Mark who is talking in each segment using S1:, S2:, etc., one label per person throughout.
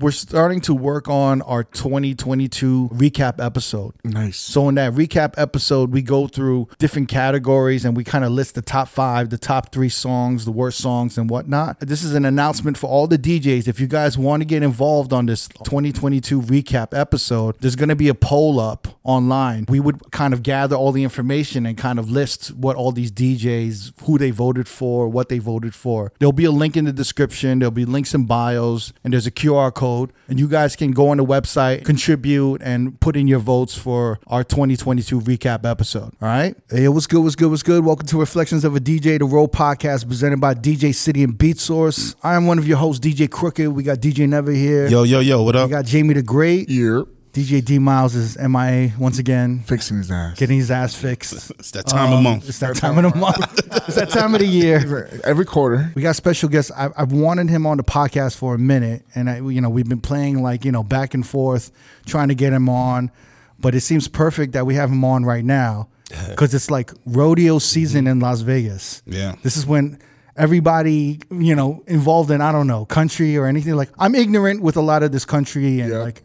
S1: we're starting to work on our 2022 recap episode.
S2: Nice.
S1: So in that recap episode, we go through different categories and we kind of list the top five, the top three songs, the worst songs, and whatnot. This is an announcement for all the DJs. If you guys want to get involved on this 2022 recap episode, there's going to be a poll up online. We would kind of gather all the information and kind of list what all these DJs, who they voted for, what they voted for. There'll be a link in the description. There'll be links in bios, and there's a QR code, and you guys can go on the website, contribute, and put in your votes for our 2022 recap episode. All right.
S2: Hey, what's good? What's good? What's good? Welcome to Reflections of a DJ, the Roll podcast presented by DJ City and Beat Source. I am one of your hosts, DJ Crooked. We got DJ Never here.
S3: Yo, yo, yo, what
S2: We
S3: up?
S2: got Jamie the Great.
S4: You're
S2: DJ D Miles is MIA once again,
S4: fixing his ass.
S2: getting his ass fixed.
S3: It's that time of month.
S2: Um, It's that time of the month. It's that time of the year.
S4: Every quarter.
S2: We got special guests. I, I've wanted him on the podcast for a minute, and I, you know, we've been playing like you know back and forth, trying to get him on. But it seems perfect that we have him on right now because it's like rodeo season in Las Vegas.
S3: Mm-hmm. Yeah.
S2: this is when everybody you know involved in I don't know country or anything like I'm ignorant with a lot of this country and
S4: Yeah.
S2: like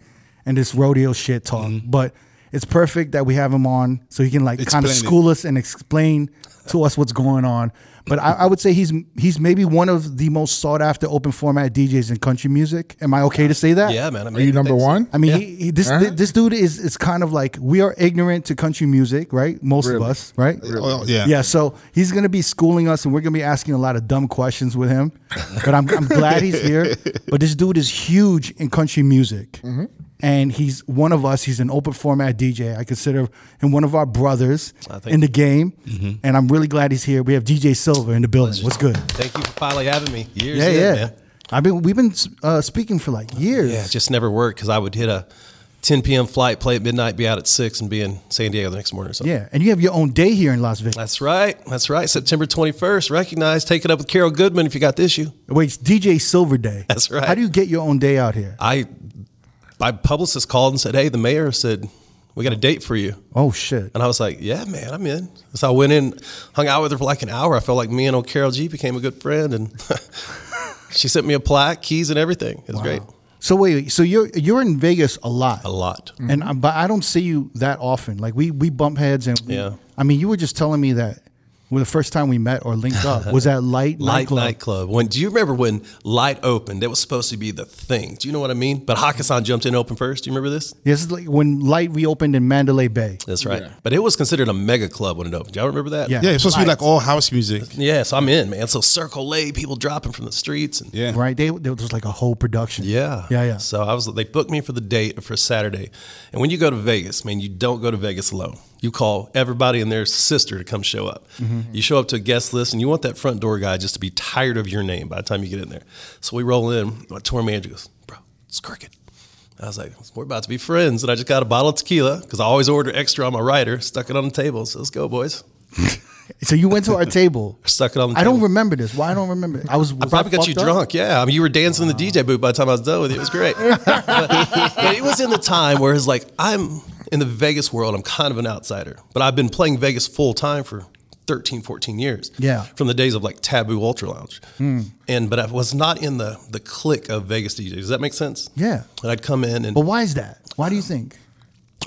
S2: and this rodeo shit talk, but. It's perfect that we have him on so he can like kind of
S3: Mm-hmm. Explain it.
S2: school us and explain to us what's going on. But I, I would say he's he's maybe one of the most sought after open format DJs in country music. Am I okay to say that?
S5: Yeah, man. I mean,
S4: Are you number
S5: thanks.
S4: one?
S2: I mean, he, he, this
S4: All right.
S2: this dude is is kind of like we are ignorant to country music, right? Most
S4: Really?
S2: of us, right?
S3: Oh, yeah.
S2: Yeah, so he's gonna be schooling us, and we're gonna be asking a lot of dumb questions with him. But I'm, I'm glad he's here. But this dude is huge in country music,
S5: Mm-hmm.
S2: and he's one of us. He's an open format DJ. I consider him one of our brothers
S5: thank
S2: in the game,
S5: Mm-hmm.
S2: and I'm really glad he's here. We have DJ Silver in the building. What's good?
S5: Thank you for finally having me. Years
S2: Yeah,
S5: in,
S2: yeah.
S5: man.
S2: I've been we've been uh, speaking for like years.
S5: Yeah, it just never worked because I would hit a 10 p.m. flight, play at midnight, be out at 6 and be in San Diego the next morning or something.
S2: Yeah, and you have your own day here in Las Vegas.
S5: That's right. That's right. September 21st. Recognize. Take it up with Carol Goodman if you got the issue.
S2: Wait, it's DJ Silver Day.
S5: That's right.
S2: How do you get your own day out here?
S5: I, my publicist called and said, hey, the mayor said, we got a date for you.
S2: Oh shit.
S5: And I was like, yeah, man, I'm in. So I went in, hung out with her for like an hour. I felt like me and old Carol G became a good friend. And she sent me a plaque, keys, and everything. It was great.
S2: So wait, wait, so you're you're in Vegas a lot.
S5: A lot. Mm-hmm.
S2: and I, but I don't see you that often. Like we we bump heads and we-
S5: Yeah.
S2: I mean, you were just telling me that when the first time we met or linked up was at Light,
S5: Light
S2: nightclub.
S5: nightclub. When do you remember when Light opened? That was supposed to be the thing. Do you know what I mean? But Hakkasan jumped in open first. Do you remember this?
S2: This is like when Light reopened in Mandalay Bay.
S5: That's right. But it was considered a mega club when it opened. Y'all remember that?
S2: Yeah.
S3: Yeah, it's supposed to be like all house music.
S5: Yeah. So I'm in, man. So Circle A, people dropping from the streets. And
S3: Yeah.
S2: Right? They there was like a whole production.
S5: Yeah.
S2: Yeah, yeah.
S5: So I was they booked me for the date for Saturday. And when you go to Vegas, man, you don't go to Vegas alone. You call everybody and their sister to come show up.
S2: Mm-hmm.
S5: You show up to a guest list and you want that front door guy just to be tired of your name by the time you get in there. So we roll in, my tour manager goes, Bro, it's crooked. I was like, we're about to be friends. And I just got a bottle of tequila because I always order extra on my rider, stuck it on the table. So let's go, boys.
S2: So you went to our table.
S5: Stuck it on the
S2: I
S5: table.
S2: don't remember this. Why I don't remember? I was,
S5: I
S2: was
S5: probably got you
S2: fucked up?
S5: drunk. Yeah. I mean, you were dancing in the DJ booth by the time I was done with you. It was great. but, but it was in the time where it's like, I'm in the Vegas world, I'm kind of an outsider, but I've been playing Vegas full time for 13, 14 years.
S2: Yeah. Hmm.
S5: From the days of like Taboo Ultra Lounge. And, but I was not in the, the clique of Vegas DJs. Does that make sense?
S2: Yeah.
S5: And I'd come in and
S2: But why is that? Why do you think?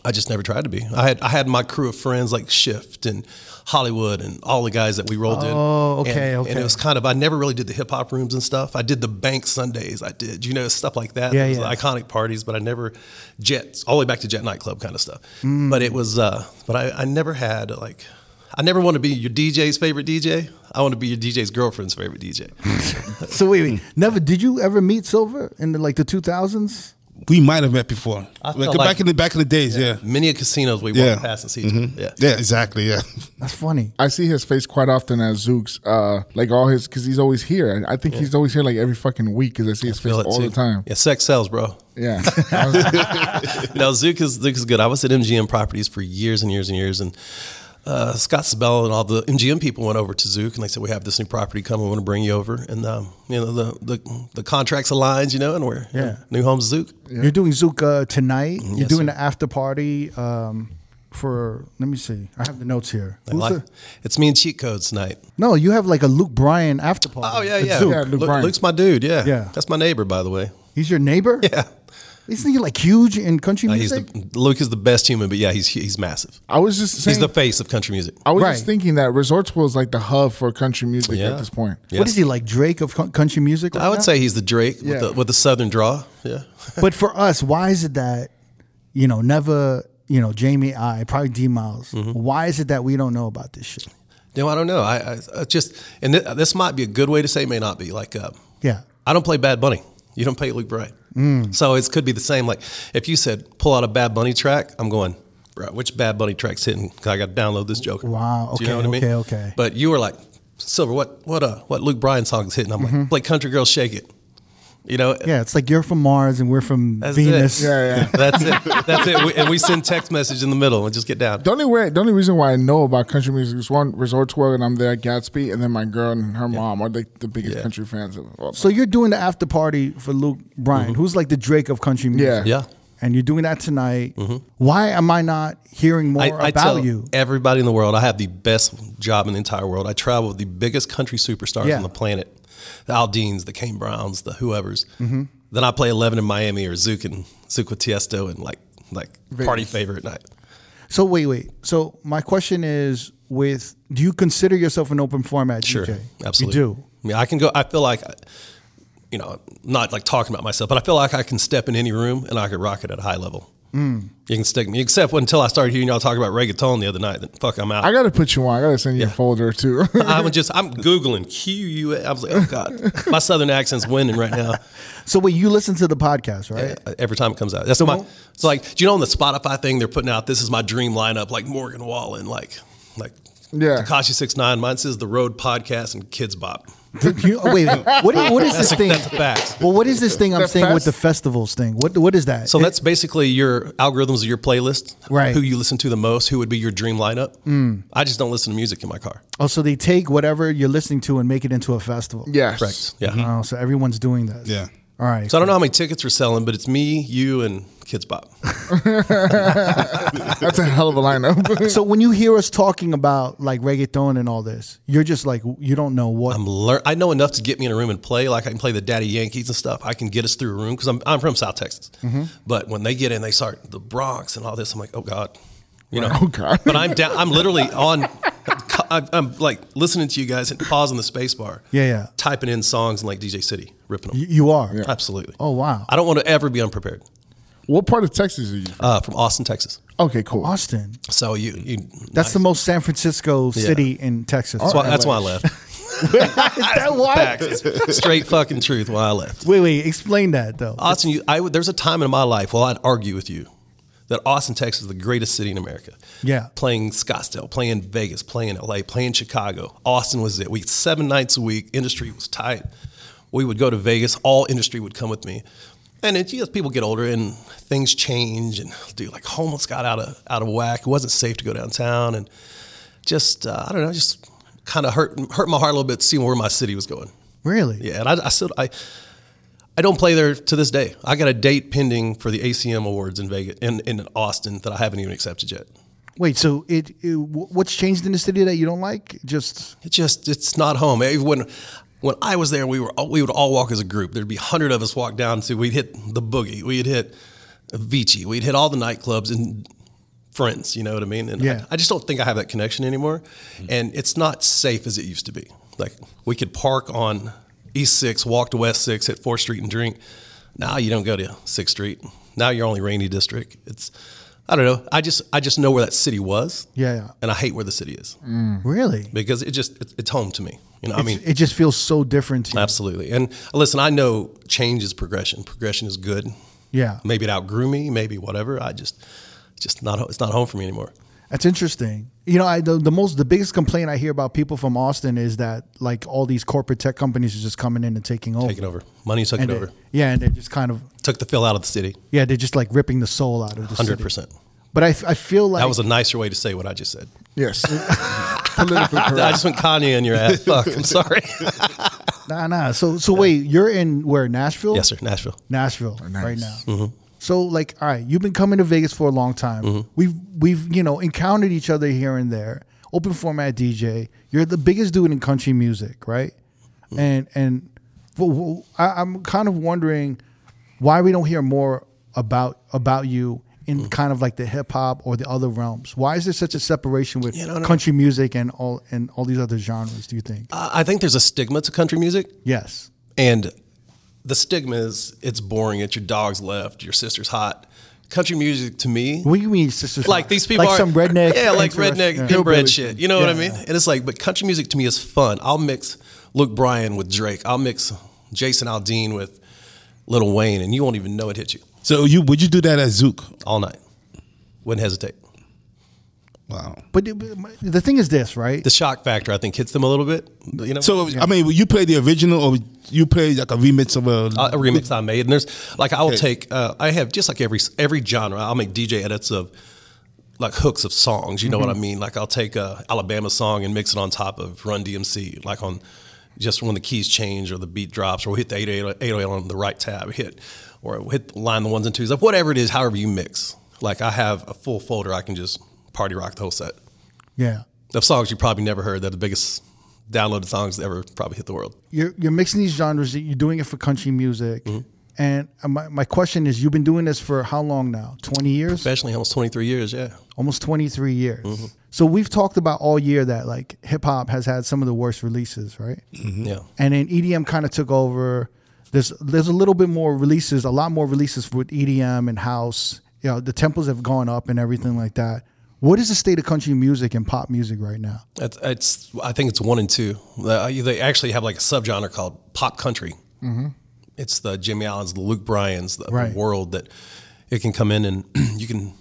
S5: I just never tried to be. I had I had my crew of friends like Shift and Hollywood and all the guys that we rolled in.
S2: Oh, okay,
S5: and, And
S2: okay.
S5: it was kind of I never really did the hip hop rooms and stuff. I did the bank Sundays. I did you know stuff like that.
S2: Yeah,
S5: It was
S2: yeah.
S5: like iconic parties, but I never jets all the way back to Jet nightclub kind of stuff.
S2: Mm.
S5: But it was uh, but I, I never had like. I never want to be your DJ's favorite DJ. I want to be your DJ's girlfriend's favorite DJ.
S2: So wait, wait. Never did you ever meet Silver in the, like the 2000s?
S3: We might have met before.
S5: I felt
S3: Like,
S5: like-
S3: back in the back in the days, yeah. Yeah,
S5: Many casinos we
S3: Yeah.
S5: walked past and see.
S2: Mm-hmm.
S5: Yeah.
S3: exactly, yeah.
S2: That's funny.
S4: I see his face quite often at Zook's, uh, like all his, because he's always here. I I think he's always here like every fucking week because I see his face
S5: Feel it,
S4: all
S5: too.
S4: the time.
S5: Yeah, sex sells, bro.
S4: Yeah. I was-
S5: no, Zook is, Zook is good. I was at MGM Properties for years and years and years, and uh, Scott Sabella and all the MGM people went over to Zook and they said, "We have this new property coming. We want to bring you over." And um, you know the, the the contracts aligned, you know, and we're
S2: Yeah.
S5: new home Zook.
S2: You're doing Zuka tonight. You're
S5: yes,
S2: doing
S5: sir.
S2: the after party um, for. Let me see. I have the notes here.
S5: I
S2: Who's
S5: like-
S2: the-
S5: it's me and Cheat Codes tonight.
S2: no, you have like a Luke Bryan after party.
S5: Oh yeah,
S2: at
S5: yeah.
S2: Zook.
S4: Yeah, Luke Bryan.
S5: Luke's my dude. Yeah,
S2: Yeah.
S5: That's my neighbor, by the way.
S2: He's your neighbor.
S5: Yeah,
S2: Isn't he like huge in country
S5: Uh, he's
S2: music?
S5: the, Luke is the best human, but yeah, he's he's massive.
S4: I was just saying.
S5: He's the face of country music.
S4: I was
S2: Right.
S4: just thinking that Resortsville is like the hub for country music
S5: Yeah.
S4: at this point.
S5: Yeah.
S2: What is he like, Drake of co- country music?
S5: I would say he's the Drake with,
S4: Yeah.
S5: the, with the southern draw. Yeah,
S2: But for us, why is it that, you know, never, you know, Jamie, I, probably D Miles,
S5: Mm-hmm.
S2: why is it that we don't know about this shit?
S5: no, I don't know. I, I, I just and th- this might be a good way to say it may not be. Like, uh,
S2: Yeah.
S5: I don't play Bad Bunny. You don't play Luke Bryan.
S2: Mm.
S5: So it could be the same. Like if you said pull out a Bad Bunny track, I'm going. Right, which Bad Bunny track's hitting? 'Cause I got to download this Joker.
S2: Wow,
S5: Do you know
S2: okay,
S5: what I mean?
S2: okay, okay.
S5: But you were like, Silver, what, what, uh, what Luke Bryan song is hitting? I'm like, play Country Girl, Shake It. You know,
S2: Mm-hmm. Yeah, it's like you're from Mars and we're from
S5: That's
S2: Venus.
S5: It. That's it. That's it. We, and we send text message in the middle and just get down.
S4: The only way, the only reason why I know about country music is one Resortsville, and I'm there at Gatsby, and then my girl and her mom are like the biggest
S5: Yeah.
S4: country fans of. All
S2: So you're doing the after party for Luke Bryan, who's like the Drake of country music.
S4: Yeah.
S5: Mm-hmm. Yeah. Mm-hmm.
S2: And you're doing that tonight. Why am I not hearing more about
S5: I, I tell
S2: you?
S5: everybody in the world, I have the best job in the entire world. I travel with the biggest country superstars
S2: Yeah.
S5: on the planet the Aldeans, the Kane Browns, the whoever's.
S2: Mm-hmm.
S5: Then I play 11 in Miami or Zook and Zook with Tiesto and like, like party favorite night.
S2: So wait, wait. So my question is with do you consider yourself an open format
S5: Sure.
S2: DJ?
S5: Absolutely.
S2: You do.
S5: I mean, I can go, I feel like, you know, not like talking about myself, but I feel like I can step in any room and I could rock it at a high level.
S2: Mm.
S5: You can stick me, except until I started hearing y'all talk about reggaeton the other night. Then fuck, I'm out.
S4: I gotta put you on. I gotta send you a folder too.
S5: I'm just I'm googling Q U A. I was like, oh god, my southern accent's winning right now.
S2: So wait, you listen to the podcast, right?
S5: Every time it comes out, that's my. It's like, do you know on the Spotify thing they're putting out? This is my dream lineup, like Morgan Wallen, like like
S4: Yeah.
S5: Takashi Six Nine. Mine says the Road Podcast and Kids Bop.
S2: Did you- oh, wait, wait. What is, what is this
S5: That's a,
S2: thing?
S5: that's a fact.
S2: Well, what is this thing I'm
S4: The
S2: saying with
S4: fest-
S2: the festivals thing? What what is that?
S5: So that's basically your algorithms of your playlist,
S2: Right.
S5: Who you listen to the most, who would be your dream lineup. I just don't listen to music in my car.
S2: oh, so they take whatever you're listening to and make it into a festival.
S4: yes,
S5: Correct. Yeah.
S2: Oh, so everyone's doing that.
S3: Yeah.
S2: All right.
S5: So I don't know how many tickets are selling, but it's me, you, and Kids Bop.
S4: that's a hell of a lineup.
S2: So when you hear us talking about like reggaeton and all this, you're just like you don't know what.
S5: I'm learn. I know enough to get me in a room and play. Like I can play the Daddy Yankees and stuff. I can get us through a room because I'm I'm from South Texas.
S2: Mm-hmm.
S5: But when they get in, they start the Bronx and all this. I'm like, oh god, you know.
S4: Oh, God.
S5: But I'm down. I'm literally on. I'm I'm, like listening to you guys and pausing the space bar.
S2: Yeah, yeah.
S5: Typing in songs and like DJ City ripping them.
S2: you, you are.
S5: Absolutely.
S2: Oh wow,
S5: I don't want to ever be unprepared.
S4: what part of Texas are you? From? Uh,
S5: Uh, from Austin, Texas.
S4: Okay, cool.
S2: Austin.
S5: So you you.
S2: That's the most San Francisco city in Texas.
S5: That's why, that's why I left.
S2: Is that why?
S5: Facts. Straight fucking truth. Why I left.
S2: Wait, wait. Explain that though.
S5: Austin, you, I would, there's a time in my life, well, I'd argue with you that Austin, Texas is the greatest city in America.
S2: Yeah.
S5: Playing Scottsdale, playing Vegas, playing LA, playing Chicago. Austin was it. We seven nights a week, industry was tight. We would go to Vegas, all industry would come with me. And it, you know, as people get older and things change and dude, like homeless got out of out of whack. It wasn't safe to go downtown and just uh, I don't know, just kind of hurt hurt my heart a little bit seeing where my city was going.
S2: Really?
S5: Yeah, and I, I still I I don't play there to this day. I got a date pending for the ACM Awards in Vegas in, in Austin that I haven't even accepted yet.
S2: Wait. So it, it wh- what's changed in the city that you don't like? Just
S5: It just it's not home. Eh, When when I was there, we were all, we would all walk as a group. There'd be hundred of us walk down to. We'd hit the boogie. We'd hit Vici. We'd hit all the nightclubs and friends. You know what I mean? And
S2: Yeah.
S5: I, I just don't think I have that connection anymore. And it's not safe as it used to be. Like we could park on East Six, walk to West Six, hit Fourth Street and drink. Now you don't go to Sixth Street. Now you're only Rainy District. It's I don't know. I just I just know where that city was.
S2: Yeah, yeah.
S5: And I hate where the city is
S2: really.
S5: because it just it's, it's home to me. You know, Mm-hmm. I mean,
S2: it just feels so different. To you.
S5: absolutely. And listen, I know change is progression. Progression is good.
S2: Yeah.
S5: Maybe it outgrew me. Maybe whatever. I just just not it's not home for me anymore.
S2: That's interesting. You know, I, the, the most the biggest complaint I hear about people from Austin is that like all these corporate tech companies are just coming in and taking over.
S5: Take it over. Money took
S2: And
S5: it
S2: they-
S5: over.
S2: yeah, and they're just kind of
S5: Took the feel out of the city.
S2: yeah, they're just like ripping the soul out of the
S5: Hundred
S2: city.
S5: percent.
S2: But I, f- I feel like
S5: That was a nicer way to say what I just said.
S4: yes, politically correct.
S5: I just went Kanye in your ass. Fuck. I'm sorry.
S2: nah nah. So so wait, you're in where Nashville?
S5: yes, sir. Nashville.
S2: Nashville right now. So like, all right, you've been coming to Vegas for a long time. We've we've you know encountered each other here and there. Open format DJ. You're the biggest dude in country music, right? And and w- w- I, am kind of wondering why we don't hear more about about you in kind of like the hip hop or the other realms? Why is there such a separation with
S5: no, no.
S2: country music and all and all these other genres? Do you think?
S5: I I think there's a stigma to country music.
S2: yes.
S5: And the stigma is it's boring. It's your dog's left. Your sister's hot. Country music to me,
S2: What do you mean, sisters?
S5: like these people
S2: like
S5: are
S2: some redneck,
S5: yeah, like
S2: interest-
S5: redneck
S2: yeah.
S5: inbred shit. You know what I mean? And it's like, but country music to me is fun. I'll mix Luke Bryan with Drake. I'll mix Jason Aldean with Little Wayne, and you won't even know it hit you
S3: So you would you do that at Zook?
S5: all night. Wouldn't hesitate.
S3: Wow.
S2: But the- the thing is this, right?
S5: The shock factor, I think, hits them a little bit. You know,
S3: So I mean, you play the original or you play like a remix of a?
S5: a a remix I made. And there's like I will
S3: Okay.
S5: take uh, I have just like every every genre. I'll make DJ edits of like hooks of songs. You know what I mean? Like I'll take a Alabama song and mix it on top of Run DMC, like on just when the keys change or the beat drops, or we hit the 808 on the right tab hit, or hit line the ones and twos up, whatever it is, however you mix. Like I have a full folder I can just party rock the whole set
S2: yeah.
S5: of songs you probably never heard. They're the biggest downloaded songs that ever probably hit the world.
S2: you're you're mixing these genres. You're doing it for country music,
S5: Mm-hmm.
S2: and uh, my my question is, you've been doing this for how long now? Twenty years,
S5: Professionally, almost 23 years, yeah.
S2: almost twenty three years.
S5: Mm-hmm.
S2: So we've talked about all year that like hip hop has had some of the worst releases, right?
S5: Yeah.
S2: And then E EDM kind of took over. There's there's a little bit more releases, a lot more releases with EDM and house. You know, the tempos have gone up and everything like that. What is the state of country music and pop music right now?
S5: It's, it's I think it's one and two. Uh, They actually have like a subgenre called pop country. It's the Jimmy Allen's, the Luke Bryan's, the, the
S2: Mm-hmm. Right.
S5: world that it can come in and you can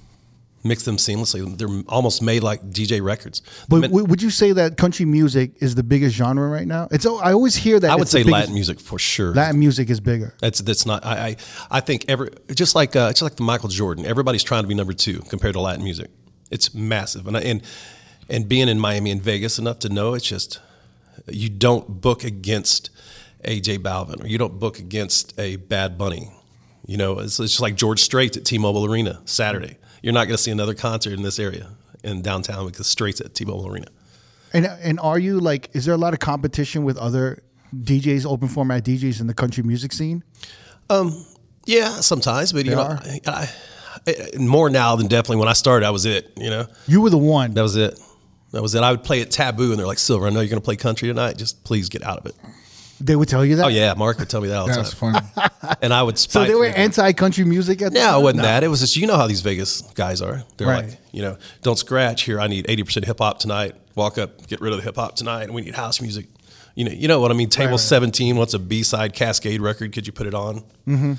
S5: mix them seamlessly. They're almost made like DJ records.
S2: But w- would you say that country music is the biggest genre right now? It's I always hear that
S5: I would
S2: it's the
S5: say
S2: biggest-
S5: Latin music for sure.
S2: Latin music is bigger.
S5: That's that's not. I I, I think every just like uh, just like the Michael Jordan. Everybody's trying to be number two compared to Latin music. It's massive, and I- and and being in Miami and Vegas enough to know it's just you don't book against AJ Balvin or you don't book against a Bad Bunny. You know, it's, it's just like George Strait's at T-Mobile Arena Saturday. You're not going to see another concert in this area in downtown because Strait's at T-Mobile Arena.
S2: And and are you like is there a lot of competition with other DJs, open format DJs in the country music scene?
S5: Yeah, sometimes, but you know, I, I, I- more now than definitely when I started, I was it. You know.
S2: You were the one.
S5: That was it. That was it. I would play it taboo, and they're like, "Silver, I know you're going to play country tonight. Just please get out of it."
S2: They would tell you that.
S5: Oh yeah, Mark would tell me that all the
S4: That's
S5: time,
S4: funny.
S5: and I would.
S2: So they were
S5: spitefully-
S2: anti country music at the
S5: No,
S2: time?
S5: it wasn't that. It was just you know how these Vegas guys are. They're
S2: Right.
S5: like, you know, don't scratch here. I need eighty percent hip hop tonight. Walk up, get rid of the hip hop tonight. We need house music. You know, you know what I mean. Table seventeen. What's a B side Cascade record? Could you put it on? Mm-hmm.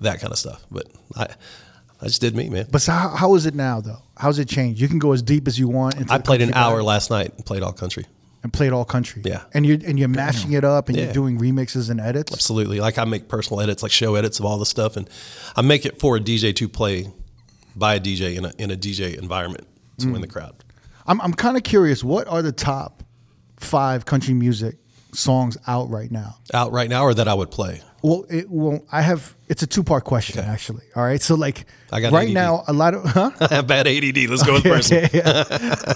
S5: That kind of stuff. But I, I just did me, man.
S2: But so how, how is it now though? How's it changed? You can go as deep as you want. Into
S5: I
S2: the
S5: played an
S2: country
S5: hour
S2: vibe
S5: last night and played all country.
S2: and played all country.
S5: Yeah.
S2: And you're and you're mashing it up and
S5: Yeah.
S2: you're doing remixes and edits.
S5: Absolutely. Like I make personal edits, like show edits of all the stuff, and I make it for a DJ to play by a DJ in a in a DJ environment to win the crowd.
S2: I'm I'm kind of curious. What are the top five country music songs out right now?
S5: Out right now, or that I would play.
S2: Well, it well, I have. It's a two part question actually. All right, so like
S5: I got
S2: right
S5: ADD.
S2: now, a lot of huh?
S5: I have bad ADD. Let's go in person.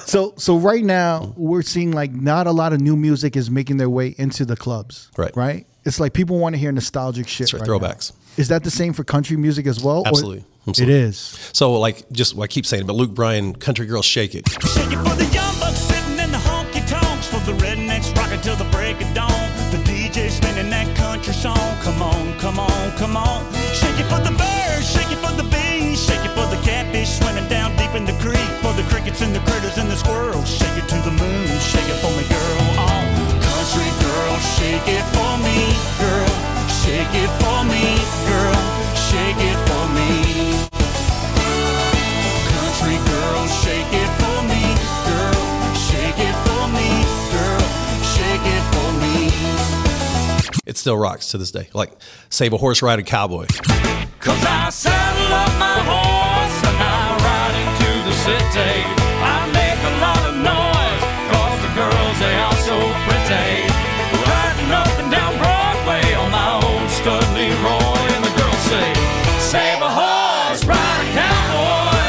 S2: so so right now we're seeing like not a lot of new music is making their way into the clubs.
S5: Right.
S2: Right. It's like people want to hear nostalgic shit.
S5: right,
S2: now.
S5: throwbacks.
S2: Is that the same for country music as well? or-
S5: Absolutely.
S2: It
S5: Absolutely.
S2: is.
S5: So like just I keep saying, it, but Luke Bryan, Country Girl, Shake It.
S6: Shake it for the young bucks sitting in the honky tonks. For the rednecks rocking till the break of dawn. The DJ spinning that country song. Come on, come on, come on. Shake it for the birds, shake it for the bees, shake it for the catfish swimming down deep in the creek. For the crickets and the critters and the squirrels. Shake it to the moon, shake it for me, girl. Oh, country girl, shake it for me, girl. Shake it for me, girl. Shake it for me. Country girl, shake it for me, girl. Shake it for me, girl. Shake it for me.
S5: It still rocks to this day. Like save a horse, ride a cowboy.
S6: Cause I saddle up my horse and I ride into the city. I make a lot of noise, cause the girls they are so pretty. Riding up and down Broadway on my old stud Leroy, and the girls say, Save a horse, ride a cowboy.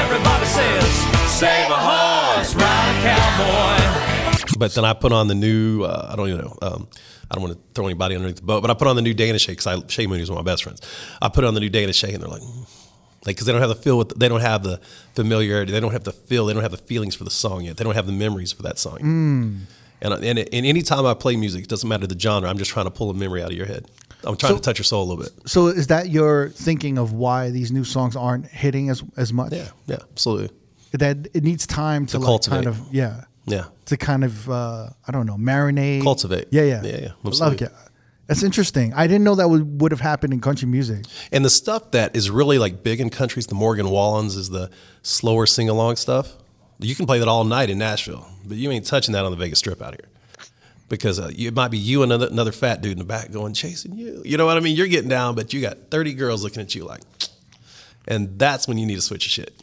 S6: Everybody says, Save a horse, ride a cowboy.
S5: But then I put on the new. Uh, I don't even know. Um, I I don't want to throw anybody underneath the boat, but I put on the new Dana Shay because I Shay Mooney was one of my best friends. I put on the new Dana Shay, and they're like, "Mm." like because they don't have the feel, with, they don't have the familiarity, they don't have the feel, they don't have the feelings for the song yet, they don't have the memories for that song. And, I- and and any time I play music, it doesn't matter the genre. I'm just trying to pull a memory out of your head. I'm trying to touch your soul a little bit.
S2: So is that your thinking of why these new songs aren't hitting as as much?
S5: Yeah, yeah, absolutely.
S2: That it needs time to,
S5: To
S2: like kind
S5: cultivate.
S2: of yeah.
S5: Yeah.
S2: To kind of uh I don't know, marinate.
S5: Cultivate.
S2: Yeah, yeah.
S5: Yeah, yeah,
S2: I Love
S5: absolutely.
S2: it. That's interesting. I didn't know that would would have happened in country music.
S5: And the stuff that is really like big in countries, the Morgan Wallens is the slower sing along stuff. You can play that all night in Nashville, but you ain't touching that on the Vegas Strip out here. Because uh, you- it might be you and another, another fat dude in the back going, chasing you. You know what I mean? You're getting down, but you got 30 girls looking at you like, and that's when you need to switch your shit.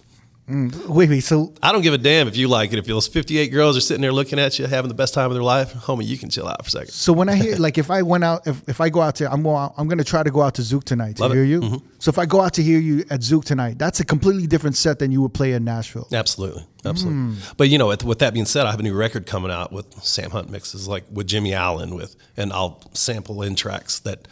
S2: Wait, wait. So
S5: I don't give a damn if you like it. If those 58 girls are sitting there looking at you, having the best time of their life, homie, you can chill out for a second.
S2: so when I hear like if I went out if, if I go out to I'm going I'm going to try to go out to Zook tonight to
S5: Love it. Mm-hmm.
S2: hear you. So if I go out to hear you at Zook tonight, that's a completely different set than you would play in Nashville.
S5: Absolutely, absolutely.
S2: Hmm.
S5: But you know, with, with that being said, I have a new record coming out with Sam Hunt mixes, like with Jimmy Allen, with and I'll sample in tracks that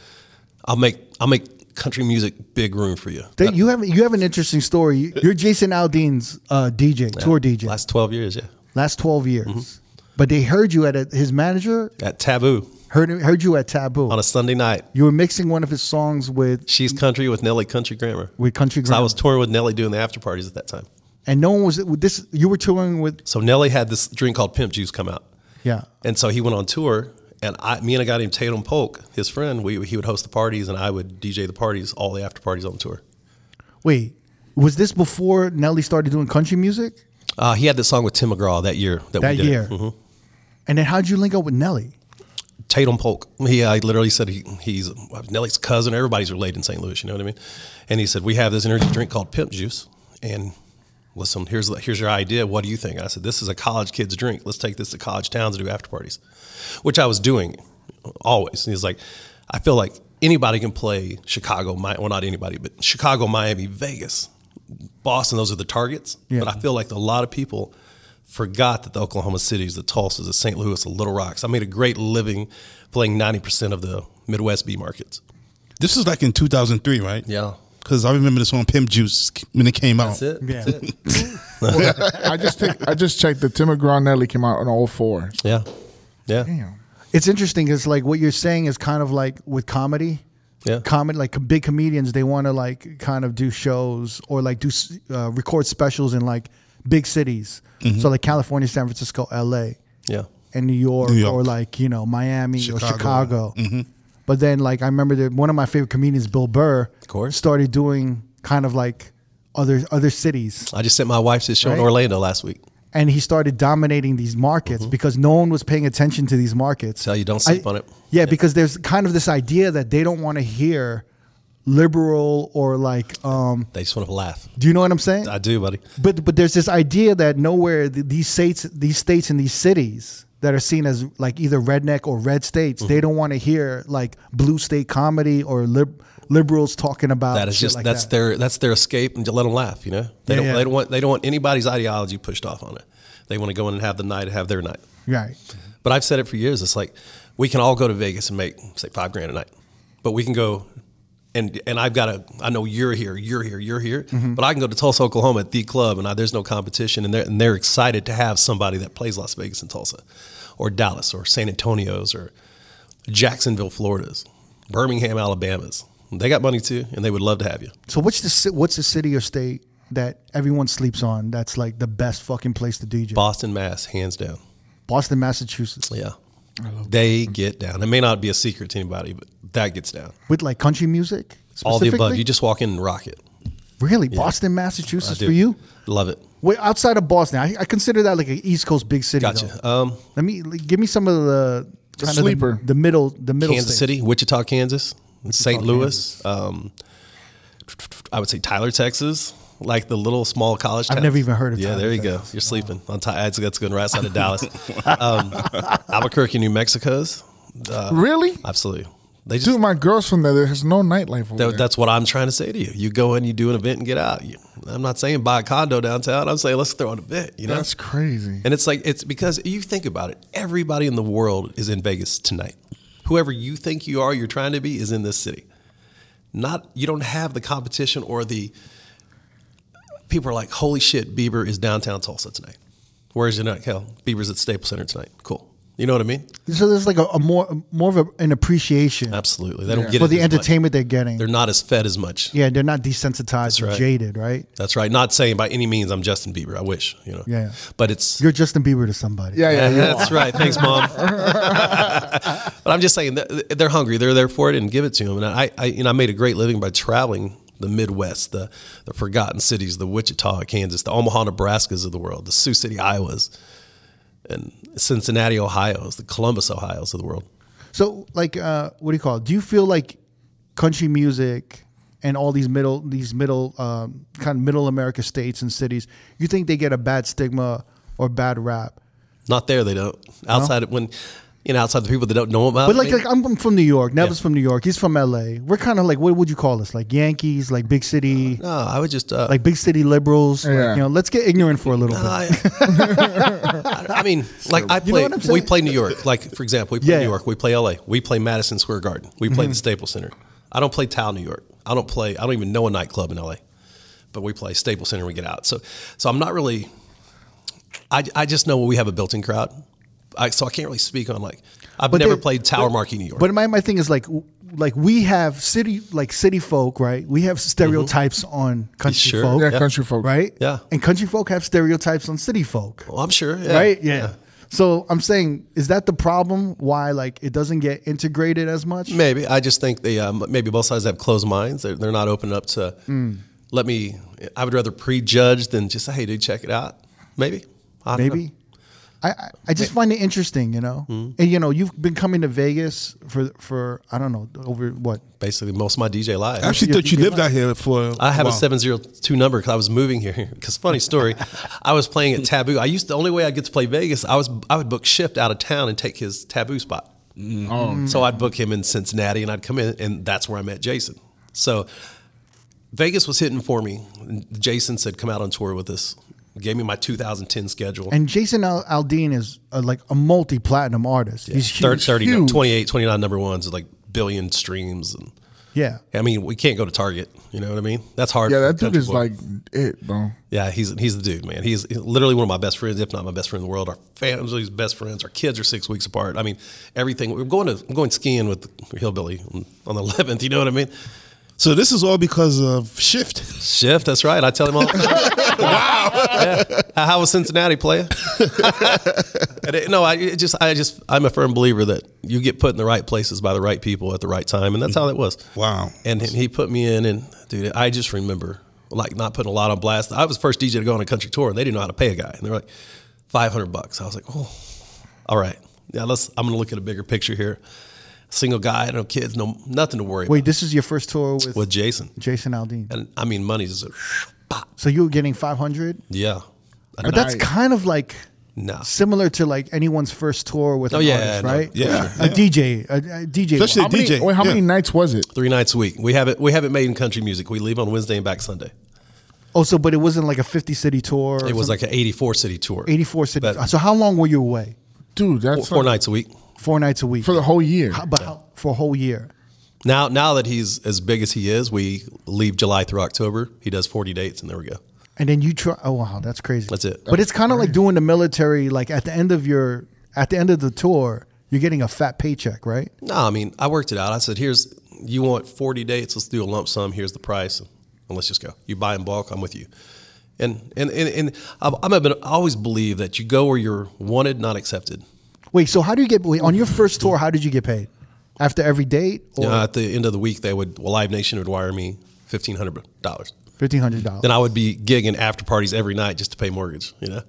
S5: I'll make. I'll make country music big room for you.
S2: That you have you have an interesting story. You're Jason Aldean's uh, DJ, tour DJ, last,
S5: Last Mm-hmm. twelve years, yeah.
S2: twelve years. But they heard you at a, his manager
S5: At Taboo
S2: heard heard you at Taboo.
S5: on a Sunday night,
S2: you were mixing one of his songs with
S5: she's country with Nelly Country Grammar.
S2: Hmm. with Country
S5: 'Cause I
S2: Grammar,
S5: was touring with Nelly doing the after parties at that time.
S2: and no one was with this. You were touring with
S5: So Nelly had this drink called Pimp Juice come out.
S2: yeah.
S5: And so he went on tour, and I, me and a guy named Tatum Polk, his friend, we, he would host the parties, and I would DJ the parties, all the after parties on tour.
S2: Wait, was this before Nelly started doing country music
S5: Uh, he had this song with Tim McGraw that year. That,
S2: that
S5: we did Mm-hmm.
S2: year?
S5: It.
S2: And then how'd you link up with Nelly?
S5: Tatum Polk. He I literally said he, he's Nelly's cousin. Everybody's related in St. Louis. You know what I mean? And he said we have this energy drink called Pimp Juice. And listen, here's here's your idea. What do you think? And I said this is a college kid's drink. Let's take this to college towns and do after parties, which I was doing uh, always. And he's like, I feel like anybody can play Chicago. Mi- well, not anybody, but Chicago, Miami, Vegas, Boston. Those are the targets. But I feel like a lot of people forgot that the Oklahoma Cities, the Tulsas, the St. Louis, the Little Rocks. I made a great living playing 90% of the Midwest B markets.
S3: This was like in 2003, right?
S5: Yeah.
S3: Because I remember the song Pimp Juice when it came out.
S5: That's it.
S2: Yeah.
S5: That's it.
S4: I just think, I just checked that Tim McGraw Nelly came out on all four.
S5: Yeah. Yeah.
S2: It's interesting. It's like what you're saying is kind of like with comedy.
S5: Yeah.
S2: Comedy, like com- big comedians, they want to like kind of do shows or like do s- uh, record specials in like big cities. So like California, San Francisco, L.A.,
S5: Yeah.
S2: and New York,
S3: New York.
S2: or like you know Miami or
S3: Chicago.
S2: Chicago. But then like I remember that one of my favorite comedians, Bill Burr, of
S5: course.
S2: started doing kind of like other other cities
S5: I just sent my wife to the show in
S2: Right.
S5: Orlando last week.
S2: and he started dominating these markets because no one was paying attention to these markets.
S5: Tell you, don't sleep on it.
S2: Yeah, because there's kind of this idea that they don't want to hear liberal or like, um,
S5: They just want to laugh.
S2: do you know what I'm saying?
S5: I do, buddy.
S2: But but there's this idea that nowhere th- these states, these states and these cities that are seen as like either redneck or red states,
S5: Mm-hmm.
S2: they don't want to hear like blue state comedy or lib- liberals talking about
S5: That
S2: Oh,
S5: is
S2: shit
S5: just
S2: like
S5: that's
S2: that.
S5: their that's their escape and to let them laugh. You know, they
S2: Yeah,
S5: don't
S2: yeah.
S5: they don't want they don't want anybody's ideology pushed off on it. They want to go in and have the night, have their night.
S2: right.
S5: But I've said it for years. It's like we can all go to Vegas and make say five grand a night, but we can go and and I've got to. I know you're here, you're here, you're here. But I can go to Tulsa, Oklahoma at the club, and I, there's no competition, and they're and they're excited to have somebody that plays Las Vegas and Tulsa, or Dallas, or San Antonio's, or Jacksonville, Florida's, Birmingham, Alabama's. They got money too, and they would love to have you.
S2: So what's the ci- what's the city or state that everyone sleeps on? That's like the best fucking place to DJ.
S5: Boston, Mass, hands down.
S2: Boston, Massachusetts,
S5: Yeah, they get down. It may not be a secret to anybody, but that gets down.
S2: with like country music.
S5: All the above.
S2: specifically?
S5: You just walk in and rock it.
S2: really Boston, Massachusetts
S5: I do.
S2: for you?
S5: Love it.
S2: Wait, outside of Boston, I, I consider that like an East Coast big city.
S5: Gotcha.
S2: though.
S5: Um,
S2: Let me like, give me some of the kind of
S4: sleeper.
S2: the, the middle, the middle.
S5: Kansas
S2: states.
S5: City, Wichita, Kansas, St. Louis. Um, I would say Tyler, Texas, like the little small college.
S2: I've
S5: towns.
S2: never even heard of
S5: Yeah,
S2: Tyler,
S5: there you
S2: Texas.
S5: go. You're sleeping on Ty- that's, that's good. Right outside of Dallas, um, Albuquerque, New Mexico's.
S4: Really?
S5: Absolutely. They just.
S4: Dude, my girl's from there. There's no nightlife over
S5: that-
S4: there.
S5: that's what I'm trying to say to you. You go in, you do an event, and get out. You, I'm not saying buy a condo downtown. I'm saying let's throw on a bit. You know,
S4: That's crazy.
S5: and it's like it's because you think about it. Everybody in the world is in Vegas tonight. whoever you think you are, you're trying to be, is in this city. Not you don't have the competition or the people are like, holy shit, Bieber is downtown Tulsa tonight. Where is it tonight? Hell, Bieber's at Staples Center tonight. Cool. You know what I mean?
S2: So there's like a, a more more of a, an appreciation
S5: Absolutely. They don't get
S2: for
S5: it
S2: the
S5: as much.
S2: entertainment they're getting.
S5: They're not as fed as much.
S2: yeah, they're not desensitized or
S5: right.
S2: jaded, right?
S5: That's right. Not saying by any means I'm Justin Bieber. I wish, you know.
S2: Yeah.
S5: But it's
S2: You're Justin Bieber to somebody.
S4: Yeah, yeah, yeah.
S5: That's right. Thanks, mom. but I'm just saying that they're hungry. They're there for it, and give it to them. And I, I, you know, I made a great living by traveling the Midwest, the the forgotten cities, the Wichita, Kansas, the Omaha, Nebraskas of the world, the Sioux City, Iowas, and Cincinnati, Ohio's, the Columbus, Ohio's of the world.
S2: So like, uh, what do you call? it? Do you feel like country music and all these middle these middle um, kind of middle America states and cities? You think they get a bad stigma or bad rap?
S5: Not there, they don't. Outside of when, you know, outside the people that don't know about.
S2: But like,
S5: me.
S2: like I'm from New York. Nevin's from New York. He's from L.A. We're kind of like, what would you call us? Like Yankees, like big city,
S5: no, I would just uh,
S2: like big city liberals. like,
S4: Yeah.
S2: you know, let's get ignorant for a little bit.
S5: I, I mean, like I play.
S2: what I'm saying?
S5: we play New York. Like for example, we play
S2: Yeah. Mm-hmm.
S5: New York. We play L.A. We play Madison Square Garden. We play the Staples Center. I don't play Tao, New York. I don't play. I don't even know a nightclub in L.A. But we play Staples Center. and We get out. So, so I'm not really. I, I just know we have a built-in crowd. I, so I can't really speak on like I've never
S2: they-
S5: played Tower
S2: but-
S5: Marquee New York.
S2: But my, my thing is like w- like we have city like city folk, right? We have stereotypes on country
S5: Mm-hmm. Sure.
S2: folk,
S4: Yeah, country folk.
S2: right?
S5: Yeah.
S2: And country folk have stereotypes on city folk,
S5: well, Oh, I'm sure, yeah.
S2: right? Yeah. So I'm saying, is that the problem? Why like it doesn't get integrated as much?
S5: Maybe I just think they um, maybe both sides have closed minds. They're, they're not open up to let me. I would rather prejudge than just say, hey, dude, check it out. Maybe. I don't know.
S2: Maybe. I, I- I just find it interesting, you know.
S5: Hmm?
S2: And you know, you've been coming to Vegas for for I don't know over what
S5: Basically, most of my DJ live.
S3: I actually thought you lived out here for.
S5: I have a
S3: while.
S5: seven zero two number because I was moving here. Because funny story, I was playing at Taboo. I used the only way I get to play Vegas. I was I would book shift out of town and take his Taboo spot.
S4: Oh.
S5: So I'd book him in Cincinnati, and I'd come in, and that's where I met Jason. So Vegas was hitting for me. and Jason said, "Come out on tour with us." Gave me my 2010 schedule.
S2: and Jason Al- Aldean is uh like a multi platinum artist. He's huge.
S5: 30, 30
S4: huge.
S5: 28, 29 number ones, like billion streams. And
S2: Yeah.
S5: I mean, we can't go to Target. You know what I mean? That's hard.
S4: Yeah,
S5: for a
S4: that dude
S5: country
S4: is
S5: boy.
S4: like it, bro.
S5: Yeah, he's he's the dude, man. He's literally one of my best friends, if not my best friend in the world. Our family's best friends. Our kids are six weeks apart. I mean, everything. We're going to I'm going skiing with Hillbilly on the 11th. You know what I mean?
S3: So this is all because of shift.
S5: Shift. That's right. I tell him all. wow. How was Cincinnati play? And it- no, I it just I just I'm a firm believer that you get put in the right places by the right people at the right time, and that's how that was.
S3: Wow.
S5: And he put me in, and dude, I just remember like not putting a lot on blast. I was the first DJ to go on a country tour, and they didn't know how to pay a guy, and they were like five hundred bucks. I was like, oh, all right, yeah. Let's. I'm gonna look at a bigger picture here. Single guy, no kids, no nothing to worry
S2: Wait,
S5: about
S2: this is your first tour with,
S5: with Jason.
S2: Jason Aldean.
S5: And I mean, money's just a,
S2: So you were getting 500,
S5: yeah.
S2: but that's kind of like
S5: No.
S2: similar to like anyone's first tour with an
S5: Oh, yeah,
S2: artist,
S5: no,
S2: right?
S3: yeah,
S2: a DJ, a, a DJ.
S3: Especially
S4: How many,
S3: DJ.
S4: wait, how
S3: yeah.
S4: many nights was it?
S5: Three nights a week. We have it. We have it made in country music. We leave on Wednesday and back Sunday.
S2: oh, so but it wasn't like a 50 city tour.
S5: It was like an 84 city tour.
S2: 84 city.
S5: But-
S2: so how long were you away?
S4: Dude,
S5: Four,
S4: that's
S5: four
S4: like-
S5: nights a week.
S2: Four nights a week
S4: for the whole year.
S2: How- but how, for a whole year.
S5: Now, now that he's as big as he is, we leave July through October. He does 40 dates, and there we go.
S2: And then you try. Oh wow, that's crazy.
S5: That's it.
S2: But it's kind of like doing the military. Like at the end of your, at the end of the tour, you're getting a fat paycheck, right?
S5: No, I mean, I worked it out. I said, "Here's you want 40 dates. Let's do a lump sum. Here's the price, and let's just go. You buy in bulk. I'm with you." And and and, and I've, I'm a bit, I always believe that you go where you're wanted, not accepted.
S2: Wait, so how do you get wait, on your first tour? How did you get paid? After every date or
S5: You know, at the end of the week, they would well, Live Nation would wire me fifteen hundred dollars.
S2: fifteen hundred dollars?
S5: then I would be gigging after parties every night just to pay mortgage. You know.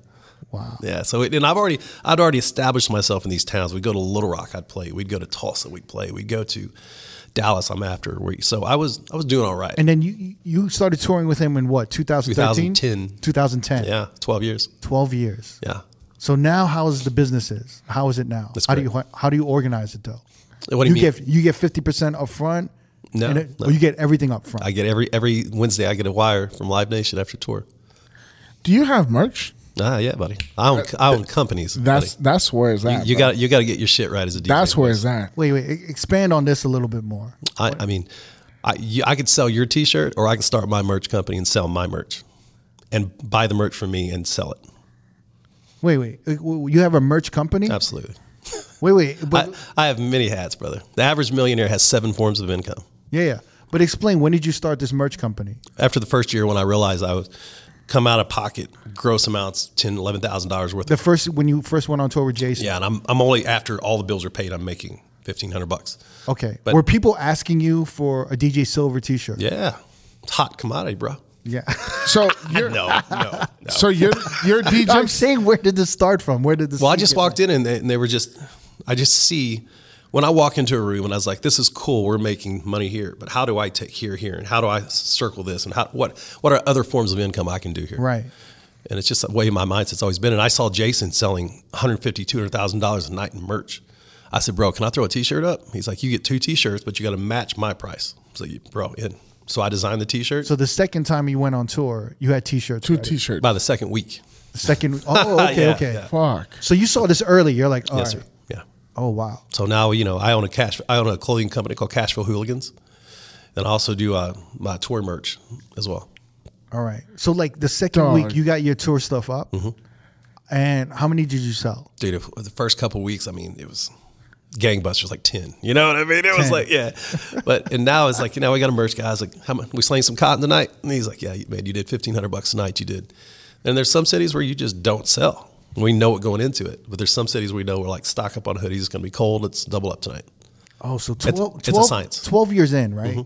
S2: Wow.
S5: Yeah. So it, and I've already I'd already established myself in these towns. We'd go to Little Rock, I'd play. We'd go to Tulsa, we'd play. We'd go to Dallas. I'm after. We, so I was I was doing all right.
S2: And then you you started touring with him in what 2013?
S5: 2010.
S2: 2010.
S5: yeah, twelve years.
S2: 12 years.
S5: Yeah.
S2: So now how is the business is? How is it now?
S5: That's
S2: how do you
S5: great.
S2: how do you organize it though?
S5: What do you, mean?
S2: get you get 50% up front
S5: No,
S2: and it-
S5: no.
S2: or you get everything up front.
S5: I get every every Wednesday. I get a wire from Live Nation after tour.
S4: Do you have merch?
S5: Ah, yeah, buddy. I own, I own companies.
S4: That's
S5: buddy.
S4: that's where it's at.
S5: you
S4: bro.
S5: got you got to get your shit right as a DJ.
S4: That's where it's at.
S2: Wait, wait. e- Expand on this a little bit more.
S5: I, I mean, I you, I could sell your T-shirt, or I could start my merch company and sell my merch, and buy the merch from me and sell it.
S2: Wait, wait. e- w- You have a merch company?
S5: Absolutely.
S2: Wait, wait. But
S5: I, I have many hats, brother. The average millionaire has seven forms of income.
S2: yeah, yeah. But explain. When did you start this merch company?
S5: After the first year, when I realized I was come out of pocket gross amounts ten, eleven thousand dollars worth.
S2: The
S5: Of,
S2: first when you first went on tour with Jason.
S5: yeah, and I'm I'm only after all the bills are paid. I'm making fifteen hundred bucks.
S2: Okay.
S5: But-
S2: Were people asking you for a DJ Silver T-shirt?
S5: Yeah, it's hot commodity, bro.
S2: Yeah.
S4: So
S5: No,
S4: you're
S5: no, no.
S4: so you're you're
S2: I'm
S4: DJ.
S2: saying, where did this start from? Where did this?
S5: Well, I just walked in and they, and they were just, I just see when I walk into a room and I was like, this is cool. We're making money here, but how do I take here, here, and how do I circle this, and how what what are other forms of income I can do here?
S2: Right.
S5: And it's just the way my mindset's always been. And I saw Jason selling 150, 200 thousand dollars a night in merch. I said, bro, can I throw a T-shirt up? He's like, you get two T-shirts, but you got to match my price. So, you, bro, in. So I designed the T-shirt.
S2: So the second time you went on tour, you had T-shirts.
S4: Two
S2: already.
S4: t-shirts.
S5: by the second week.
S2: The Second. Oh, okay,
S5: Yeah,
S2: okay.
S5: yeah.
S4: Fuck.
S2: So you saw this early. You're like, all right.
S5: Yes, sir. Yeah.
S2: Oh wow.
S5: So now you know I own a cash. I own a clothing company called Cashville Hooligans, and I also do uh, my tour merch as well.
S2: All right. So like the second
S4: Dog.
S2: week, you got your tour stuff up,
S5: Mm-hmm.
S2: and how many did you sell?
S5: Dude, if- the first couple weeks, I mean, it was gangbusters, like ten. You know what I mean? It was like yeah, but and now it's like you know we got a merch guy. I was like, how much? We slaying some cotton tonight? And he's like, yeah, you- man, you did fifteen hundred bucks tonight. You did. And there's some cities where you just don't sell. We know it going into it, but there's some cities we know we're like stock up on hoodies. It's going to be cold. Let's double up tonight.
S2: Oh, so 12,
S5: it's a
S2: 12
S5: science. Mm-hmm.
S2: 12 years in, right?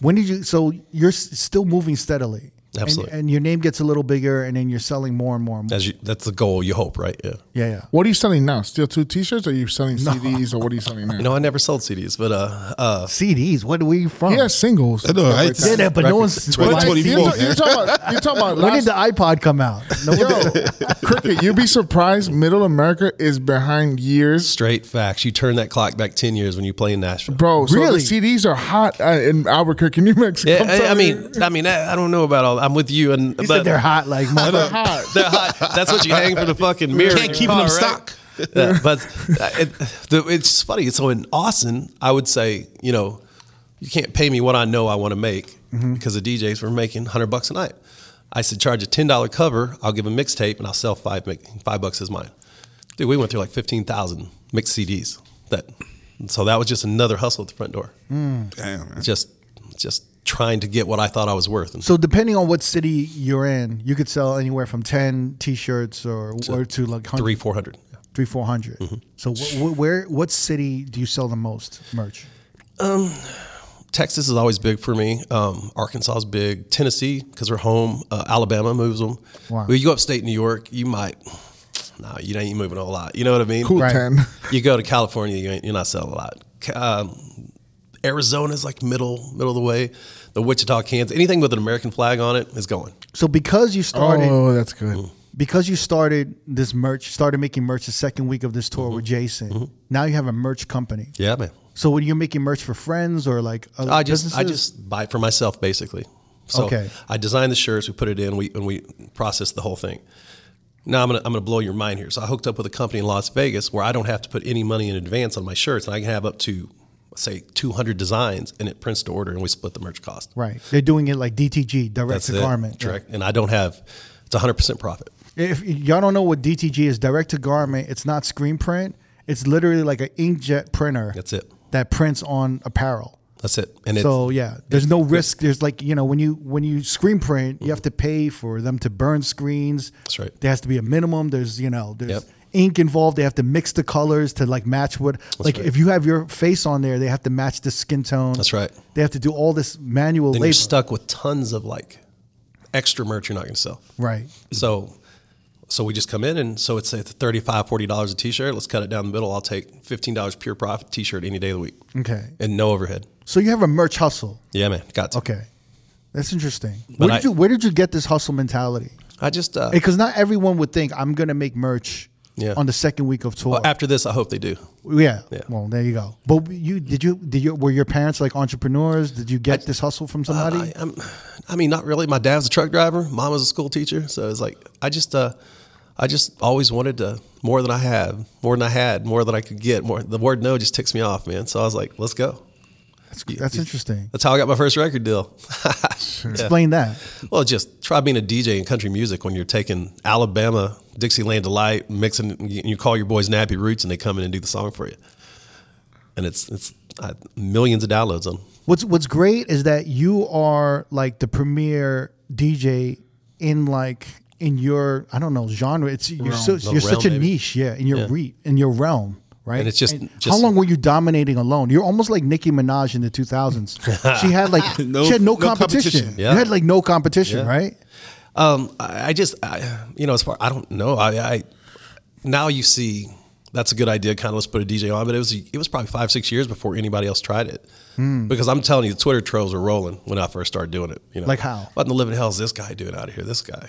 S2: When did you? So you're s- still moving steadily. And-
S5: Absolutely.
S2: And, your name gets a little bigger, and then you're selling more and more and more.
S5: As you, that's the goal. You hope, right? Yeah.
S2: yeah, yeah.
S4: What are you selling now? Still two t-shirts? Or are you selling CDs? Or what are you selling now?
S5: You know, I never sold CDs, but uh, uh,
S2: CDs. What? Where you from?
S4: he has singles.
S3: I know,
S4: Stuff
S3: right?
S4: like that.
S2: Yeah, yeah, but no one's.
S4: But like,
S3: 2024.
S4: You're, ta- you're talking about, you're talking about
S2: When did
S4: last-
S2: the iPod come out? No,
S4: Yo, cricket, you'd be surprised. Middle America is behind years,
S5: Straight facts. You turn that clock back ten years when you play in Nashville,
S4: bro. So
S2: Really?
S4: the CDs are hot uh, in Albuquerque, New Mexico.
S5: Yeah,
S4: I'm
S5: I, I
S4: telling you.
S5: mean, I mean, I, I don't know about all. I'm with you, and
S2: you
S5: but
S2: said they're hot. Like
S4: they're
S2: mother.
S4: hot.
S5: They're hot. That's what you hang from the fucking mirror.
S3: Can't
S5: in your
S3: keep
S5: car,
S3: them
S5: right?
S3: stock.
S5: Yeah, but uh, it, the, it's funny. So in Austin, I would say, you know, you can't pay me what I know I want to make
S3: Mm-hmm.
S5: because the DJs were making hundred bucks a night. I said charge a ten dollar cover. I'll give a mixtape and I'll sell five mi- five bucks as mine. Dude, we went through like fifteen thousand mixed CDs. That so that was just another hustle at the front door.
S3: Mm. Damn, man.
S5: Just just trying to get what I thought I was worth. And
S2: So depending on what city you're in, you could sell anywhere from ten T-shirts or or to like 100,
S5: three four Mm-hmm. hundred.
S2: three four hundred. So wh- wh- where what city do you sell the most merch?
S5: Texas is always big for me. Um, Arkansas is big. Tennessee because we're home. Uh, Alabama moves them.
S2: Wow.
S5: Well, you go upstate New York, you might. No, you ain't moving a whole lot. You know what I mean?
S4: Cool ten.
S5: You go to California, you ain't, you're not selling a lot. Ca- Um, Arizona's like middle, middle of the way. The Wichita, Kansas, anything with an American flag on it is going.
S2: So because you started
S4: Oh, that's good.
S2: because you started this merch, started making merch the second week of this tour with
S5: Mm-hmm.
S2: Jason. Now you have a merch company.
S5: Yeah, man.
S2: So when you're making merch for friends or like other
S5: I just I
S2: businesses?
S5: just buy it for myself basically. So
S2: Okay.
S5: I design the shirts, we put it in, we and we process the whole thing. Now I'm gonna I'm gonna blow your mind here. So I hooked up with a company in Las Vegas where I don't have to put any money in advance on my shirts, and I can have up to say 200 designs, and it prints to order, and we split the merch cost.
S2: right. They're doing it like DTG, direct
S5: That's
S2: to
S5: it.
S2: garment.
S5: Direct, and I don't have it's 100 percent profit.
S2: If y'all don't know what DTG is, direct to garment, it's not screen print. It's literally like an inkjet printer.
S5: That's it.
S2: That prints on apparel.
S5: That's it. And it's,
S2: so yeah, there's no risk. There's like you know when you when you screen print, you have to pay for them to burn screens.
S5: That's right.
S2: There has to be a minimum. There's you know there's
S5: Yep.
S2: ink involved. They have to mix the colors to like match what. like
S5: right.
S2: if you have your face on there, they have to match the skin tone.
S5: That's right.
S2: They have to do all this manual
S5: then
S2: labor.
S5: you're stuck with tons of like extra merch you're not gonna sell.
S2: Right.
S5: So, so we just come in and so it's at $35, $40 a t-shirt. Let's cut it down the middle. I'll take $15 pure profit t-shirt any day of the week
S2: Okay.
S5: and no overhead.
S2: So you have a merch hustle.
S5: Yeah, man. Got to.
S2: Okay. That's interesting.
S5: But
S2: Where did
S5: I-
S2: you where did you get this hustle mentality?
S5: I just, uh,
S2: Because not everyone would think I'm gonna make merch
S5: Yeah. Oh,
S2: on the second week of tour.
S5: Well, after this, I hope they do.
S2: yeah.
S5: Yeah.
S2: Well, there you go. But you did you did you were your parents like entrepreneurs? Did you get this hustle from somebody?
S5: I, I'm, I mean, not really. My dad's a truck driver. Mom was a school teacher, so it's like I just, uh, I just always wanted to more than I have, more than I had, more than I could get. More the word no just ticks me off, man. So I was like, let's go.
S2: that's that's interesting.
S5: That's how I got my first record deal.
S2: Explain that.
S5: Well, just try being a DJ in country music when you're taking Alabama, Dixieland delight, mixing. and You call your boys Nappy Roots, and they come in and do the song for you. And it's it's uh, millions of downloads on.
S2: What's what's great is that you are like the premier DJ in like in your I don't know genre. It's you're so,
S5: The
S2: you're such a
S5: realm, maybe.
S2: niche, yeah, in your re, in your realm, right?
S5: And it's just-
S2: how
S5: just-
S2: long were you dominating alone? You're almost like Nicki Minaj in the 2000s. she had like
S3: No-
S2: she had no,
S3: no competition.
S2: competition.
S5: Yeah.
S2: You had like no competition,
S5: Yeah.
S2: right?
S5: Um, I, I just, I, you know, as far I don't know. I, I now you see that's a good idea. Kind of let's put a DJ on, but it was it was probably five six years before anybody else tried it.
S2: Hmm.
S5: Because I'm telling you, the Twitter trolls were rolling when I first started doing it. You know,
S2: Like how?
S5: What in the living hell is this guy doing out here? This guy,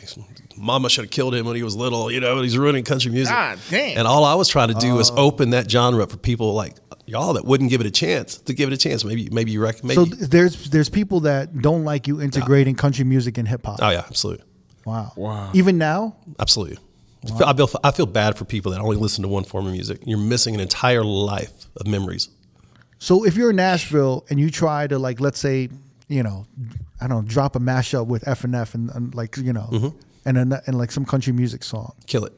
S5: Mama should have killed him when he was little. You know, he's ruining country music.
S4: God damn.
S5: And all I was trying to do was
S2: Oh.
S5: open that genre up for people like y'all that wouldn't give it a chance to give it a chance. Maybe maybe you reckon. Maybe,
S2: So th- there's there's people that don't like you integrating country music and hip hop.
S5: oh yeah, absolutely.
S2: Wow. Wow. Even now,
S5: Absolutely. I, feel, I feel bad for people that only listen to one form of music. You're missing an entire life of memories.
S2: So if you're in Nashville and you try to like, let's say, you know, I don't know, drop a mashup with F and F and and, like you know,
S5: Mm-hmm.
S2: and, and and like some country music song,
S5: Kill it.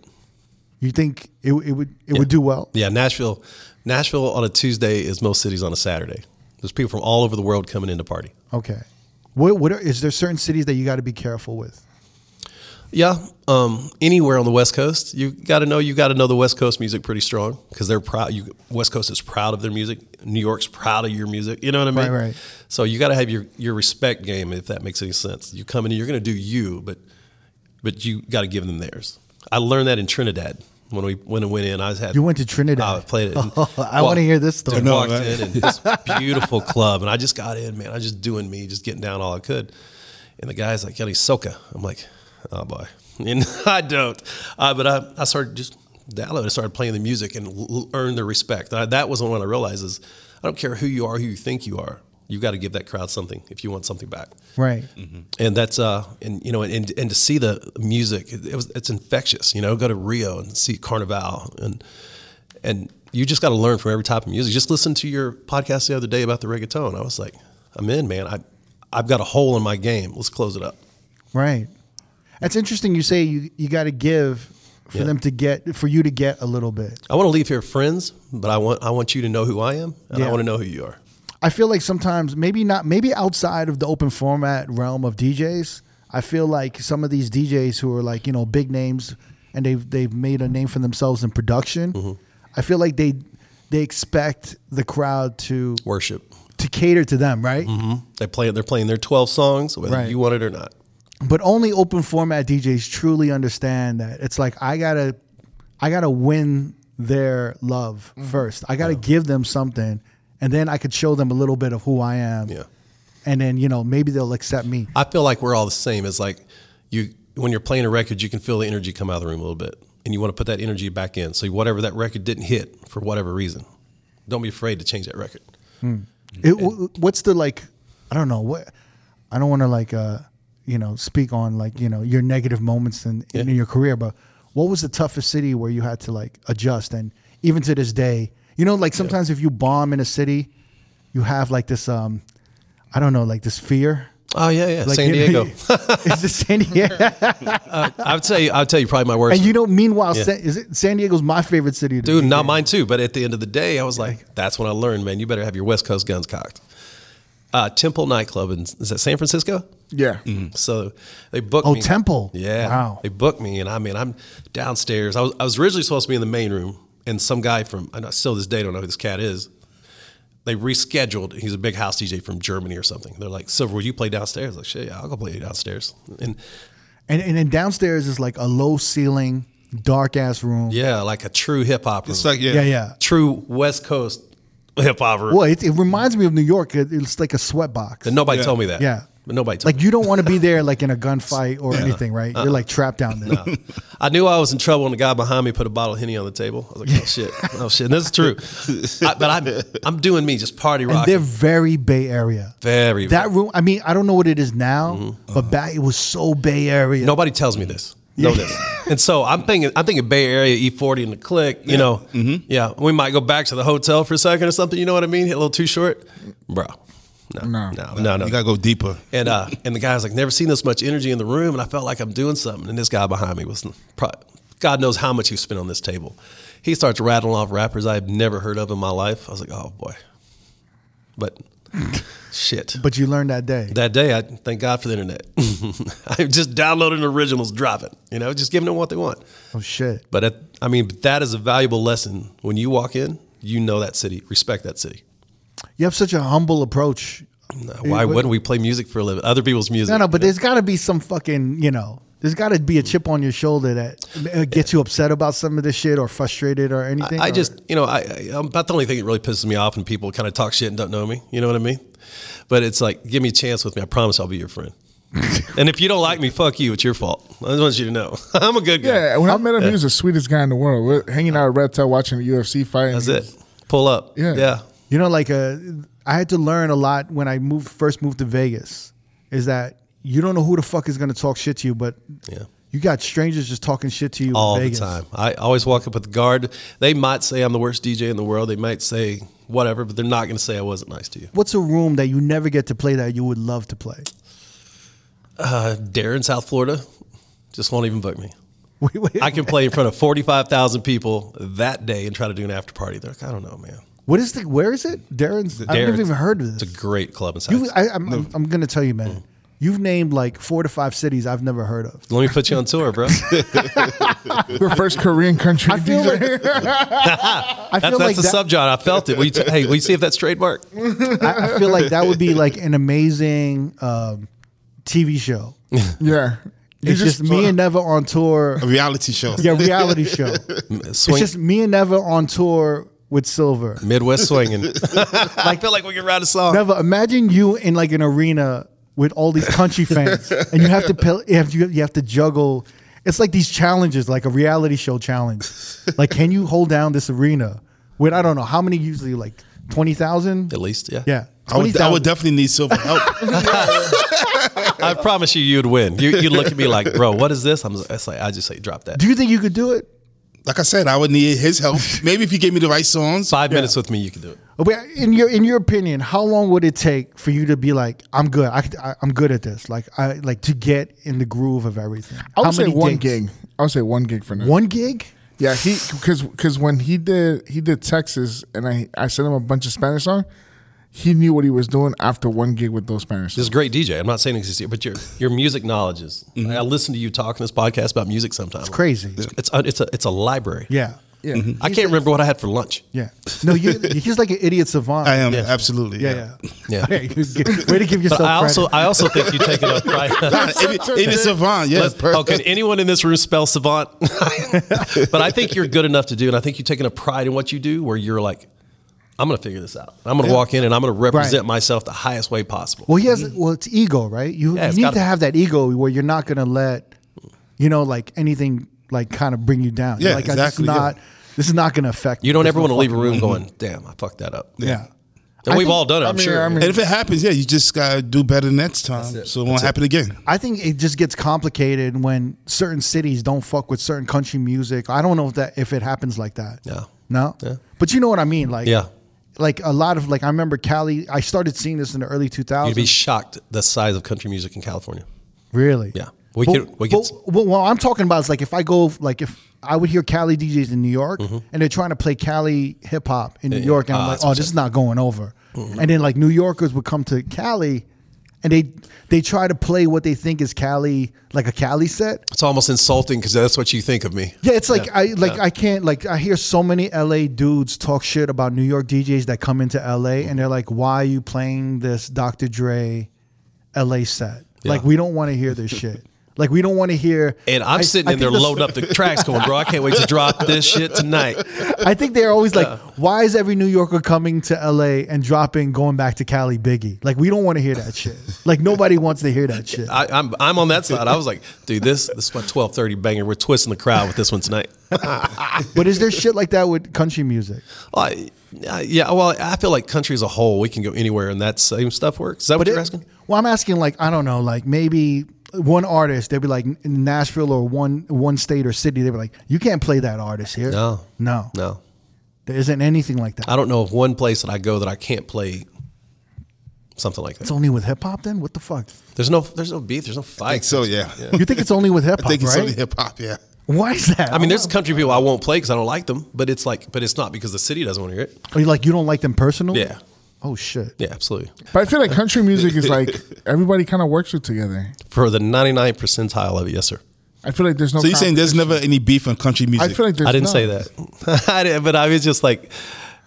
S2: you think it, it would it would do well?
S5: Yeah, Nashville. Nashville on a Tuesday is most cities on a Saturday. There's people from all over the world coming in to party.
S2: Okay. What what are, is there certain cities that you got to be careful with?
S5: Yeah, um, anywhere on the West Coast, you got to know you got to know the West Coast music pretty strong because they're proud. You, West Coast is proud of their music. New York's proud of your music. You know what I mean?
S2: Right, right.
S5: So you got to have your your respect game if that makes any sense. You come in, you're going to do you, but but you got to give them theirs. I learned that in Trinidad when we when I went in. I was had
S2: You went to Trinidad.
S5: I played it.
S2: I wanna hear this story.
S5: I
S3: No,
S5: walked
S3: man.
S5: in and this beautiful club, and I just got in, man. I was just doing me, just getting down all I could. And the guy's like, "Yelly soca." I'm like, "Oh boy," and I don't. Uh, but I, I started just downloading, and started playing the music and l- l- earned their respect. And I, that was when I realized is I don't care who you are, who you think you are. You've got to give that crowd something if you want something back
S2: Right.
S5: and that's uh and you know and and to see the music it, was it's infectious you know go to rio and see carnival and and you just got to learn from every type of music just listen to your podcast the other day about the reggaeton i was like i'm in man i i've got a hole in my game let's close it up
S2: Right. That's interesting. You say you you got to give for
S5: Yeah.
S2: them to get for you to get a little bit.
S5: i want to leave here friends but i want i want you to know who i am and
S2: Yeah.
S5: i want to know who you are
S2: I feel like sometimes maybe not maybe outside of the open format realm of DJs, I feel like some of these DJs who are like, you know, big names and they've they've made a name for themselves in production. I feel like they they expect the crowd to
S5: worship Mm-hmm.
S2: to cater to them, right?
S5: they play they're playing their 12 songs whether
S2: Right.
S5: you want it or not
S2: But only open format DJs truly understand that. It's like I got to I got to win their love first. I got to give them something and then I could show them a little bit of who I am.
S5: yeah
S2: And then, you know, maybe they'll accept me.
S5: I feel like we're all the same. It's like you when you're playing a record, you can feel the energy come out of the room a little bit, and you want to put that energy back in. So whatever that record didn't hit for whatever reason, don't be afraid to change that record.
S2: It, w- what's the like? I don't know. What I don't want to like, uh, you know, speak on like you know your negative moments in, in your career, but what was the toughest city where you had to like adjust? And even to this day, you know, like sometimes if you bomb in a city, you have like this, um, I don't know, like this fear.
S5: Oh yeah, yeah,
S2: Like
S5: San
S2: you know,
S5: Diego.
S2: is it San Diego?
S5: I would say I'd tell you probably my worst.
S2: and you know, meanwhile,
S5: Yeah.
S2: San, is it San Diego's my favorite city, to
S5: Dude,
S2: be
S5: not
S2: in.
S5: mine too. But at the end of the day, I was like, that's when I learned, man. You better have your West Coast guns cocked. Uh, Temple nightclub in is that San Francisco?
S4: Yeah.
S5: So they booked
S2: Oh,
S5: me.
S2: Temple.
S5: Yeah.
S2: Wow.
S5: They booked me, and I mean, I'm downstairs. I was, I was originally supposed to be in the main room, and some guy from, I know- still to this day don't know who this cat is. They rescheduled. He's a big house DJ from Germany or something. They're like, Silver, will you play downstairs? like, shit, yeah, I'll go play downstairs. And
S2: And and then downstairs is like a low ceiling, dark ass room.
S5: yeah, like a true hip hop.
S3: It's like, yeah.
S2: yeah, yeah.
S5: true West Coast hip hop room.
S2: Well, it, it reminds me of New York. It, it's like a sweatbox.
S5: And nobody
S3: Yeah.
S5: told me that.
S2: Yeah.
S5: but nobody told
S2: Like
S5: me.
S2: you don't want to be there like in a gunfight or anything,
S5: Uh-uh.
S2: right? You're like trapped down there.
S5: I knew I was in trouble when the guy behind me put a bottle of Henny on the table. I was like, oh, shit. Oh, shit. And this is true. I, but I'm, I'm doing me, just party
S2: And they're
S5: rocking.
S2: very Bay Area.
S5: Very.
S2: That room, I mean, I don't know what it is now,
S5: Mm-hmm.
S2: but
S5: Uh-huh.
S2: back it was so Bay Area.
S5: Nobody tells me this. Know this. And so I'm thinking, I'm thinking Bay Area E40 and the click. You know,
S2: Mm-hmm.
S5: yeah, we might go back to the hotel for a second or something. You know what I mean? Hit a little too short, bro. No, no, no, no.
S3: You gotta go deeper.
S5: and uh, and the guy's like, never seen this much energy in the room, and I felt like I'm doing something. And this guy behind me was, pro- God knows how much he spent on this table. He starts rattling off rappers I've never heard of in my life. I was like, oh boy, but shit.
S2: But you learned that day.
S5: That day, I thank God for the internet. I'm just downloading originals, dropping, you know, just giving them what they want.
S2: oh shit.
S5: But at, I mean, that is a valuable lesson. When you walk in, you know that city, respect that city.
S2: You have such a humble approach.
S5: Now, Why wouldn't we play music for a living? Other people's music.
S2: No, no, but there's got to be some fucking, you know, there's got to be a chip on your shoulder that uh, gets you upset about some of this shit or frustrated or anything.
S5: I
S2: or-
S5: just, you know, I, I, I'm about the only thing that really pisses me off when people kind of talk shit and don't know me. You know what I mean? But it's like, give me a chance with me. I promise I'll be your friend. and if you don't like me, fuck you. It's your fault. I just want you to know. I'm a good guy.
S4: Yeah, when I met him, he was the sweetest guy in the world. We're hanging out at Red Tail watching the UFC fight. and
S5: That's
S4: he
S5: it.
S4: was-
S5: Pull up.
S4: Yeah.
S5: Yeah.
S2: you know, like uh, I had to learn a lot when I moved first moved to Vegas. Is that you don't know who the fuck is gonna talk shit to you, but
S5: Yeah.
S2: you got strangers just talking shit to you in
S5: all
S2: Vegas.
S5: the time. I always walk up with the guard. They might say I'm the worst DJ in the world. They might say whatever, but they're not going to say I wasn't nice to you.
S2: What's a room that you never get to play that you would love to play?
S5: Uh, Darren, South Florida, just won't even book me.
S2: Wait, wait,
S5: I can play in front of 45,000 people that day and try to do an after party. They're like, I don't know, man.
S2: what is the? Where is it? Darren's. I've never
S5: Darren's-
S2: even heard of
S5: It's a Mm.
S2: this.
S5: great club in South.
S2: You, I, I'm, I'm, I'm gonna tell you, man. You've named like four to five cities I've never heard of.
S5: Let me put you on tour, bro.
S4: We're first Korean country.
S2: I feel like
S4: DJ.
S2: I feel
S5: That's,
S2: like
S5: that's a
S2: that,
S5: subgenre. I felt it. Will you t- hey, will you see if that's trademark?
S2: I, I feel like that would be like an amazing um, TV show.
S4: yeah. You
S2: It's just, me and Neva on tour.
S3: A reality show.
S2: Yeah, reality show. It's
S5: Swing,
S2: just me and Neva on tour with Silver.
S5: Midwest swinging. I feel like we could write a song.
S2: Neva, imagine you in like an arena with all these country fans, and you have to pill- you have you have to juggle. It's like these challenges, like a reality show challenge. Like, can you hold down this arena with I don't know how many? Usually, like twenty thousand.
S5: At least, yeah.
S2: Yeah,
S3: I would, I
S2: 20,000.
S3: would definitely need silver help.
S5: I promise you, you'd win. You, you'd look at me like, bro, what is this? I'm it's like, I just say, drop that.
S2: Do you think you could do it?
S3: like I said, I would need his help. Maybe if you gave me the right songs.
S5: Five minutes with me, you can do it.
S2: But in your in your opinion, how long would it take for you to be like, I'm good, I, could- I I'm good at this, like I like to get in the groove of everything?
S4: I
S2: How
S4: would say
S2: many
S4: one
S2: gigs?
S4: gig. I would say one gig for now.
S2: One gig?
S4: Yeah, he because because when he did he did Texas and I I sent him a bunch of Spanish songs. He knew what he was doing after one gig with those Spanish
S5: This
S4: songs.
S5: is a great DJ. I'm not saying this is you, but your your music knowledge is. I listen to you talk in this podcast about music sometimes. It's
S2: Crazy.
S5: It's a, it's a it's a library.
S2: Yeah.
S4: Yeah,
S5: I can't remember what I had for lunch.
S2: Yeah. No, you he's like an idiot savant.
S3: I am absolutely.
S2: Yeah, yeah.
S5: Yeah.
S2: Hey, you get- way to give yourself
S5: But I also
S2: credit.
S5: I also think you take it up right.
S3: It is Savant, yes.
S5: Let's- oh, can anyone in this room spell savant? but I think you're good enough to do, and I think you've taken a pride in what you do, where you're like, I'm going to figure this out. I'm going to walk in and I'm going to represent
S2: Right.
S5: myself the highest way possible.
S2: Well, he has. Well, it's ego, right? You,
S5: Yeah,
S2: you
S5: it's
S2: need
S5: gotta
S2: to
S5: be.
S2: have that ego where you're not gonna let, you know, like anything, like kind of bring you down. You're
S3: Yeah,
S2: like,
S3: exactly,
S2: This
S3: yeah.
S2: is not. This is not gonna affect.
S5: you don't
S2: this
S5: ever
S2: no
S5: want to leave a
S2: fucking
S5: room
S2: way.
S5: going, damn, I fucked that up.
S2: Yeah.
S5: And
S2: I
S5: we've
S2: think-
S5: all done it,
S4: I
S5: I'm
S4: mean,
S5: sure.
S4: I mean-
S3: And if it happens, yeah, you just gotta do better next time, so it won't happen again.
S2: I think it just gets complicated when certain cities don't fuck with certain country music. I don't know if that if it happens like that.
S5: Yeah.
S2: No. But you know what I mean, like
S5: Yeah.
S2: like a lot of like I remember Cali. I started seeing this in the early two
S5: You'd be
S2: thousands.
S5: shocked the size of country music in California.
S2: really?
S5: Yeah. We
S2: But-
S5: could- we could-
S2: but- well, what I'm talking about is like if I go like if I would hear Cali DJs in New York and they're trying to play Cali hip hop in New York, and I'm
S5: Mm-hmm.
S2: like,
S5: Ah, that's Mm-hmm.
S2: oh,
S5: what
S2: this is not going over. And then like New Yorkers would come to Cali. And they they try to play what they think is Cali like a Cali set,
S5: It's almost insulting because that's what you think of me.
S2: Yeah, it's like I like I can't like I hear so many LA dudes talk shit about New York DJs that come into LA and they're like, "Why are you playing this Dr. Dre LA set? Like we don't want to hear this shit. Like we don't want to hear.
S5: And I'm
S2: I-
S5: sitting
S2: I
S5: in there
S2: think the-
S5: loading up the tracks going, bro, I can't wait to drop this shit tonight.
S2: I think they're always like, why is every New Yorker coming to LA and dropping, going back to Cali, Biggie? Like we don't want to hear that shit. Like nobody wants to hear that shit.
S5: I, I'm, I'm on that side. I was like, dude, this, this is my 1230 banger. We're twisting the crowd with this one tonight.
S2: But is there shit like that with country music?
S5: Well, I- I- yeah, well, I feel like country as a whole, we can go anywhere and that same stuff works. Is that what
S2: But
S5: you're
S2: it-
S5: asking?
S2: Well, I'm asking like I don't know, like maybe one artist they'd be like in Nashville or one one state or city they'd be like you can't play that artist here.
S5: No.
S2: no,
S5: No.
S2: There isn't anything like that.
S5: I don't know of one place that I go that I can't play something like
S2: It's
S5: that.
S2: only with hip hop then. What the fuck?
S5: There's no, there's no beef. There's no fight.
S3: I think so, yeah.
S2: You think it's only with hip
S3: I
S2: hop,
S3: think
S2: right?
S3: it's only hip hop, yeah.
S2: Why is that?
S5: I mean, there's country people I won't play because I don't like them, but it's like, but it's not because the city doesn't want to hear it.
S2: Are you like you don't like them personally?
S5: Yeah.
S2: Oh shit.
S5: Yeah, absolutely.
S4: But I feel like country music is like everybody kind of works it together.
S5: For the 99 percentile of it, yes, sir.
S4: I feel like there's no.
S3: So you're saying there's
S4: competition.
S3: never any beef in country music?
S4: I feel like there's
S5: I didn't
S4: not.
S5: say that. I didn't, but I was just like,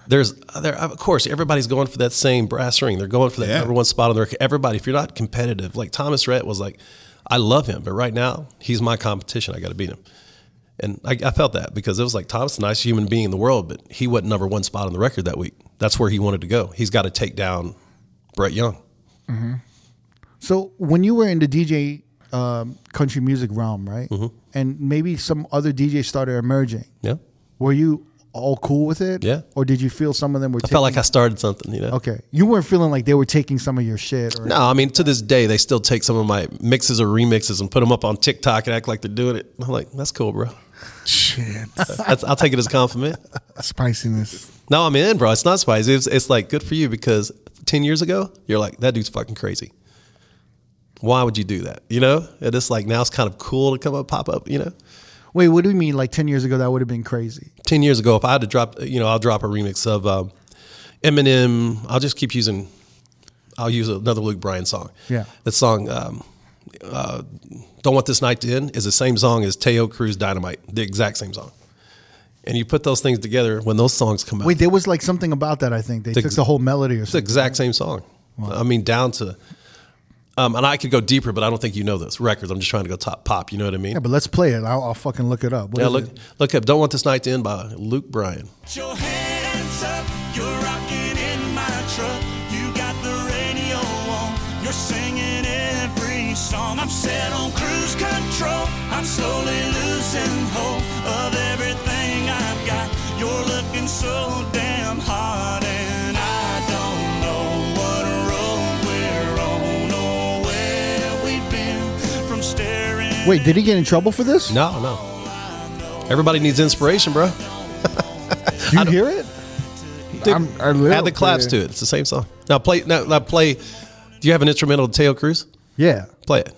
S5: there's there. Of course, everybody's going for that same brass ring. They're going for that
S3: Yeah.
S5: number one spot on their. Everybody, if you're not competitive, like Thomas Rhett was like, I love him, but right now he's my competition. I got to beat him. And I, I felt that because it was like Thomas, the nice human being in the world, but he wasn't number one spot on the record that week. That's where he wanted to go. He's got to take down Brett Young.
S2: So when you were in the DJ um, country music realm, right?
S5: Mm-hmm.
S2: And maybe some other DJs started emerging.
S5: Yeah,
S2: Were you all cool with it?
S5: Yeah.
S2: Or did you feel some of them were?
S5: I felt like I started something. You know.
S2: okay, you weren't feeling like they were taking some of your shit. Or,
S5: No, I mean to this day they still take some of my mixes or remixes and put them up on TikTok and act like they're doing it. I'm like, that's cool, bro.
S4: Shit,
S5: That's, I'll take it as a compliment.
S4: spiciness.
S5: No, I'm in, bro. It's not spicy. It's, it's like good for you because ten years ago you're like that dude's fucking crazy. Why would you do that? You know, and it's like now it's kind of cool to come up, pop up. You know,
S2: Wait, what do you mean? Like ten years ago, that would have been crazy.
S5: ten years ago if I had to drop, you know, I'll drop a remix of um, Eminem. I'll just keep using. I'll use another Luke Bryan song.
S2: Yeah.
S5: that song. Um, uh, Don't want this night to end is the same song as Teo Cruz Dynamite, the exact same song. And you put those things together when those songs come out.
S2: Wait, there was like something about that. I think they took the whole melody or
S5: It's the
S2: something.
S5: exact same song. I mean, down to, um, and I could go deeper, but I don't think you know those records. I'm just trying to go top pop. You know what I mean?
S2: Yeah, but let's play it. I'll, I'll fucking look it up. What
S5: yeah,
S2: is
S5: look,
S2: it?
S5: look up. Don't want this night to end by Luke Bryan.
S6: Put your hands up, you're rocking in my truck. You got the radio on, you're singing every song. I'm set on cruise control, I'm slowly losing hope of everything I've got. You're looking so damn hot, and I don't know what road we're on or where we've been from staring.
S2: Wait, did he get in trouble for this?
S5: No, no. Everybody needs inspiration, bro.
S2: Do you hear it?
S4: I'm a little
S5: Add the claps
S4: bit-
S5: to it. It's the same song. Now play. Now, now play. Do you have an instrumental to Teo Cruz?
S2: Yeah.
S5: Play it.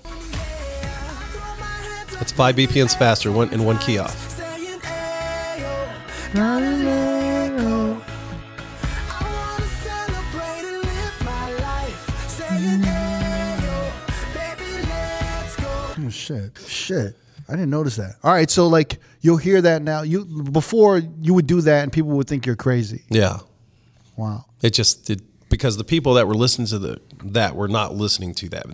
S5: It's five BPMs faster, one and one key off.
S2: Oh shit. Shit. I didn't notice that. All right, so like you'll hear that now. You before you would do that and people would think you're crazy.
S5: Yeah.
S2: Wow.
S5: It just it, because the people that were listening to the that were not listening to that.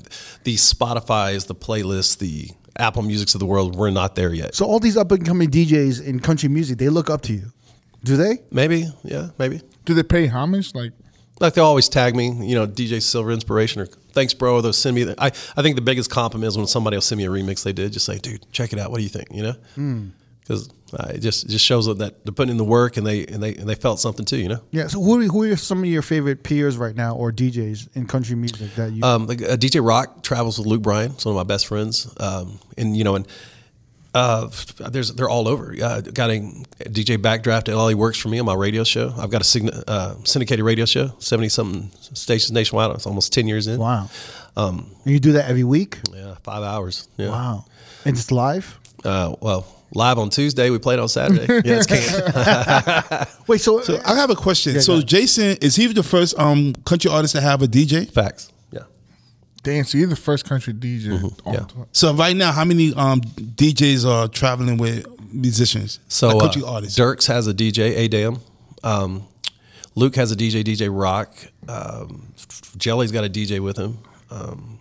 S5: The Spotify's, the playlists, the Apple Music's of the world were not there yet.
S2: So all these up and coming DJs in country music, they look up to you. Do they?
S5: maybe, yeah, maybe.
S4: Do they pay homage? Like,
S5: Like they always tag me, you know, DJ Silver Inspiration or thanks, bro. Or they'll send me. The, I I think the biggest compliment is when somebody will send me a remix they did. Just say, dude, check it out. What do you think? You know, because uh, it just it just shows that they're putting in the work and they and they and they felt something too. You know.
S2: Yeah. So who are, who are some of your favorite peers right now or DJs in country music that you
S5: Um, like, uh, DJ Rock travels with Luke Bryan. He's one of my best friends. Um, and you know, and uh, there's they're all over. Uh, got a DJ Backdraft at all. He works for me on my radio show. I've got a sign- uh, syndicated radio show, seventy something stations nationwide. It's almost ten years in. Um,
S2: Wow. and you do that every week?
S5: Yeah, five hours. Yeah.
S2: Wow. And it's live?
S5: Uh, well, live on Tuesday. We played on Saturday. yeah, it's camp.
S2: Wait, so,
S3: So uh, I have a question. so Jason, is he the first um country artist to have a DJ?
S5: Facts. Yeah.
S4: damn, so you're the first country Oh, DJ. on
S5: yeah.
S4: tour.
S3: So right now, how many um DJs are traveling with musicians?
S5: So
S3: like
S5: uh,
S3: country artists.
S5: Dirks has a DJ, Adam. Um, Luke has a DJ, DJ Rock. Um, Jelly's got a DJ with him. Um,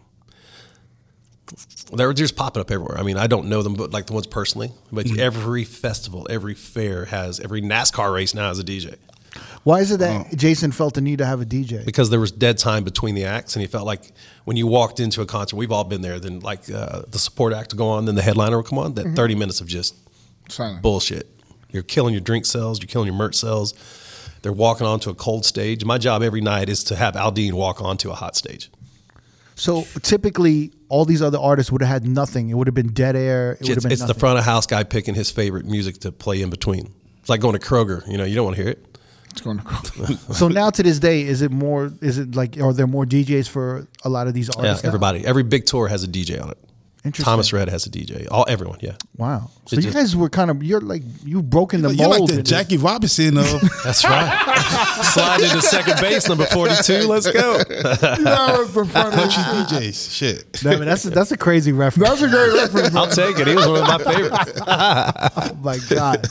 S5: They're just popping up everywhere. I mean, I don't know them, but like the ones personally. But every festival, every fair has every NASCAR race now has a DJ
S2: Why is it that Jason felt the need to have a DJ?
S5: because there was dead time between the acts, and he felt like when you walked into a concert, we've all been there. Then like uh, the support act would go on, then the headliner would come on.
S2: Mm-hmm.
S5: That thirty minutes of just
S4: Silent.
S5: bullshit. You're killing your drink sales. You're killing your merch sales. They're walking onto a cold stage. My job every night is to have Aldine walk onto a hot stage.
S2: So typically, all these other artists would have had nothing. It would have been dead air. It would have
S5: It's,
S2: been
S5: it's the
S2: nothing.
S5: front of house guy picking his favorite music to play in between. It's like going to Kroger. You know, you don't want to hear it.
S4: It's going to
S2: so now to this day, is it more? Is it like? Are there more DJs for a lot of these
S5: Yeah,
S2: artists? now?
S5: everybody. Every big tour has a DJ on it.
S2: Interesting.
S5: Thomas Red has a DJ. All everyone. Yeah,
S2: Wow. So
S5: It
S2: you
S5: just-
S2: guys were kind of you're like you've broken the
S3: You're
S2: mold.
S3: like the
S2: in this.
S3: Jackie Robinson of
S5: that's right. Slide into second base, number forty-two. Let's go.
S4: That was the funniest. shit.
S3: DJs. Shit.
S2: I mean, that's a, that's a crazy reference.
S4: That was a great reference.
S5: I'll take it. He was one of my favorites.
S2: oh my god.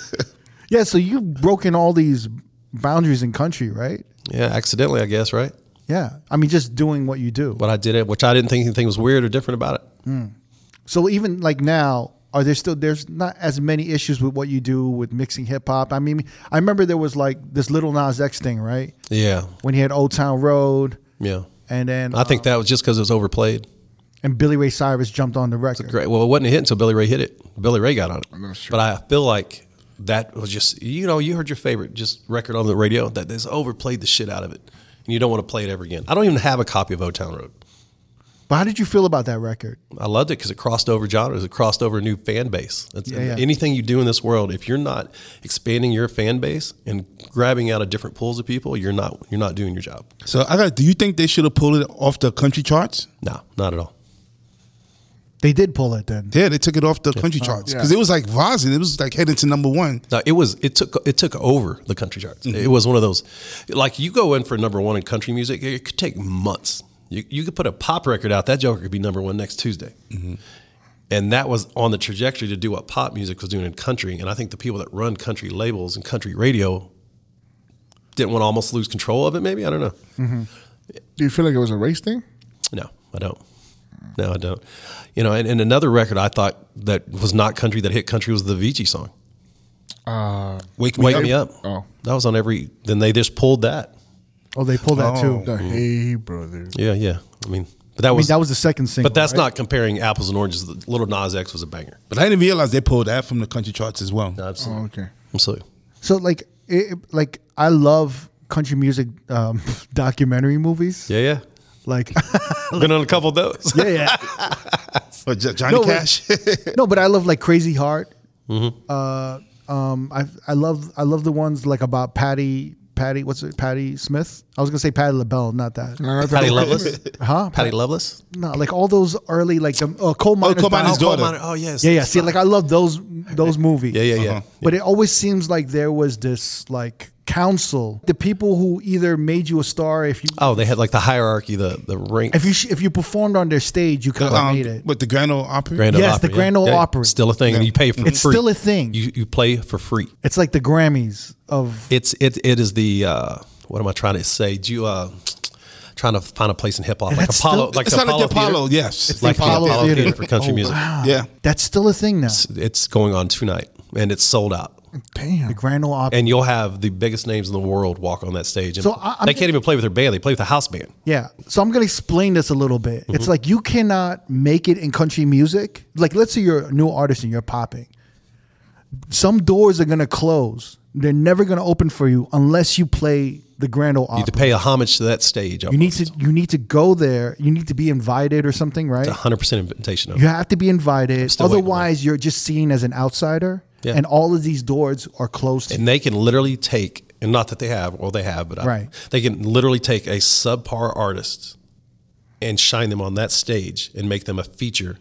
S2: Yeah. So you've broken all these boundaries in country, right?
S5: Yeah, accidentally, I guess. Right.
S2: Yeah. I mean, just doing what you do.
S5: But I did it, which I didn't think anything was weird or different about it.
S2: So even like now, are there still there's not as many issues with what you do with mixing hip hop? I mean, I remember there was like this little Nas X thing, right?
S5: Yeah.
S2: When he had Old Town Road,
S5: Yeah.
S2: and then uh,
S5: I think that was just because it was overplayed.
S2: and Billy Ray Cyrus jumped on the record.
S5: Great. Well, it wasn't a hit until Billy Ray hit it. Billy Ray got on it. But I feel like that was just you know you heard your favorite just record on the radio that has overplayed the shit out of it, and you don't want to play it ever again. I don't even have a copy of O Town Road.
S2: But how did you feel about that record?
S5: I loved it because it crossed over genres. It crossed over a new fan base. That's
S2: Yeah, yeah.
S5: Anything you do in this world, if you're not expanding your fan base and grabbing out of different pools of people, you're not you're not doing your job.
S3: So I got. Do you think they should have pulled it off the country charts?
S5: No, not at all.
S2: They did pull it then.
S3: Yeah, they took it off the country charts because it was like rising. It was like heading to number one.
S5: No, it was it took it took over the country charts. It was one of those, like you go in for number one in country music, it could take months. You you could put a pop record out, that Joker could be number one next Tuesday, and that was on the trajectory to do what pop music was doing in country. And I think the people that run country labels and country radio didn't want to almost lose control of it. Maybe I don't know.
S4: Do you feel like it was a race thing?
S5: No, I don't. No, I don't. You know, and, and another record I thought that was not country that hit country was the Vici song.
S3: Wake me
S5: Wake
S3: up.
S5: me up.
S4: Oh.
S5: that was on every. Then they just pulled that.
S2: Oh, they pulled that too.
S4: The Hey Brother.
S5: Yeah, yeah. I mean, but that
S2: I mean,
S5: was,
S2: that was the second single.
S5: but that's
S2: right?
S5: not comparing apples and oranges. The Little Nas X was a banger.
S3: But I didn't realize they pulled that from the country charts as well.
S5: Absolutely,
S4: Oh, okay.
S5: absolutely.
S2: so. Like, it, it- like I love country music um, documentary movies.
S5: Yeah, yeah.
S2: Like,
S5: Been on a couple of those.
S2: yeah, yeah.
S3: But Jo- Johnny
S2: No,
S3: Cash. Oh, Mm-hmm.
S2: no, but I love like Crazy Heart. Uh, um, I I love I love the ones like about Patty Patty what's it Patty Smith. I was gonna say Patty LaBelle, not that.
S4: No, that's
S5: Patty
S4: a-
S5: Loveless,
S2: Huh?
S5: Patty Loveless.
S2: No, like all those early like um, uh, coal miners.
S3: Coal Oh, Miner's
S2: Daughter.
S3: Daughter.
S5: Coal Miner. Oh yes.
S2: Yeah, yeah. See, like I love those those movies.
S5: Yeah, yeah, yeah.
S2: But it always seems like there was this like council, the people who either made you a star if you
S5: Oh, they had like the hierarchy, the the rank.
S2: if you sh- if you performed on their stage, you kind of
S3: um,
S2: made it.
S3: With the Grand Ole Opry.
S5: Grand Ole
S2: yes, the
S5: Opry,
S2: Grand Ole Opry.
S5: Still a thing. and You pay for
S2: It's
S5: free.
S2: still a thing.
S5: You you play for free.
S2: It's like the Grammys of
S5: It's it it is the uh, what am I trying to say? Do you uh, trying to find a place in hip hop like
S2: that's
S5: Apollo?
S2: still-
S5: like
S3: it's
S5: the
S3: not like
S5: Apollo
S3: the Apollo.
S5: Theater?
S3: Yes,
S5: It's like the
S2: Apollo
S5: Apollo,
S2: Theater. Oh,
S5: Theater. for country music.
S3: Yeah.
S2: that's still a thing now.
S5: It's going on tonight, and it's sold out.
S2: The Grand Ole Opry.
S5: and you'll have the biggest names in the world walk on that stage. And
S2: So I- I'm-
S5: they can't even play with their band; they play with a house band.
S2: Yeah. So I'm going to explain this a little bit.
S5: Mm-hmm.
S2: It's like you cannot make it in country music. Like, let's say you're a new artist and you're popping. Some doors are going to close. They're never going to open for you unless you play the Grand Ole
S5: You have to
S2: Opry.
S5: pay a homage to that stage.
S2: You need to you need to go there. You need to be invited or something, right?
S5: hundred percent invitation. Of
S2: You
S5: it.
S2: have to be invited.
S5: still waiting on
S2: Otherwise, you're just seen as an outsider.
S5: Yeah.
S2: And all of these doors are closed. to you.
S5: and they can literally take and not that they have, well, they have, but I-
S2: Right.
S5: they can literally take a subpar artist and shine them on that stage and make them a feature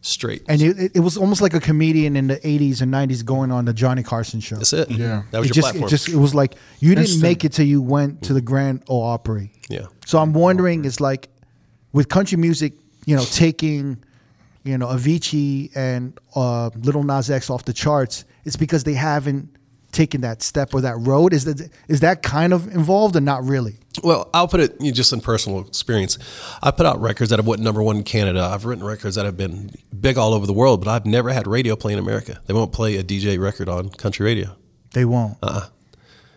S5: straight.
S2: And it, it- it was almost like a comedian in the 80s and 90s going on the Johnny Carson show.
S5: That's it.
S4: Yeah.
S5: that was
S2: it
S5: your
S2: just,
S5: platform.
S2: It just it was like you didn't make it till you went to the Grand Ole Opry.
S5: yeah,
S2: So I'm wondering, it's like with country music, you know, taking you know Avicii and uh, Little Nas X off the charts, it's because they haven't taken that step or that road. Is that is that kind of involved or not really?
S5: Well, I'll put it you know, just in personal experience. I put out records that have went number one in Canada. I've written records that have been big all over the world, but I've never had radio play in America. They won't play a DJ record on country radio.
S2: They won't.
S5: Uh,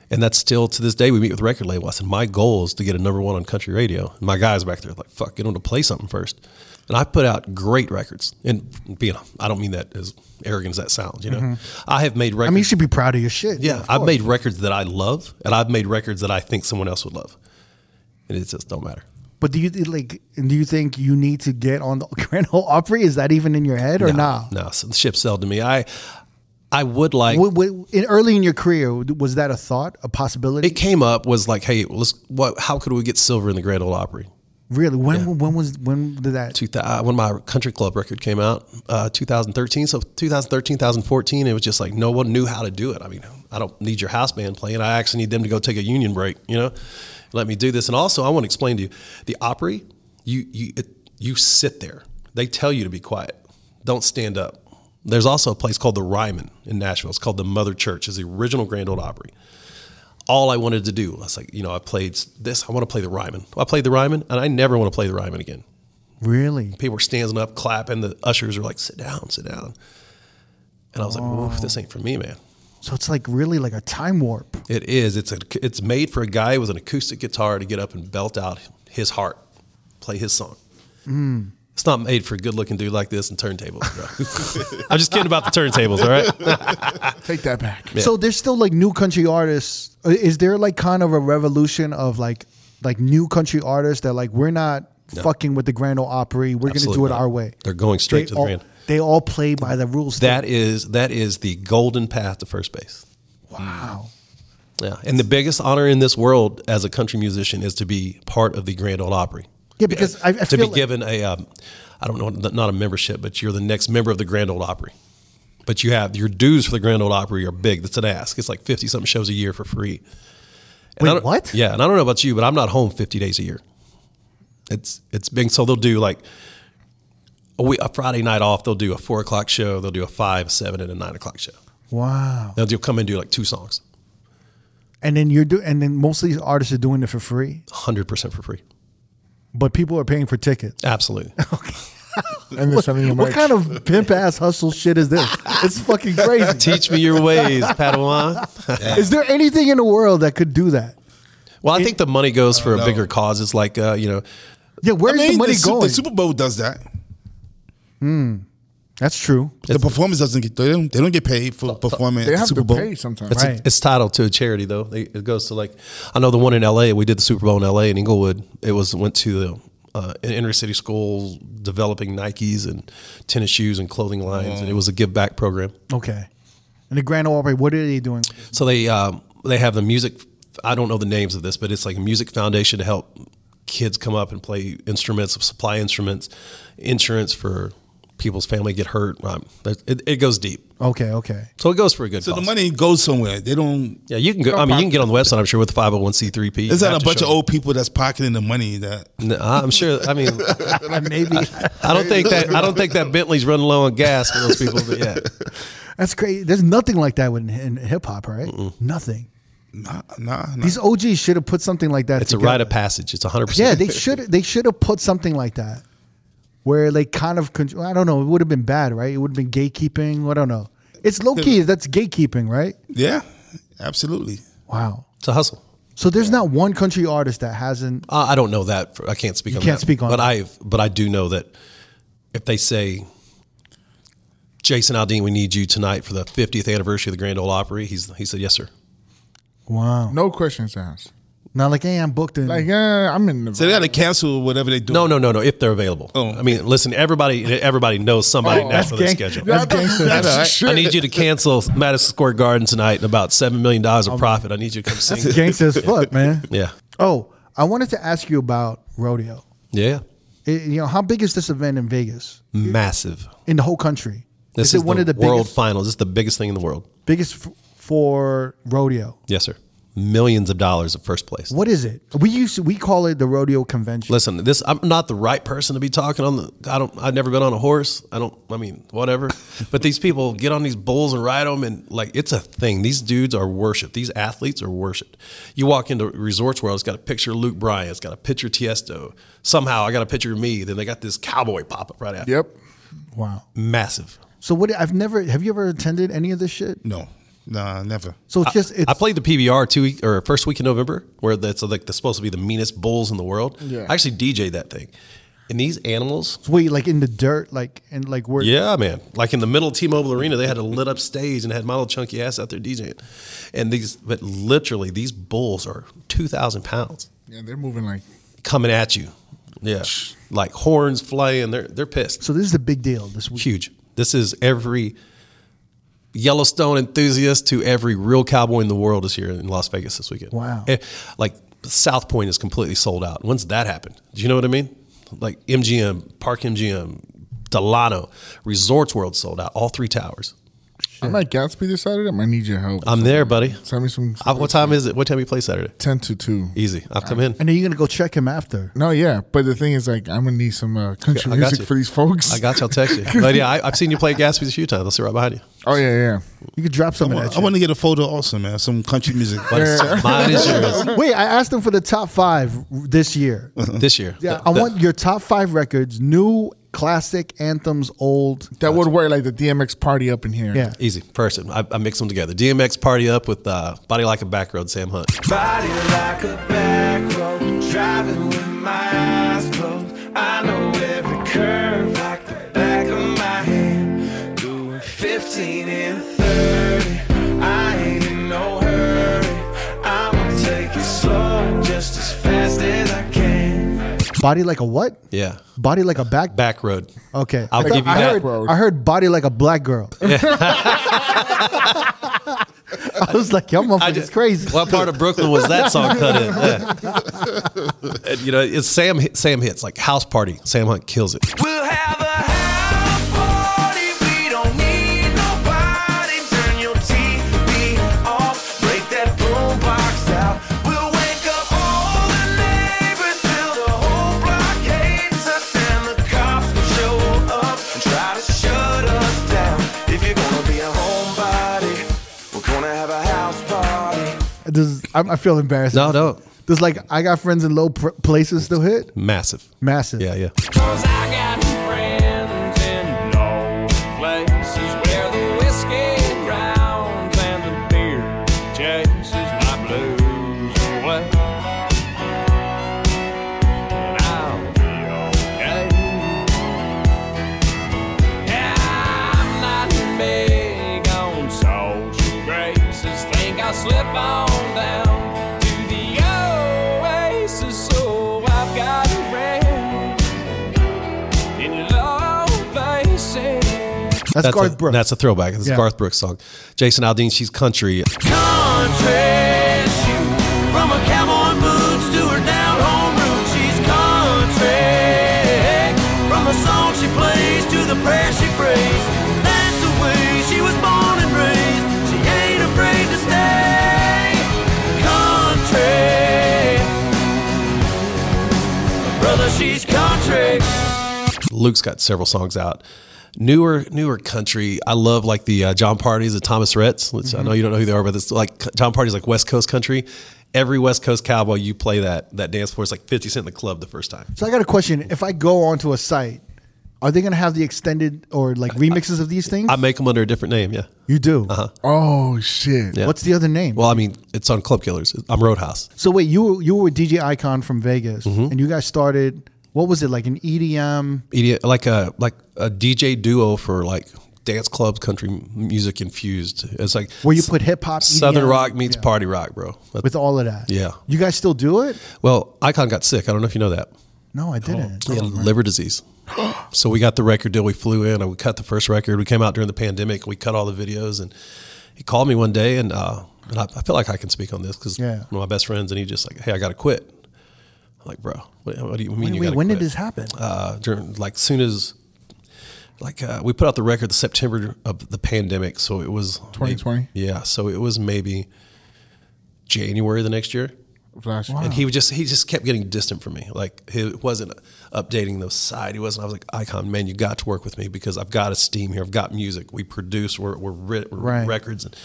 S5: And that's still to this day. We meet with record label. I said, my goal is to get a number one on country radio. And my guys back there are like, fuck, get them to play something first. And I put out great records. And being, I don't mean that as arrogant as that sounds. You know, I have made
S2: Mm-hmm.
S5: records.
S2: I mean, you should be proud of your shit.
S5: yeah, I've made records that I love, and I've made records that I think someone else would love. And it just don't matter.
S2: But do you like? Do you think you need to get on the Grand Ole Opry? Is that even in your head or not?
S5: No, so the ship sailed to me. I, I would like.
S2: Wh- wh- in, early in your career, was that a thought, a possibility?
S5: it came up was like, hey, let's, what? How could we get silver in the Grand Ole Opry?
S2: really? When? When was? When did that?
S5: two thou- uh, when my country club record came out, uh, 2013. So 2013, 2014, it was just like no one knew how to do it. I mean, I don't need your house band playing. I actually need them to go take a union break. You know, let me do this. And also, I want to explain to you the Opry. You you it, you sit there. They tell you to be quiet. Don't stand up. There's also a place called the Ryman in Nashville. It's called the Mother Church. It's the original Grand Old Opry all I wanted to do. I was like, you know, I played this. I want to play the Ryman. I played the Ryman, and I never want to play the Ryman again.
S2: Really?
S5: People were standing up, clapping. The ushers were like, sit down, sit down. And I was like, Woof, this ain't for me, man.
S2: So it's like really like a time warp.
S5: It is. It's a, it's made for a guy with an acoustic guitar to get up and belt out his heart, play his song. It's not made for a good-looking dude like this and turntables, bro. I'm just kidding about the turntables, all right?
S4: Take that back.
S2: So there's still like new country artists. Uh, Is there like kind of a revolution of like like new country artists that like we're not fucking with the Grand Ole Opry. We're gonna
S5: Absolutely
S2: do it
S5: not.
S2: our way.
S5: They're going straight
S2: They
S5: to the
S2: all-
S5: Grand.
S2: They all play by the rules.
S5: That is that is the golden path to first base.
S2: wow.
S5: Yeah, and the biggest honor in this world as a country musician is to be part of the Grand Ole Opry.
S2: Yeah, because I, I
S5: to
S2: feel
S5: be
S2: like-
S5: given a, um, I don't know, not a membership, but you're the next member of the Grand Ole Opry. But you have your dues for the Grand Ole Opry are big. That's an ask. It's like fifty something shows a year for free. And
S2: Wait,
S5: I don't-
S2: what?
S5: Yeah, and I don't know about you, but I'm not home fifty days a year. It's it's big. So they'll do like a, week, a Friday night off. They'll do a four o'clock show. They'll do a five, seven, and a nine o'clock show.
S2: wow.
S5: They'll do, come and do like two songs,
S2: And then you're do and then most of these artists are doing it for free,
S5: hundred percent for free.
S2: but people are paying for tickets.
S5: Absolutely.
S4: And they're selling your merch.
S2: What kind of pimp ass hustle shit is this? It's fucking crazy.
S5: Teach me your ways, Padawan.
S2: Is there anything in the world that could do that?
S5: Well, I think the money goes for a bigger cause. It's like uh, you know,
S2: Yeah, where's
S3: I mean,
S2: the money
S3: Su-
S2: going?
S3: The Super Bowl does that.
S2: That's true.
S3: The performance doesn't get they don't, they don't get paid for performing. at
S4: They
S3: the
S4: have
S3: Super
S4: to
S3: Bowl.
S4: pay sometimes.
S5: it's,
S2: Right.
S5: it's titled to a charity though. They, it goes to like I know the one in L.A. We did the Super Bowl in L.A. in Inglewood. It was went to the uh, an inner city school developing Nikes and tennis shoes and clothing lines, and it was a give back program.
S2: Okay. And the Grand Ole Opry, what are they doing?
S5: So they um, they have the music. I don't know the names of this, but it's like a music foundation to help kids come up and play instruments, supply instruments, insurance for people's family get hurt. Um, it, it goes deep,
S2: Okay, okay.
S5: so it goes for a good.
S3: So the
S5: cause.
S3: money goes somewhere. They don't.
S5: Yeah, you can go. I mean, you can get on the website. I'm sure with the 501c3p.
S3: It's
S5: You
S3: not
S5: have
S3: a
S5: to
S3: bunch
S5: show
S3: of old people that's pocketing the money that
S5: them. No, I'm sure. I mean,
S2: Maybe
S5: I don't think that I don't think that Bentley's running low on gas for those people. But yeah,
S2: that's crazy. There's nothing like that in, in hip hop, right? Nothing.
S3: nah Uh, nah. nah.
S2: These OGs should have put something like that.
S5: it's a
S2: together.
S5: rite of passage. It's 100.
S2: Yeah,
S5: percent
S2: they should. They should have put something like that, where they kind of. con- I don't know. It would have been bad, right? It would have been gatekeeping. I don't know. It's low key. That's gatekeeping, right?
S3: yeah, absolutely.
S2: Wow.
S5: It's a hustle.
S2: So there's not one country artist that hasn't.
S5: Uh, I don't know that. For, I can't speak. You on
S2: can't
S5: that.
S2: speak on
S5: But
S2: that.
S5: I've. But I do know that if they say, Jason Aldean, we need you tonight for the 50th anniversary of the Grand Ole Opry. He's he said yes sir.
S2: Wow.
S4: No questions asked.
S2: Not like, hey, I'm booked in.
S4: Like, yeah, I'm in the.
S3: So they got to cancel whatever they do.
S5: No, no, no, no. If they're available. I mean, listen. Everybody, everybody knows somebody now for their schedule.
S4: that's gangster. That's shit.
S5: I need you to cancel Madison Square Garden tonight and about seven million dollars
S2: Um,
S5: of profit. I need you to come sing.
S2: Gangsta as fuck, man.
S5: Yeah,
S2: Oh, I wanted to ask you about rodeo.
S5: yeah,
S2: It- you know, how big is this event in Vegas?
S5: massive.
S2: In the whole country?
S5: This
S2: is it one of the
S5: world
S2: biggest,
S5: finals. It's the biggest thing in the world.
S2: biggest f- for rodeo?
S5: Yes, sir. millions of dollars at first place.
S2: What is it? We used to, we call it the rodeo convention.
S5: Listen, this I'm not the right person to be talking on the. I don't. I've never been on a horse. I don't. I mean, whatever. but these people get on these bulls and ride them, and like it's a thing. These dudes are worshipped. These athletes are worshipped. You walk into resorts world. It's got a picture of Luke Bryan. It's got a picture of Tiesto. Somehow I got a picture of me. Then they got this cowboy pop up right after.
S4: Yep.
S2: Wow.
S5: Massive.
S2: So what? I've never. Have you ever attended any of this shit?
S3: No, nah, never.
S2: So it's just. It's,
S5: I played the PBR two week or first week in November, where that's like the, supposed to be the meanest bulls in the world.
S4: Yeah.
S5: I actually DJ that thing, and these animals.
S2: Wait, like in the dirt, like and like where?
S5: Yeah, man. Like in the middle of T-Mobile Arena, they had a lit up stage and had my little chunky ass out there DJing. And these, but literally, these bulls are two thousand pounds
S4: Yeah, they're moving like
S5: coming at you. Yeah, like horns flying. They're they're pissed.
S2: So this is a big deal this week.
S5: Huge. This is every Yellowstone enthusiast to every real cowboy in the world is here in Las Vegas this weekend.
S2: Wow.
S5: Eh, Like South Point is completely sold out. When's that happened? Do you know what I mean? Like MGM, Park MGM, Delano, Resorts World sold out. All three towers.
S4: I'm at Gatsby this Saturday. I might need your help.
S5: I'm there, buddy.
S4: Send me some.
S5: Uh, what time is it? What time you play Saturday?
S4: Ten to two.
S5: Easy. I'll come in.
S2: And then you're gonna go check him after.
S4: No, yeah, but the thing is, like, I'm gonna need some uh, country
S5: I got
S4: music
S5: you.
S4: for these folks.
S5: I got you. I'll text you. But yeah, I, I've seen you play Gatsby a few times. I'll sit right behind you.
S4: Oh yeah, yeah.
S2: You could drop some of that.
S3: I
S2: shit.
S3: want to get a photo also, man. Some country music.
S5: But mine is yours
S2: Wait, I asked him for the top five r- this year.
S5: this year.
S2: Yeah,
S5: The-
S2: I
S5: the-
S2: want your top five records: new, classic, anthems, old.
S4: That would work like the DMX party up in here.
S2: Yeah.
S5: Easy person. I, I mix them together. DMX party up with uh, Body Like a Back Road, Sam Hunt.
S7: Body like a back road, driving with my eyes closed. I know every curve like the back of my hand. Doing 15 and 30. I ain't in no hurry. I'ma take it slow, just as fast as I can.
S2: Body like a what?
S5: Yeah.
S2: Body like a back.
S5: Back Road.
S2: Okay,
S5: I'll
S2: I,
S5: give you
S2: I
S5: that.
S2: heard.
S4: Road.
S2: I heard body like a black girl. I was like, y'all motherfuckers
S5: just-
S2: crazy.
S5: What part of Brooklyn was that song cut in? Yeah. And, you know, it's Sam. Sam hits like House Party. Sam Hunt kills it.
S7: We'll have a house party. We don't need nobody. Turn your TV off. Break that boombox out. We'll wake up all the neighbors till the whole block hates us and the cops show up and try to shut us down. If you're gonna be a homebody, we're gonna have a house party.
S2: This is, I'm, I feel embarrassed.
S5: No, no,
S2: This like I got friends in low pr- places still hit
S5: massive.
S2: massive.
S5: Yeah, yeah.
S7: Cause I got friends in all places where the whiskey drowns and the beer chases my blues away. And I'll be okay. Yeah, I'm not big on social graces. Think I'll slip on down to the oasis, so I've got a friend in low places.
S2: that's, Garth
S5: a,
S2: Brooks.
S5: That's a throwback. It's
S2: Yeah.
S5: a Garth Brooks song. Jason Aldean, she's country.
S7: Country shoe, from her cowboy boots to her down home roots, she's country. From the song she plays to the prayer she prays, that's the way she was born and raised. She ain't afraid to stay country. Brother, she's country.
S5: Luke's got several songs out. Newer, newer country. I love like the uh, John Parties, the Thomas Rhett's, which
S2: Mm-hmm.
S5: I know you don't know who they are, but it's like John Parties, like West Coast country. Every West Coast cowboy, you play that that dance floor. It's like Fifty Cent in the club the first time.
S2: so I got a question. If I go onto a site, are they gonna have the extended or like remixes of these things?
S5: I make them under a different name. Yeah.
S2: you do. Uh-huh.
S4: Oh shit.
S5: Yeah.
S2: What's the other name?
S5: Well, I mean, it's on Club Killers. I'm Roadhouse.
S2: so wait, you were- you were DJ Icon from Vegas,
S5: Mm-hmm.
S2: and you guys started. What was it like an E EDM?
S5: Idiot, like a like a DJ duo for like dance club country music infused. It's like
S2: Where you put hip-hop,
S5: Southern
S2: EDM,
S5: rock meets
S2: yeah.
S5: party rock, bro. That's-
S2: with all of that.
S5: Yeah.
S2: You guys still do it?
S5: well, Icon got sick. I don't know if you know that.
S2: No,
S5: Oh,
S2: I didn't.
S5: He had liver disease. so we got the record deal. We flew in and we cut the first record. We came out during the pandemic. We cut all the videos. And he called me one day and, uh, and I, I feel like I can speak on this because
S2: Yeah.
S5: one of my best friends and he just like, hey, I got to quit. I'm like, bro, what, what do you mean?
S2: Wait,
S5: you
S2: wait,
S5: gotta
S2: when did
S5: quit?"
S2: this happen?
S5: Uh, during like soon as like uh, we put out the record the September of the pandemic, so it was
S4: 2020?
S5: Yeah, so it was maybe January the next year.
S4: Flash.
S5: And he would just he just kept getting distant from me. Like he wasn't updating the side. He wasn't. I was like, Icon, man, you got to work with me because I've got a steam here. I've got music. We produce. We're we're, ri- we're
S2: Right.
S5: records. And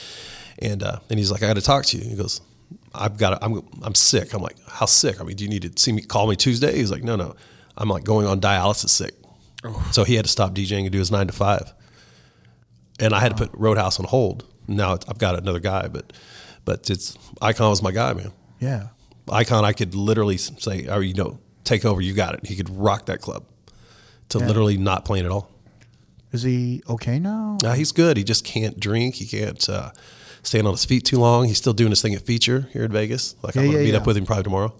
S5: and uh, and he's like, I got to talk to you. He goes, I've got. To, I'm I'm sick. I'm like, how sick? I mean, do you need to see me? Call me Tuesday. He's like, no, no. I'm like going on dialysis sick. So he had to stop DJing and do his nine to five and I had to put Roadhouse on hold. Now it's- I've got another guy, but but it's Icon was my guy, man.
S2: Yeah.
S5: Icon, I could literally s- say, "Or you know, take over. You got it." He could rock that club to literally not playing at all.
S2: Is he okay now?
S5: Nah, he's good. He just can't drink. He can't uh, stand on his feet too long. He's still doing his thing at Feature here in Vegas. Like I'm
S2: Yeah,
S5: gonna
S2: yeah,
S5: meet
S2: yeah.
S5: up with him probably tomorrow.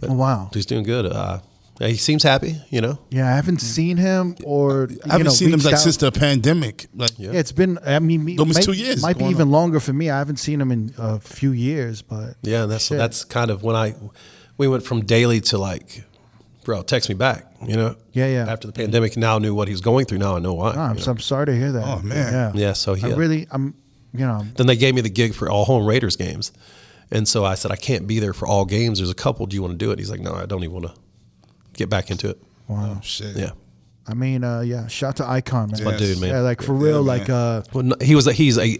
S5: But
S2: Oh, wow.
S5: he's doing good. Uh, yeah, he seems happy. You know,
S2: Yeah, I haven't
S5: Mm.
S2: seen him or you
S3: I haven't
S2: know,
S3: seen them
S2: reached
S3: like
S2: out.
S3: since the pandemic. Like,
S2: Yeah, it's been. I mean, me,
S3: Almost
S2: might-
S3: two years
S2: Might be
S3: going
S2: even
S3: on.
S2: longer for me. I haven't seen him in a few years, but
S5: Yeah, and that's
S2: Shit.
S5: that's kind of when I we went from daily to like, bro, text me back. You know.
S2: Yeah, yeah.
S5: After the pandemic, now I knew what he was going through. Now I know why.
S2: No, I'm,
S5: you know?
S2: so- I'm sorry to hear that.
S3: Oh, man.
S2: Yeah.
S5: Yeah, so he-
S2: I really, I'm, you know,
S5: Then they gave me the gig for all home Raiders games, and so I said I can't be there for all games. There's a couple. Do you want to do it? He's like, no, I don't even want to get back into it.
S3: oh shit.
S5: Yeah.
S2: I mean, uh, yeah. Shout to Icon, man.
S5: my Yes. dude, man.
S2: Yeah, like for real,
S3: Yeah,
S2: like, uh,
S5: Well, no, he was a, he's a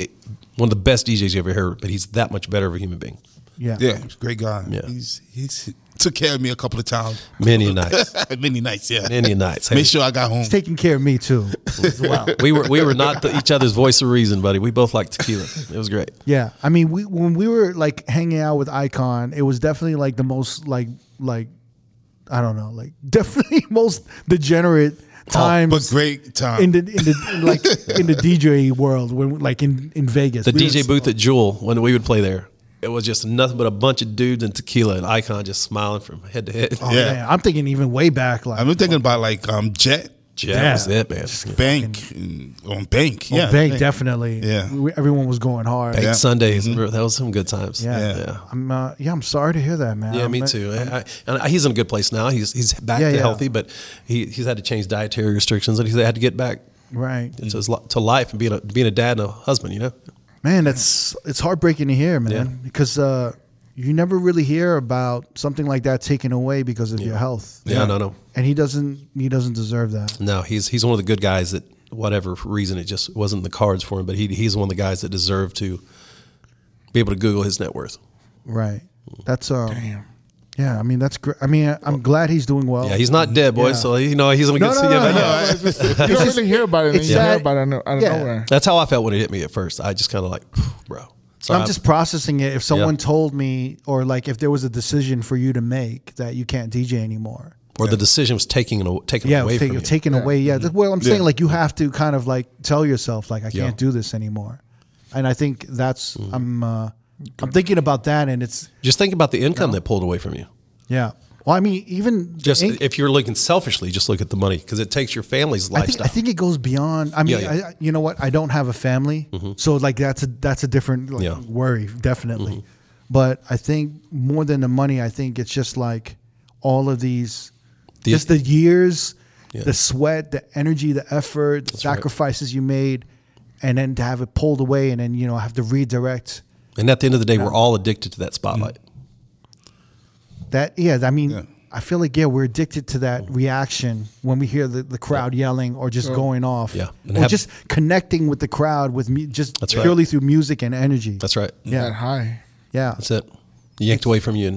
S5: one of the best DJs you ever heard, but he's that much better of a human being.
S2: yeah,
S3: Yeah, he's a great guy.
S5: Yeah.
S3: He's he's took care of me a couple of times.
S5: Many nights,
S3: Many nights, yeah.
S5: many nights. Hey,
S3: Make sure I got home.
S2: He's taking care of me too. as well.
S5: we were we were not the, each other's voice of reason, buddy. We both liked tequila. It was great.
S2: Yeah, I mean, we when we were like hanging out with Icon, it was definitely like the most like like I don't know, like definitely most degenerate times.
S3: Oh, but great time.
S2: in the in the in, like in the DJ world, when like in in Vegas,
S5: The
S2: We
S5: DJ
S2: were-
S5: booth at Jewel when we would play there, it was just nothing but a bunch of dudes and tequila and Icon just smiling from head to head.
S2: Oh,
S3: Yeah.
S2: man, I'm thinking even way back, like
S3: I've been thinking about like um Jet
S5: yeah, that was it, man.
S3: Bank and- on Bank.
S2: oh,
S3: yeah.
S2: Bank, definitely.
S3: Yeah.
S2: We- everyone was going hard.
S5: Bank
S3: Yeah.
S5: Sundays, bro, that was some good times.
S2: Mm-hmm. Yeah.
S5: yeah.
S2: I'm uh, yeah, I'm sorry to hear that, man.
S5: Yeah,
S2: I'm-
S5: me too. I, I, and I- he's in a good place now. He's he's back
S2: Yeah,
S5: to
S2: yeah.
S5: healthy, but he, he's had to change dietary restrictions and he's had to get back
S2: Right,
S5: to his, li- to life and being a being a dad and a husband. You know,
S2: man. That's it's heartbreaking to hear, man,
S5: Yeah.
S2: because uh, you never really hear about something like that taken away because of your health.
S5: Yeah, no, no.
S2: And he doesn't he doesn't deserve that.
S5: no, he's he's one of the good guys that whatever reason it just wasn't in the cards for him, but he he's one of the guys that deserved to be able to Google his net worth.
S2: Right. That's um. Yeah, I mean that's great. I mean, I- I'm glad he's doing well.
S5: Yeah, he's not dead, boy.
S2: Yeah.
S5: So you know he's gonna
S2: No,
S5: get.
S2: no,
S5: yeah,
S2: no,
S5: but
S2: no.
S5: yeah.
S4: No, it's just- you don't really hear about it. And
S2: It's
S4: you hear
S2: sad.
S4: about it out of- out of
S2: Yeah.
S4: nowhere.
S5: That's how I felt when it hit me at first. I just kind of like, bro. So
S2: I'm just processing it. If someone
S5: Yeah.
S2: told me, or like if there was a decision for you to make that you can't DJ anymore,
S5: or the decision was taking it taken
S2: yeah,
S5: away
S2: take,
S5: from you. Mm-hmm.
S2: taken away. Yeah, that's- well, I'm saying like you have to kind of like tell yourself like I
S5: Yeah. Mm.
S2: can't do this anymore, and I think that's I'm uh, I'm thinking about that, and it's
S5: just think about the income that pulled away from you.
S2: yeah. Well, I mean, even the
S5: Just
S2: ink-
S5: if you're looking selfishly, just look at the money because it takes your family's
S2: I think,
S5: lifestyle.
S2: I think it goes beyond. I mean,
S5: Yeah,
S2: I
S5: yeah. Mm-hmm.
S2: I, you know what? I don't have a family, so like that's a that's a different like,
S5: Yeah. Mm-hmm.
S2: worry, definitely. But I think more than the money, I think it's just like all of these,
S5: The-
S2: just the years,
S5: Yeah.
S2: the sweat, the energy, the effort, the sacrifices you made, and then to have it pulled away, and then you know have to redirect.
S5: and at the end of the day, we're all addicted to that spotlight.
S2: That yeah, I mean,
S3: Yeah.
S2: I feel like yeah, we're addicted to that
S5: Mm.
S2: reaction when we hear the, the crowd yelling or just going off,
S5: Yeah. And
S2: or
S5: have-
S2: just connecting with the crowd with me just
S5: That's right.
S2: purely through music and energy.
S5: That's right.
S2: yeah,
S4: That high.
S2: yeah,
S5: That's it. Yanked away from you in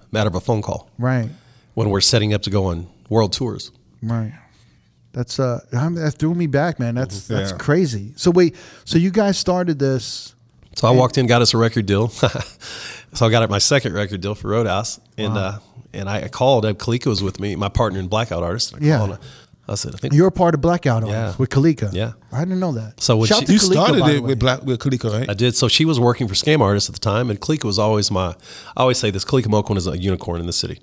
S5: a matter of a phone call
S2: right,
S5: when we're setting up to go on world tours.
S2: right. That's uh, I'm, that threw me back, man. That's
S5: Mm-hmm.
S2: that's
S3: Yeah.
S2: crazy. So wait, so you guys started this?
S5: So I walked in, got us a record deal. so I got my second record deal for Roadhouse, and uh, and I called. uh, Kalika was with me, my partner in Blackout Artist. And I
S2: Yeah.
S5: called, and I said, I think
S2: You're a part of Blackout on
S5: Yeah.
S2: with Kalika.
S5: Yeah.
S2: I didn't know that.
S5: So when
S2: Shout
S5: she-
S2: to
S3: you
S2: Kalika,
S3: started
S2: by the
S3: it
S2: way.
S3: with Black with Kaliko, right?
S5: I did. So she was working for Scam Artist at the time, and Kalika was always my. I always say this: Kalika Moquin is a unicorn in the city.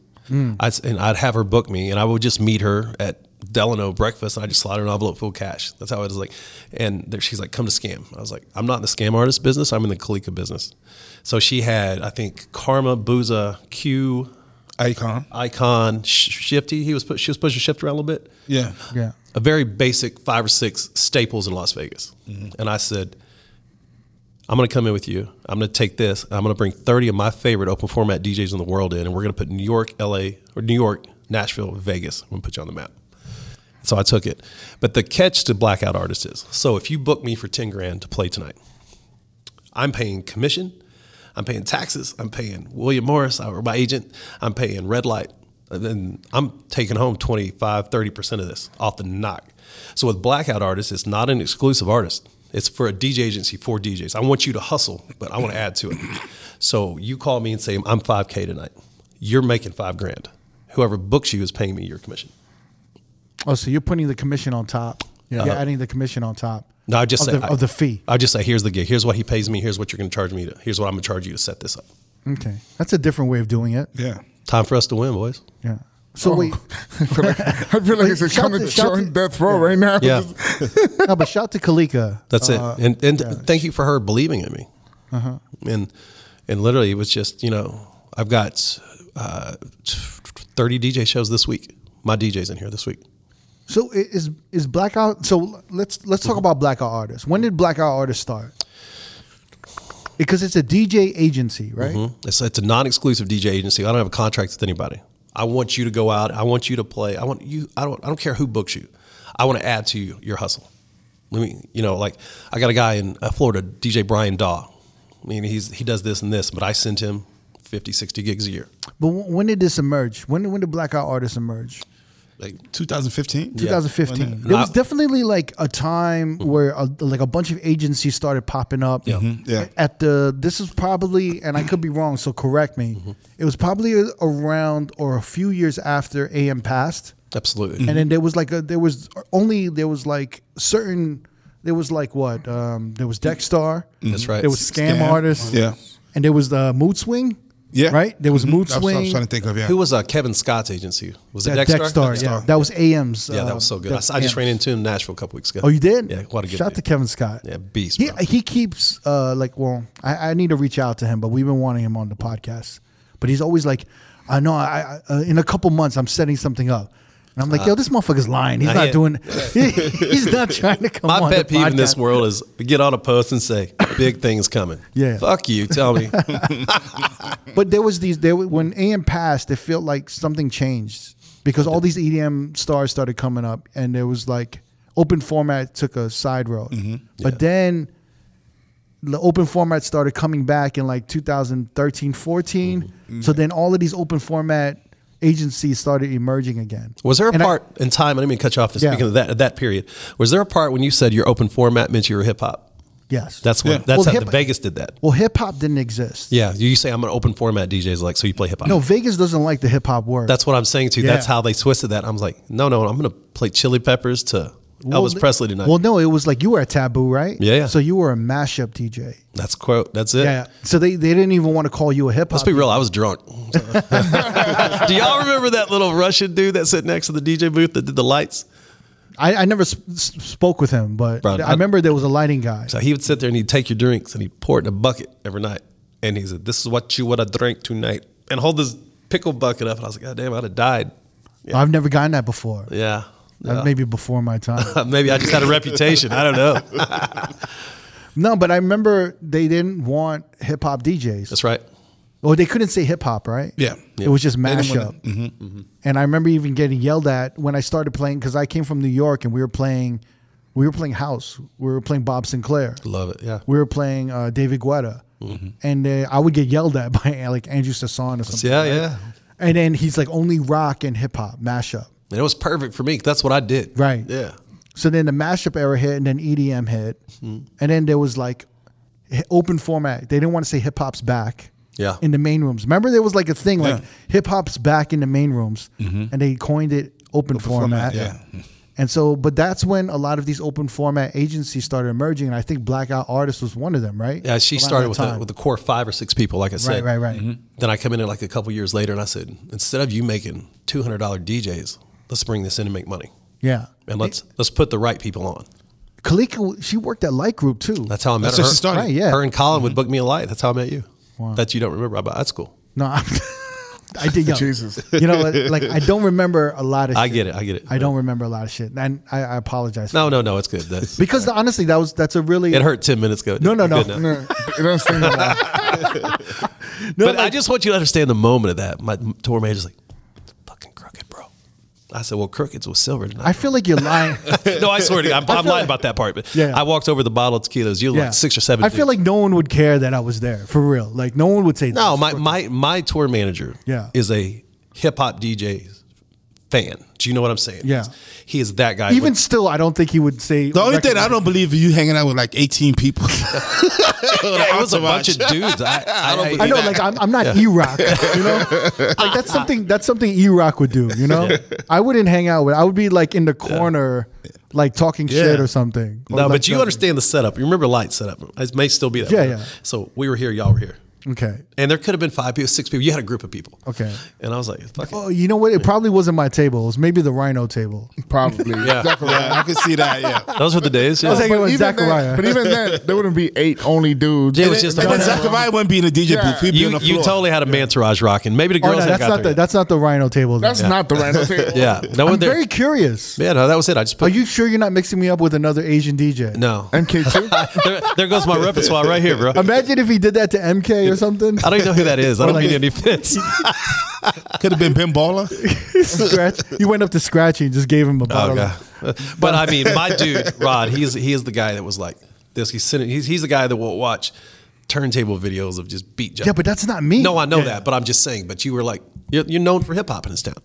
S5: I'd, and I'd have her book me, and I would just meet her at Delano breakfast, and I just slide her an envelope full of cash. That's how it is like. And there, she's like, "Come to Scam." I was like, "I'm not in the Scam Artist business. I'm in the Kalika business." So she had, I think, Karma, Booza, Q,
S3: Icon.
S5: Icon, Sh- Shifty. He was pu- she was pushing Shifty around a little bit
S3: Yeah.
S2: yeah,
S5: a very basic five or six staples in Las Vegas. And I said, I'm going to come in with you. I'm going to take this. and I'm going to bring 30 of my favorite open format DJs in the world in, and we're going to put New York, LA, or New York, Nashville, Vegas. I'm going to put you on the map. So I took it. But the catch to blackout artists is so if you book me for 10 grand to play tonight, I'm paying commission, I'm paying taxes, I'm paying William Morris, or my agent, I'm paying red light. And then I'm taking home 25, 30% of this off the knock. So with blackout artists, it's not an exclusive artist. It's for a DJ agency for DJs. I want you to hustle, but I want to add to it. So you call me and say, I'm 5K tonight. You're making five grand. Whoever books you is paying me your commission.
S2: Oh, so you're putting the commission on top. Yeah, you're adding the commission on top.
S5: No, I just
S2: of
S5: say
S2: the,
S5: I-
S2: of the fee.
S5: I just say here's the gig. Here's what he pays me. Here's what you're going to charge me. To, here's what I'm going to charge you to set this up.
S2: Okay, that's a different way of doing it.
S3: Yeah.
S5: Time for us to win, boys.
S2: Yeah.
S5: Oh.
S2: So wait,
S4: I feel like, I feel like
S2: Wait,
S4: it's a
S2: shout
S4: kind
S2: to-
S4: of
S2: shout
S4: showing
S2: to-
S4: death row right now.
S5: Yeah,
S2: no, but shout to Kalika.
S5: that's
S2: Uh, Uh-huh.
S5: it. And and thank you for her believing in me. And and literally, it was just you know I've got uh, 30 DJ shows this week. My DJ's in here this week.
S2: So i- is is blackout? So let's let's
S5: Mm-hmm.
S2: talk about blackout artists. When did blackout artists start? Because it's a DJ agency, right?
S5: Mm-hmm. It's, it's a non-exclusive DJ agency. I don't have a contract with anybody. I want you to go out. I want you to play. I want you. I don't. I don't care who books you. I want to add to you, your hustle. Let me. You know, like I got a guy in uh, Florida, DJ Brian Daw. I mean, he's he does this and this, but I send him 50, 60 gigs a year.
S2: But w- when did this emerge? When when did blackout artists emerge?
S5: Like you
S3: 2015.
S2: 2015.
S3: Wasn't it?
S2: There was
S5: I-
S2: definitely like a time
S5: Mm-hmm.
S2: where a, like a bunch of agencies started popping up.
S3: Yeah.
S2: At the this is probably and I could be wrong, so correct me.
S5: Mm-hmm.
S2: It was probably around or a few years after AM passed.
S5: absolutely.
S2: and then there was like a there was only there was like certain there was like what um there was Dexstar
S5: That's right.
S2: there was scam,
S3: Scam.
S2: artists
S3: Yeah.
S2: and there was the mood swing
S3: Yeah.
S2: right there was
S3: Mhm.
S2: mood
S3: That's what I was
S2: swing
S3: trying to think of. Yeah.
S5: Who was uh, Kevin Scott's agency? Was it
S2: that
S5: Dexter?
S2: Dexstar, yeah that was AM's
S5: Yeah,
S2: uh,
S5: that was so good. I,
S2: Dex-
S5: I just
S2: AMs.
S5: ran into him in Nashville a couple weeks ago.
S2: oh you did
S5: Yeah, what a good
S2: shout
S5: dude.
S2: to Kevin Scott
S5: Yeah, beast.
S2: he
S5: bro.
S2: he keeps uh like well I, I need to reach out to him but we've been wanting him on the podcast but he's always like I know I, I uh, in a couple months I'm setting something up. And I'm like, yo, this motherfucker's lying. He's
S5: Uh, I
S2: not
S5: hear-
S2: doing. he's not trying to come
S5: My
S2: on.
S5: pet
S2: the
S5: peeve in this
S2: podcast.
S5: world is get on a post and say big things coming.
S2: Yeah.
S5: fuck you. Tell me.
S2: But there was these there were- when AM passed, it felt like something changed because all these EDM stars started coming up, and there was like open format took a side road.
S5: Mm-hmm.
S2: But then the open format started coming back in like 2013, 14.
S5: Mm-hmm.
S2: So then all of these open format agencies started emerging again.
S5: Was there a
S2: And I-
S5: part in time? I didn't mean to cut you off. but
S2: Yeah.
S5: Speaking of that, that period, was there a part when you said your open format meant you were hip hop?
S2: yes.
S5: That's when
S3: Yeah.
S5: that's
S2: Well,
S5: how
S2: hip-
S5: the Vegas did that.
S2: well, hip hop didn't exist.
S5: Yeah, you say I'm an open format DJ is like so you play hip hop.
S2: No, Vegas doesn't like the hip hop word.
S5: that's what I'm saying to you. That's
S2: Yeah.
S5: how they twisted that. I'm like, no, no, I'm gonna play Chili Peppers to
S2: Well,
S5: Elvis Presley tonight.
S2: Well, no, it was like you were a taboo, right?
S5: Yeah, yeah.
S2: So you were a mashup DJ.
S5: that's quote. That's it.
S2: Yeah. So they, they didn't even want to call you a hip hop.
S5: Let's be real. I was drunk. Do y'all remember that little Russian dude that sat next to the DJ booth that did the lights?
S2: I, I never sp- s- spoke with him, but
S5: Bro,
S2: I,
S5: I-
S2: remember there was a lighting guy.
S5: So he would sit there and he'd take your drinks and he'd pour it in a bucket every night. And he said, This is what you would have drank tonight. And hold this pickle bucket up. And I was like, God damn, I'd have died.
S2: I've never gotten that before. Uh,
S5: Yeah. Yeah.
S2: Maybe before my time.
S5: Maybe I just had a reputation. I don't know.
S2: no, but I remember they didn't want hip hop DJs.
S5: That's right.
S2: Or they couldn't say hip hop, right?
S3: Yeah.
S2: It was just
S3: They didn't wanna-
S2: mashup. And I remember even getting yelled at when I started playing because I came from New York and we were playing, we were playing house. We were playing Bob Sinclair.
S5: Love it. Yeah.
S2: We were playing uh, David Guetta, and uh, I would get yelled at by like Andrew Sasson or something.
S5: Yeah, yeah.
S2: And then he's like only rock and hip hop mashup.
S5: And it was perfect for me. 'cause That's what I did.
S2: Right.
S5: Yeah.
S2: So then the mashup era hit, and then EDM hit,
S5: Hmm.
S2: and then there was like hi- open format. They didn't want to say hip hop's back.
S5: Yeah.
S2: In the main rooms. Remember there was like a thing like
S3: Yeah.
S2: hip hop's back in the main rooms,
S5: Mm-hmm.
S2: and they coined it open, format.
S3: format, yeah.
S2: And so, but that's when a lot of these open format agencies started emerging, and I think Blackout Artist was one of them, right?
S5: Yeah, she
S2: Around
S5: started
S2: that
S5: with
S2: time.
S5: the, with the core five or six people, like I said.
S2: right, right.
S5: Then I come in like a couple years later and I said, instead of you making two hundred dollar DJs, let's bring this in and make money,
S2: yeah.
S5: and let's let's put the right people on.
S2: Kalika, she worked at Light Group too.
S5: That's how I met
S3: That's
S5: her.
S3: how she started.
S2: Right, yeah.
S5: Her and Colin would book me a light. That's how I met you. That you don't remember. But that's cool.
S2: no, I'm, I did young.
S4: Jesus.
S2: You know, like I don't remember a lot of. shit.
S5: I get it. I get it.
S2: I don't remember a lot of shit, and I, I apologize.
S5: No, no, no. It's good. That's,
S2: because the- honestly, that was that's a really
S5: it hurt ten minutes ago.
S2: No, no, no.
S5: Good now.
S4: No, it doesn't seem that.
S5: but I just want you to understand the moment of that. My tour manager's like, "Fucking crooked, bro." I said, "Well, crooked's with silver tonight."
S2: I feel like you're lying.
S5: no, I swear to you, I'm, I'm lying about that part. But
S2: Yeah.
S5: I walked over the bottle of tequilas. You were like six or seven.
S2: I feel like
S5: dudes.
S2: no one would care that I was there for real. Like no one would say
S5: no.
S2: this.
S5: My my my tour manager
S2: Yeah.
S5: is a hip hop DJ fan. Do you know what I'm saying?
S2: Yeah.
S5: he is that guy.
S2: Even
S5: with-
S2: still, I don't think he would say.
S3: The only thing I don't believe is you hanging out with like 18 people. yeah,
S5: it was a bunch of dudes. I, I,
S3: don't
S5: I-
S3: believe
S2: I know,
S3: that.
S2: like I'm, I'm not E Rock, you know. Like that's something that's something E Rock would do, you know. I wouldn't hang out with. I would be like in the corner, like talking shit or something. Or,
S5: No,
S2: like,
S5: but you
S2: the-
S5: understand the setup. You remember light setup. It may still be that.
S2: Yeah,
S5: way.
S2: yeah.
S5: So we were here. Y'all were here.
S2: Okay.
S5: And there could have been five people, six people. You had a group of people.
S2: Okay.
S5: And I was like, fuck it.
S2: Oh, you know what? It probably wasn't my table. It was maybe the Rhino table.
S4: Probably.
S5: Yeah.
S4: Definitely.
S3: I can see that. Yeah.
S5: Those were the days. Yeah.
S2: I was like, it was
S4: even
S2: Zachariah.
S4: then, but even then, there wouldn't be eight only dudes.
S5: Yeah, it was just
S3: And
S5: a-
S3: then Zachariah wouldn't be in the DJ booth. He'd be on
S5: you,
S3: the
S5: you
S3: floor.
S5: totally had a mantourage rocking. Maybe the
S2: oh
S5: girls
S2: no,
S5: hadn't
S2: that's
S5: got
S2: not the
S5: there
S2: that's not the Rhino table. then.
S4: That's not the random table.
S5: yet. yeah. No one
S2: I'm
S5: there.
S2: very curious.
S5: yeah, no, that was it. I just
S2: Are
S5: put
S2: you sure you're not mixing me up with another Asian DJ?
S5: no.
S4: MK2.
S5: there, there goes my repertoire right here, bro. I
S2: Imagine if he did that to MK or something.
S5: don't even know who that is. I don't
S2: Or like-
S5: mean any offense.
S3: Could have been Ben Baller.
S2: Scratch. You went up to Scratchy and just gave him a
S5: Oh
S2: bottle.
S5: god. But I mean, my dude Rod, he's he is the guy that was like this. He's sitting. He's, he's the guy that will watch turntable videos of just beat. Jumping.
S2: Yeah, but that's not me.
S5: No, I know
S2: Yeah.
S5: that, but I'm just saying. But you were like, you're, you're known for hip hop in this town,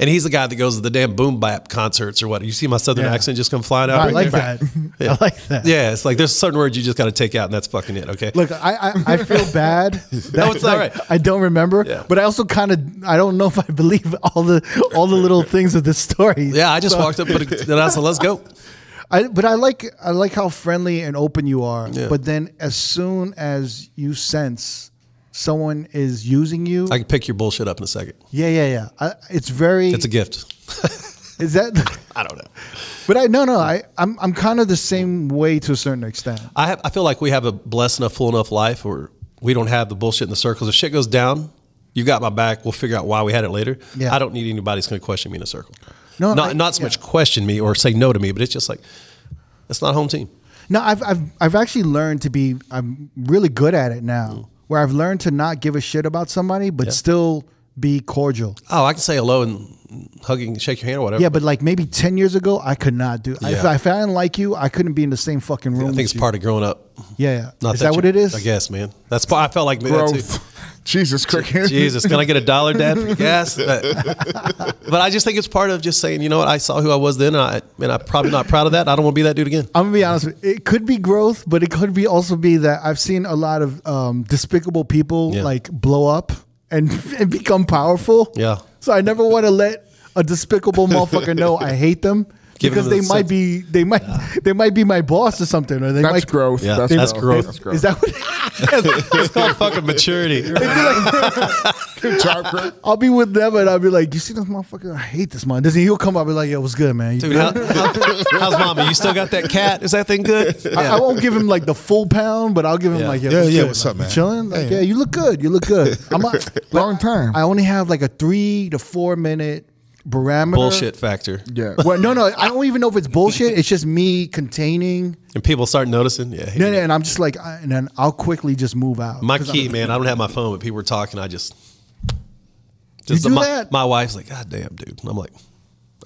S5: and he's the guy that goes to the damn boom bap concerts or what. You see my southern
S2: Yeah.
S5: accent just come flying out.
S2: I
S5: right
S2: like
S5: there?
S2: that. I like that.
S5: Yeah, it's like there's certain words you just got to take out, and that's fucking it. Okay.
S2: Look, I I, I feel bad. That
S5: No, it's all right.
S2: I don't remember,
S5: Yeah.
S2: but I also kind of I don't know if I believe all the all the little things of this story.
S5: yeah, I just walked up, but then I said, "Let's go."
S2: I, but I like I like how friendly and open you are. But then as soon as you sense someone is using you,
S5: I can pick your bullshit up in a second.
S2: yeah, yeah, yeah. I, it's very.
S5: It's a gift.
S2: is that?
S5: I don't know.
S2: But I no no I I'm I'm kind of the same way to a certain extent.
S5: I have, I feel like we have a blessed enough, full enough life where we don't have the bullshit in the circles. If shit goes down, you got my back. We'll figure out why we had it later.
S2: Yeah.
S5: I don't need anybody that's going to question me in a circle.
S2: No,
S5: not
S2: I-
S5: not so
S2: yeah.
S5: much question me or say no to me, but it's just like it's not home team.
S2: No, I've I've I've actually learned to be I'm really good at it
S5: Mm.
S2: now. Where I've learned to not give a shit about somebody, but still be cordial.
S5: Oh, I can say hello and hugging, shake your hand or whatever.
S2: Yeah, but like maybe ten years ago, I could not do. If,
S5: Yeah.
S2: I, if I didn't like you, I couldn't be in the same fucking room.
S5: I think it's part of growing up.
S2: Yeah, yeah.
S5: Not
S2: is that,
S5: you-
S2: what it is?
S5: I guess, man. That's part. I felt like man, that too.
S4: Growth. Jesus, cricket.
S5: Jesus, can I get a dollar, Dad, for gas? But, but I just think it's part of just saying, you know what, I saw who I was then, and, I, and I'm probably not proud of that. I don't want to be that dude again.
S2: I'm gonna be honest. With you. It could be growth, but it could be also be that I've seen a lot of um, despicable people
S5: Yeah.
S2: like blow up and and become powerful.
S5: Yeah.
S2: So I never want to let a despicable motherfucker know I hate them
S5: Give
S2: because
S5: them
S2: they
S5: the
S2: might
S5: sense-
S2: be they might they might be my boss or something or they
S4: That's
S2: might
S4: growth.
S5: Yeah,
S4: that's,
S5: that's
S4: growth.
S5: growth.
S4: That's growth.
S2: Is that what?
S5: it's called fucking maturity.
S4: Chakra.
S2: I'll be with them and I'll be like, you see this motherfucker? I hate this man. Does he'll come up and be like, yo, what's good, man? You
S5: Dude,
S2: good?"
S5: how, how- how's mama? You still got that cat? Is that thing good?
S2: I, I won't give him like the full pound, but I'll give him
S5: Yeah.
S2: like,
S3: Yeah,
S2: what's
S3: yeah,
S2: good?
S3: what's
S2: Like,
S3: up, man?
S2: you Chilling? Like, yeah, you look good. You look good. I'm a,
S4: Long time.
S2: I only have like a three to four minute barometer.
S5: Bullshit factor.
S4: yeah.
S2: Well, no, no, I don't even know if it's bullshit. It's just me containing.
S5: And people start noticing. Yeah.
S2: No, no, and I'm just like, I- and then I'll quickly just move out.
S5: My
S2: 'Cause I'm-
S5: key, man. I don't have my phone, but people were talking. I just, just
S2: do
S5: my,
S2: that?
S5: my wife's like, God damn, dude. And I'm like,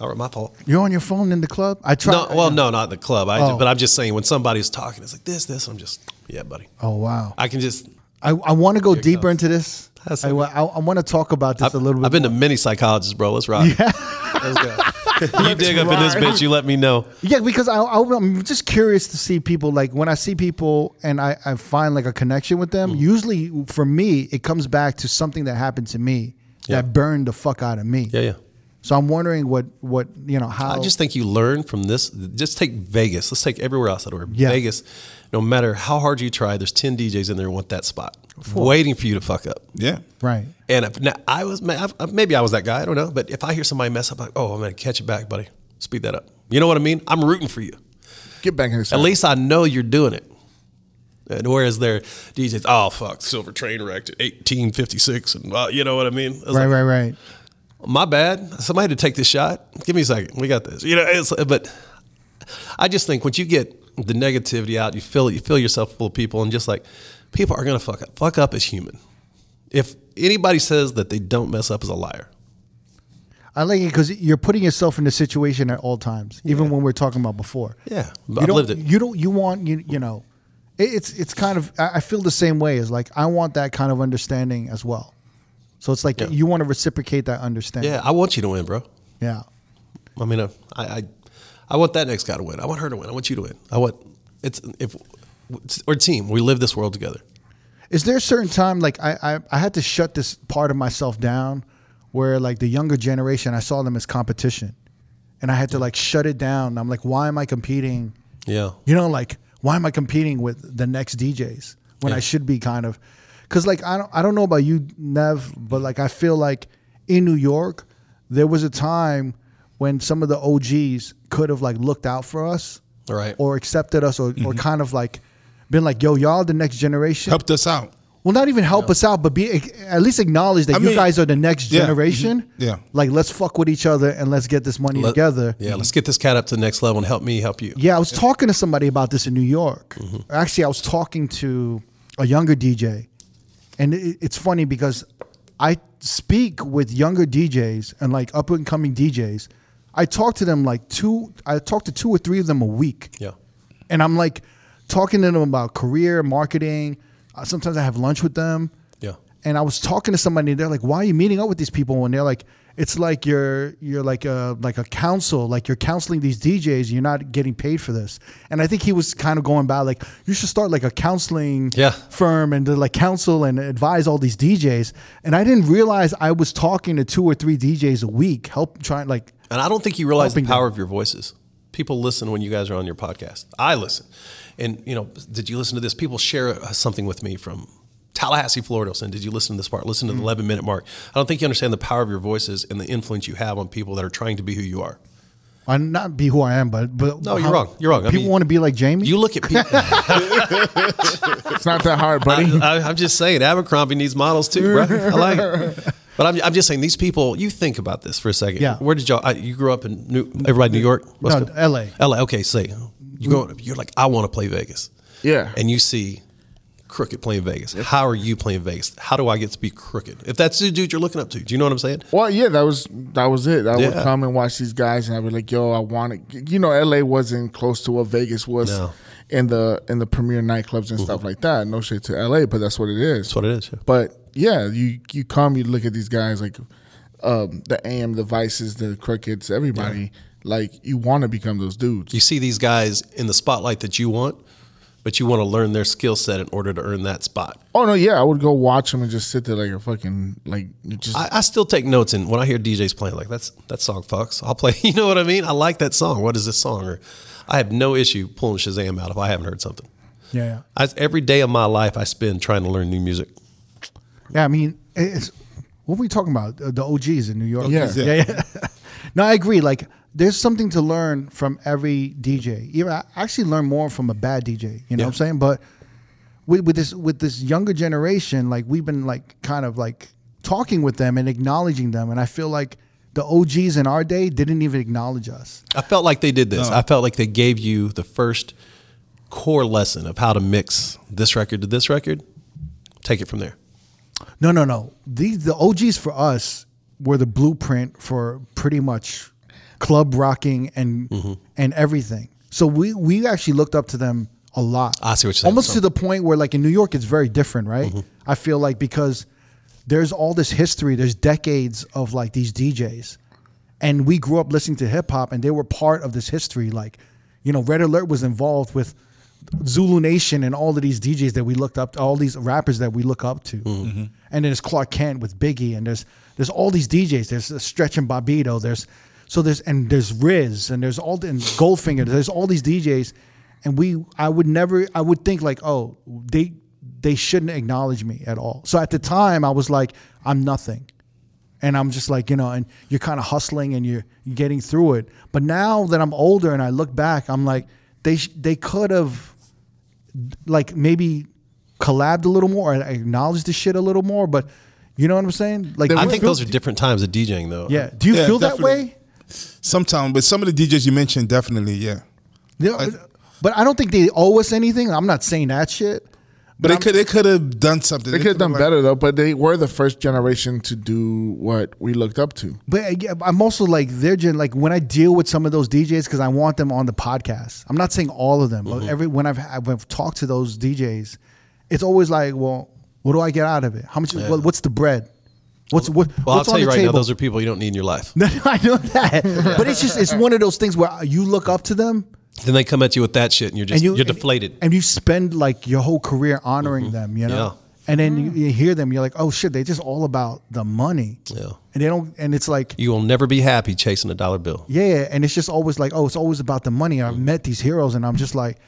S5: all right, my fault.
S2: You're on your phone in the club. I try.
S5: No, well, no, not the club. I,
S2: Oh.
S5: but I'm just saying when somebody's talking, it's like this, this. I'm just, yeah, buddy.
S2: Oh wow.
S5: I can just.
S2: I, I want to go deeper into this.
S5: That's
S2: I, wa- I, want to talk about this
S5: I've,
S2: a little bit.
S5: I've been to many psychologists, bro. Let's rock. Yeah. Let's go. you dig up in this bitch. You let me know.
S2: Yeah, because I, I, am just curious to see people like when I see people and I, I find like a connection with
S5: Mm-hmm.
S2: them. Usually, for me, it comes back to something that happened to me
S5: Yeah.
S2: that burned the fuck out of me.
S5: Yeah, yeah.
S2: So I'm wondering what what you know how.
S5: I just think you learn from this. Just take Vegas. Let's take everywhere else that we're
S2: Yeah.
S5: Vegas. No matter how hard you try, there's ten DJs in there who want that spot, waiting for you to fuck up.
S3: Yeah.
S2: right.
S5: And if, now I was man, I- I- maybe I was that guy. I don't know. But if I hear somebody mess up, like, oh, I'm gonna catch it back, buddy. Speed that up. You know what I mean? I'm rooting for you.
S4: Get back in this.
S5: At least I know you're doing it. And whereas their DJs, oh fuck, Silver Train wrecked at 1856, and well, you know what I mean. I was
S2: Right,
S5: like,
S2: right, right.
S5: My bad. Somebody had to take this shot. Give me a second. We got this. You know, it's, but I just think once you get the negativity out, you fill you fill yourself full of people, and just like people are gonna fuck up. Fuck up is human. If anybody says that they don't mess up, is a liar.
S2: I like it because you're putting yourself in the situation at all times, even when we're talking about before.
S5: Yeah,
S2: You
S5: I've
S2: don't-
S5: lived it.
S2: You don't. You want you you know, it- it's it's kind of. I I feel the same way as like I want that kind of understanding as well. So it's like you want to reciprocate that understanding.
S5: Yeah, I want you to win, bro.
S2: Yeah.
S5: I mean, uh, I, I, I want that next guy to win. I want her to win. I want you to win. I want it's if or team. We live this world together.
S2: Is there a certain time like I, I I had to shut this part of myself down, where like the younger generation I saw them as competition, and I had to like shut it down. I'm like, why am I competing?
S5: Yeah,
S2: You know, like why am I competing with the next DJs when I should be kind of? Because like I don't I don't know about you, Nev, but like I feel like in New York there was a time when some of the OGs could have like looked out for us,
S5: Right.
S2: or accepted us, or
S3: Mm-hmm.
S2: or kind of like been like, yo, y'all the next generation.
S3: Helped us out.
S2: Well, not even help us out, but be at least acknowledge that
S3: I
S2: you
S3: mean,
S2: guys are the next
S3: yeah. Mm-hmm.
S2: generation.
S3: Yeah.
S2: like let's fuck with each other and let's get this money
S5: Let-
S2: together.
S5: Yeah, let's get this cat up to the next level and help me help you.
S2: Yeah, I was talking to somebody about this in New York.
S5: Mm-hmm.
S2: Actually, I was talking to a younger DJ, and it, it's funny because I speak with younger DJs and like up and coming DJs. I talk to them like two. I talk to two or three of them a week.
S5: Yeah.
S2: and I'm like talking to them about career, marketing. Uh, Sometimes I have lunch with them.
S5: Yeah.
S2: And I was talking to somebody, and they're like, "Why are you meeting up with these people?" And they're like, "It's like you're you're like a like a counsel, like you're counseling these DJs. You're not getting paid for this." And I think he was kind of going by like, "You should start like a counseling
S5: Yeah.
S2: firm and to like counsel and advise all these DJs." And I didn't realize I was talking to two or three DJs a week, help trying like
S5: And I don't think you realize the
S2: Helping them.
S5: power of your voices. People listen when you guys are on your podcast. I listen, and you know, did you listen to this? People share uh, something with me from Tallahassee, Florida. And did you listen to this part? Listen to the
S2: Mm.
S5: eleven minute mark. I don't think you understand the power of your voices and the influence you have on people that are trying to be who you are.
S2: I'm not be who I am, but but
S5: No, you're wrong. You're wrong. I
S2: People
S5: mean-
S2: want to be like Jamie.
S5: You look at people.
S4: It's not that hard, buddy.
S5: I, I, I'm just saying, Abercrombie needs models too, bro. I like it. But I'm, I'm just saying, these people, you think about this for a second.
S2: Yeah.
S5: Where did y'all, I, you grew up in New, everybody in New York? West
S2: No,
S5: Coast?
S2: LA.
S5: LA, okay, say, you go, you're like, I want to play Vegas.
S4: Yeah.
S5: And you see Crooked playing Vegas. How are you playing Vegas? How do I get to be Crooked? If that's the dude you're looking up to, do you know what I'm saying?
S4: Well, yeah, that was that was it. I would
S5: Yeah.
S4: come and watch these guys, and I'd be like, "Yo, I want to." You know, L.A. wasn't close to what Vegas was
S5: No.
S4: in the in the premier nightclubs and stuff like that. No shit to L.A., but that's what it is.
S5: That's what it is. yeah.
S4: But yeah, you you come, you look at these guys like um, the AM, the Vices, the Crickets, everybody. Like you want to become those dudes.
S5: You see these guys in the spotlight that you want, but you want to learn their skill set in order to earn that spot.
S4: Oh no, yeah, I would go watch them and just sit there like a fucking like you just.
S5: I, I still take notes, and when I hear DJs playing, like that's that song fucks. I'll play. You know what I mean? I like that song. What is this song? Or I have no issue pulling Shazam out if I haven't heard something.
S2: yeah, yeah.
S5: I, every day of my life, I spend trying to learn new music.
S2: Yeah, I mean, it's what were we talking about? Uh, The OGs in New York.
S4: Yeah.
S2: yeah, yeah. no, I agree. Like, there's something to learn from every DJ. Even I actually learn more from a bad DJ. You know what I'm saying? But with, with this with this younger generation, like we've been like kind of like talking with them and acknowledging them, and I feel like the OGs in our day didn't even acknowledge us.
S5: I felt like they did this.
S2: Oh.
S5: I felt like they gave you the first core lesson of how to mix this record to this record. Take it from there.
S2: No, no, no. These the OGs for us were the blueprint for pretty much club rocking and
S5: Mm-hmm.
S2: and everything. So we we actually looked up to them a lot.
S5: I see what you're saying.
S2: Almost
S5: So-
S2: to the point where like in New York it's very different, right? I feel like because there's all this history, there's decades of like these DJs. And we grew up listening to hip hop and they were part of this history. Like, you know, Red Alert was involved with Zulu Nation and all of these DJs that we looked up to, all these rappers that we look up to. And then there's Clark Kent with Biggie and there's there's all these DJs. There's uh, Stretch and Bobito. There's so there's and there's Riz and there's all the, and Goldfinger. There's all these DJs. And we I would never I would think like, oh, they they shouldn't acknowledge me at all. So at the time I was like, I'm nothing and I'm just like you know, and you're kind of hustling and you're you're getting through it. But now that I'm older and I look back, I'm like they sh- they could have like maybe collabed a little more and acknowledged the shit a little more. But you know what I'm saying? Like,
S5: I think those are different times of DJing, though.
S2: yeah. Do you
S3: Yeah,
S2: feel that
S3: definitely.
S2: way?
S3: Sometimes, but some of the DJs you mentioned, definitely, yeah.
S2: Yeah. but I don't think they owe us anything. I'm not saying that shit.
S3: But they could they could have done something.
S4: They could have done
S3: like-
S4: better though, but they were the first generation to do what we looked up to.
S2: But I- yeah, I'm also like they're gen- like when I deal with some of those DJs because I want them on the podcast. I'm not saying all of them,
S5: Mm-hmm.
S2: but every when I've, I've I've talked to those DJs, it's always like, well, what do I get out of it? How much? What, what's the bread? What's what?
S5: Well, I'll
S2: what's
S5: tell
S2: on
S5: you
S2: the
S5: right
S2: table?
S5: now, those are people you don't need in your life.
S2: No, no, I know that, but it's just it's one of those things where you look up to them
S5: Then they come at you with that shit, and you're just
S2: and you
S5: you, are deflated. Mm-hmm.
S2: and you spend like your whole career honoring them, you know.
S5: Yeah.
S2: And then you, you hear them, you're like, oh shit, they're just all about the money.
S5: Yeah.
S2: And they don't, and it's like
S5: you will never be happy chasing a dollar bill.
S2: Yeah, and it's just always like, oh, it's always about the money. I've met these heroes, and I'm just like,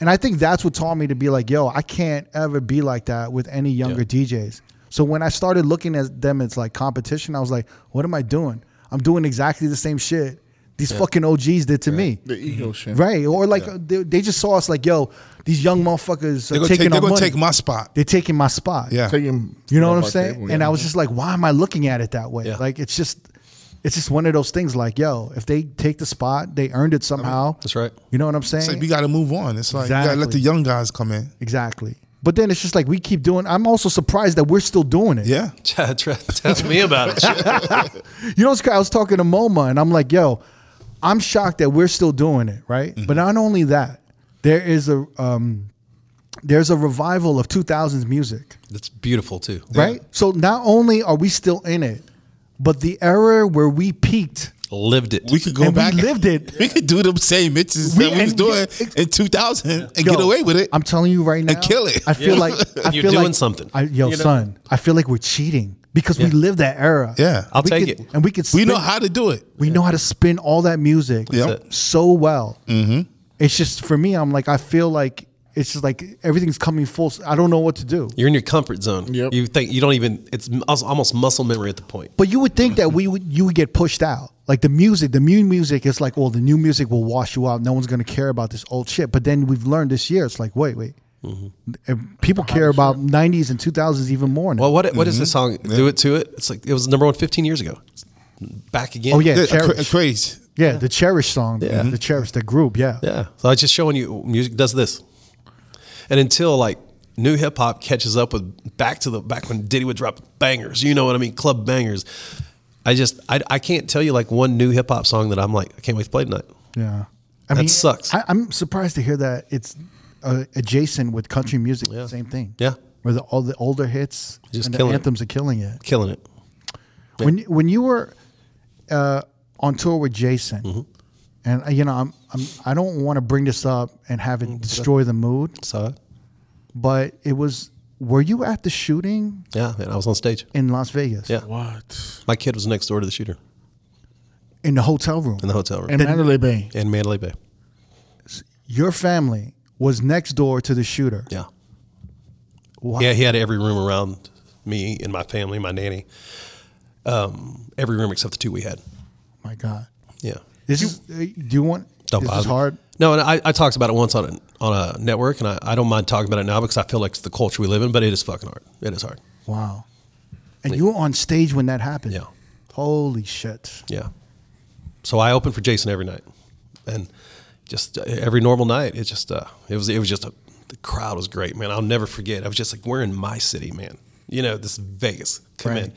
S2: and I think that's what taught me to be like, yo, I can't ever be like that with any younger DJs. So when I started looking at them, it's like competition. I was like, what am I doing? I'm doing exactly the same shit these fucking OGs did to me.
S4: The ego shit.
S2: Mm-hmm. Right, or like they, they just saw us like, yo, these young motherfuckers are
S3: They're
S2: taking
S3: gonna, take, they're
S2: our
S3: gonna
S2: money.
S3: take my spot.
S2: they're taking my spot.
S3: Yeah.
S4: Taking
S2: You know
S4: off
S2: what I'm
S4: our
S2: saying?
S4: table,
S2: and
S4: yeah.
S2: I was just like, why am I looking at it that way?
S5: Yeah.
S2: Like it's just it's just one of those things like, yo, if they take the spot, they earned it somehow.
S5: That's right.
S2: You know what I'm saying?
S3: It's like we got to move on. It's like you got to let
S2: Exactly.
S3: the young guys come in.
S2: exactly. But then it's just like we keep doing I'm also surprised that we're still doing it.
S3: Yeah.
S5: Tell tell me about it.
S2: You know what's cra- I was talking to MoMA and I'm like, yo, I'm shocked that we're still doing it, right? But not only that, there is a um there's a revival of 2000s music.
S5: That's beautiful too.
S2: right? So not only are we still in it, but the era where we peaked
S5: Lived it.
S3: We could go
S2: And we
S3: back.
S2: lived it.
S3: We could do them same bitches
S2: We-
S3: that we was
S2: and-
S3: doing in 2000 and get
S2: Yo,
S3: away with it.
S2: I'm telling you right now,
S3: kill it.
S2: I feel like I
S5: You're
S2: feel
S5: doing
S2: like,
S5: something.
S2: I, yo,
S5: You know?
S2: son, I feel like we're cheating because we
S5: Yeah.
S2: live that era.
S3: Yeah.
S5: I'll
S2: We
S5: take
S2: could-
S5: it.
S2: and we could. Spin,
S3: we know how to do it.
S2: we know how to spin all that music
S3: Yep.
S5: it.
S2: so well. Mm-hmm. It's just for me. I'm like I feel like it's just like everything's coming full. s- I don't know what to do.
S5: You're in your comfort zone.
S4: Yep.
S5: You think you don't even. It's m- als- almost muscle memory at the point.
S2: But you would think that we would you would get pushed out. Like the music, the new music is like, well, the new music will wash you out. No one's gonna care about this old shit. But then we've learned this year, it's like, wait, wait,
S5: Mm-hmm.
S2: And people care about '90s and 2000s even more now.
S5: Well, what what is this song? Do it to it. It's like it was number one 15 years ago. It's back again.
S2: oh yeah,
S3: Yeah,
S2: cherish.
S3: cra- crazy.
S2: yeah, the cherish song,
S5: Yeah.
S2: the cherish, the group, yeah.
S5: Yeah. So I was just showing you music does this. And until like new hip hop catches up with back to the back when Diddy would drop bangers, you know what I mean? Club bangers. I just I, I can't tell you like one new hip hop song that I'm like, I can't wait to play tonight.
S2: Yeah, I
S5: That sucks.
S2: I, I'm surprised to hear that it's uh, adjacent with country music. Same thing.
S5: Yeah.
S2: where the, all the older hits
S5: Just
S2: and the
S5: killing it.
S2: anthems are killing it.
S5: Killing it.
S2: when when you were uh, on tour with Jason,
S5: Mm-hmm.
S2: and uh, you know I'm, I'm I don't want to bring this up and have it
S5: Mm-hmm.
S2: destroy the mood,
S5: So
S2: but it was were you at the shooting
S5: yeah, man, I was on stage.
S2: in Las Vegas?
S5: Yeah.
S4: What?
S5: My kid was next door to the shooter
S2: in the hotel room.
S5: in the hotel room
S4: And Mandalay Bay.
S5: in Mandalay Bay.
S2: Your family was next door to the shooter.
S5: Yeah.
S2: Wow.
S5: Yeah, he had every room around me and my family, my nanny. Um, every room except the two we had.
S2: my God,
S5: Yeah.
S2: this is. uh, Do you want?
S5: Don't
S2: this is
S5: bother.
S2: hard.
S5: No, and I, I talked about it once on a, on a network, and I, I don't mind talking about it now because I feel like it's the culture we live in, but it is fucking hard. It is hard.
S2: Wow, and you were on stage when that happened.
S5: Yeah.
S2: Holy shit.
S5: Yeah. So I open for Jason every night, and just uh, every normal night, it just uh, it was it was just a the crowd was great, man. I'll never forget. I was just like, we're in my city, man. You know, this is Vegas. Come in,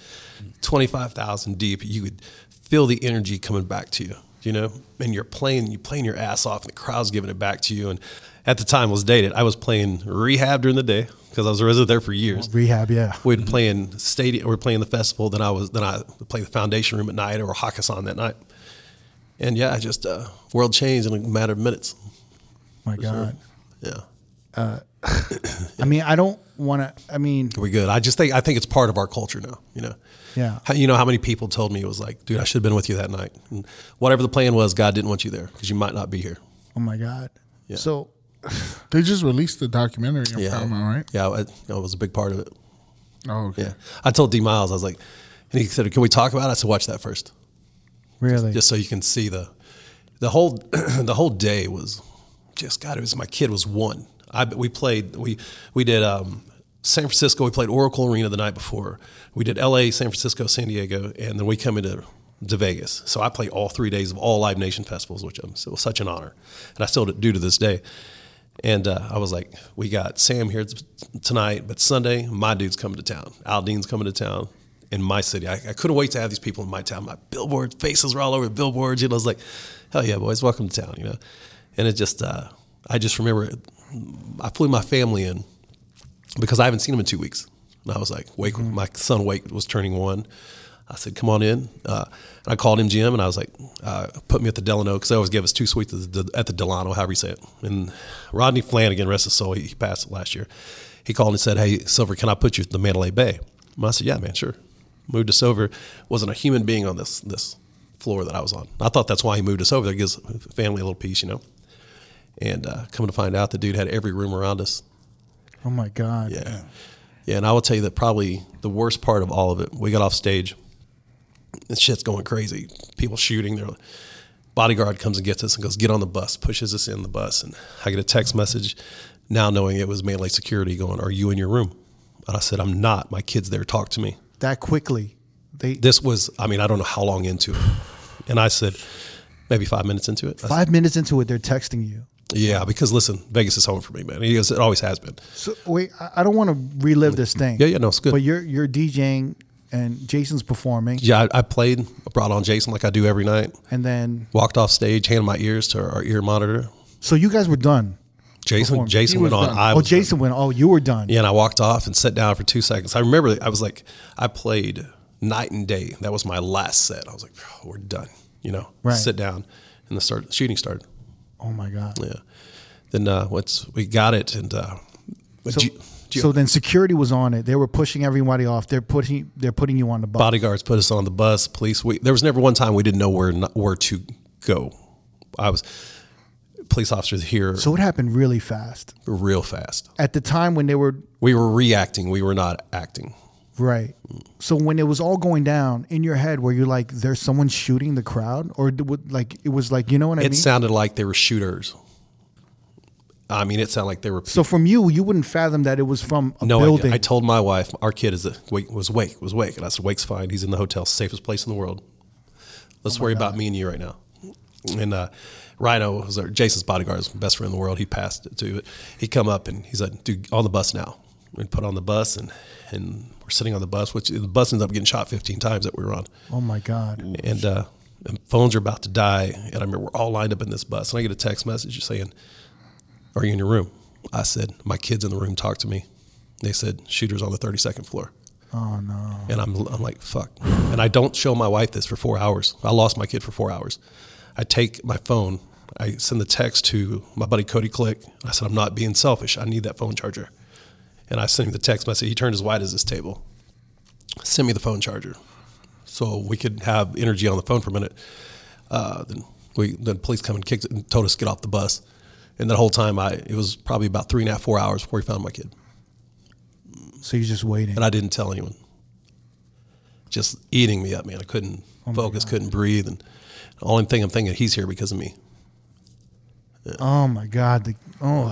S5: twenty five thousand deep. You could feel the energy coming back to you. You know, and you're playing, you playing your ass off, and the crowd's giving it back to you. And at the time, I was dated. I was playing rehab during the day because I was a resident there for years
S2: Rehab. Yeah.
S5: we'd play in stadium or playing the festival. Then I was then I would play the foundation room at night or Hakkasan that night. And yeah, I just uh, world changed in a matter of minutes.
S2: My God.
S5: Yeah,
S2: I mean, I don't want to. I mean,
S5: we're good. I just think I think it's part of our culture now. You know.
S2: Yeah.
S5: How, you know how many people told me it was like, dude, I should have been with you that night. And whatever the plan was, God didn't want you there because you might not be here.
S2: oh my God.
S5: Yeah.
S2: So
S4: They just released the documentary on
S5: Yeah.
S4: Paramount,
S5: Yeah, I, I was a big part of it.
S4: right? Oh, okay.
S5: Yeah. I told D Miles, I was like, and he said, can we talk about it? I said, watch that first.
S2: Really?
S5: just so you can see the the whole the whole day was just God. It was my kid was one. I we played we we did um, San Francisco. We played Oracle Arena the night before. We did L.A., San Francisco, San Diego, and then we come into to Vegas. So I play all three days of all Live Nation festivals, which I'm so such an honor, and I still do to this day. And uh, I was like, we got Sam here t- tonight, but Sunday, my dude's coming to town. Al Dean's coming to town in my city. I, I couldn't wait to have these people in my town. My billboard faces were all over the billboards. You know, I was like, hell yeah, boys, welcome to town, you know? And it just, uh, I just remember I flew my family in because I haven't seen him in two weeks. And I was like, Wake, my son Wake was turning one. I said, come on in. Uh, and I called him Jim and I was like, uh, put me at the Delano because they always give us two suites at the, at the Delano, however you say it. And Rodney Flanagan, rest his soul, he, he passed last year. He called and said, hey, Silver, can I put you at the Mandalay Bay? And I said, yeah, man, sure. Moved us over. Wasn't a human being on this, this floor that I was on. I thought that's why he moved us over there, gives family a little peace, you know? And uh, coming to find out, the dude had every room around us.
S2: Oh my God.
S5: Yeah. Yeah, and I will tell you that probably the worst part of all of it, we got off stage. This shit's going crazy. People shooting. Their bodyguard comes and gets us and goes, get on the bus, pushes us in the bus. And I get a text message now knowing it was mainly security going, Are you in your room? And I said, I'm not. My kid's there. Talk to me
S2: That quickly. They
S5: this was i mean i don't know how long into it and i said maybe five minutes into it I said,
S2: five minutes into it, they're texting you.
S5: yeah because listen vegas is home for me man he goes it always has been
S2: So wait, I I don't want to relive this thing.
S5: Yeah, yeah, no, it's good.
S2: But you're you're DJing and Jason's performing,
S5: yeah i, I played I brought on jason like i do every night
S2: and then
S5: walked off stage handed my ears to our, our ear monitor
S2: so you guys were done.
S5: jason
S2: Performed.
S5: jason
S4: He was
S5: went on
S4: done.
S5: I
S2: oh,
S5: was done.
S2: Jason went. Oh, you were done.
S5: Yeah, and I walked off and sat down for two seconds. I remember I was like, I played night and day. That was my last set. I was like, "Oh, we're done, you know.
S2: Right.
S5: Sit down, and the start shooting started.
S2: Oh my God.
S5: Yeah. Then uh, once we got it, and uh, but
S2: So,
S5: G- G-
S2: so then security was on it. They were pushing everybody off. They're putting they're putting you on the bus.
S5: bodyguards put us on the bus. Police. We, there was never one time we didn't know where not, where to go. I was police officers here
S2: So it happened really fast.
S5: real fast.
S2: At the time when they were
S5: We were reacting. We were not acting.
S2: right. So when it was all going down in your head, were you like, "There's someone shooting the crowd," or d- would- like it was like, you know what I
S5: It
S2: mean?
S5: sounded like they were shooters. I mean, it sounded like they were.
S2: so from you, you wouldn't fathom that it was from a
S5: No, I-
S2: building.
S5: I, told my wife, our kid is a, wake, was wake, was wake, and I said, Wake's fine. He's in the hotel, safest place in the world. Let's worry about me and you right now. And uh, Rhino was our, Jason's bodyguard, his best friend in the world. He passed it to it. He come up and he's like, "Dude, on the bus now." We put on the bus and and we're sitting on the bus, which the bus ends up getting shot 15 times that we were on
S2: oh my god.
S5: and uh, and phones are about to die. And I remember we're all lined up in this bus, and I get a text message saying, "Are you in your room?" I said, "My kids in the room. Talk to me." They said, "Shooters on the 32nd floor."
S2: Oh no.
S5: And I'm, I'm like, fuck. And I don't show my wife this for four hours. I lost my kid for four hours. I take my phone, I send the text to my buddy Cody Click. I said, I'm not being selfish. I need that phone charger. And I sent him the text message. He turned as white as this table. Send me the phone charger so we could have energy on the phone for a minute. Uh, then we then police come and kicked it and told us to get off the bus. And that whole time, I it was probably about three and a half, four hours before he found my kid
S2: So you're just waiting.
S5: and I didn't tell anyone. Just eating me up, man. I couldn't focus, couldn't breathe, and the only thing I'm thinking, he's here because of me.
S2: Oh my god. The, oh,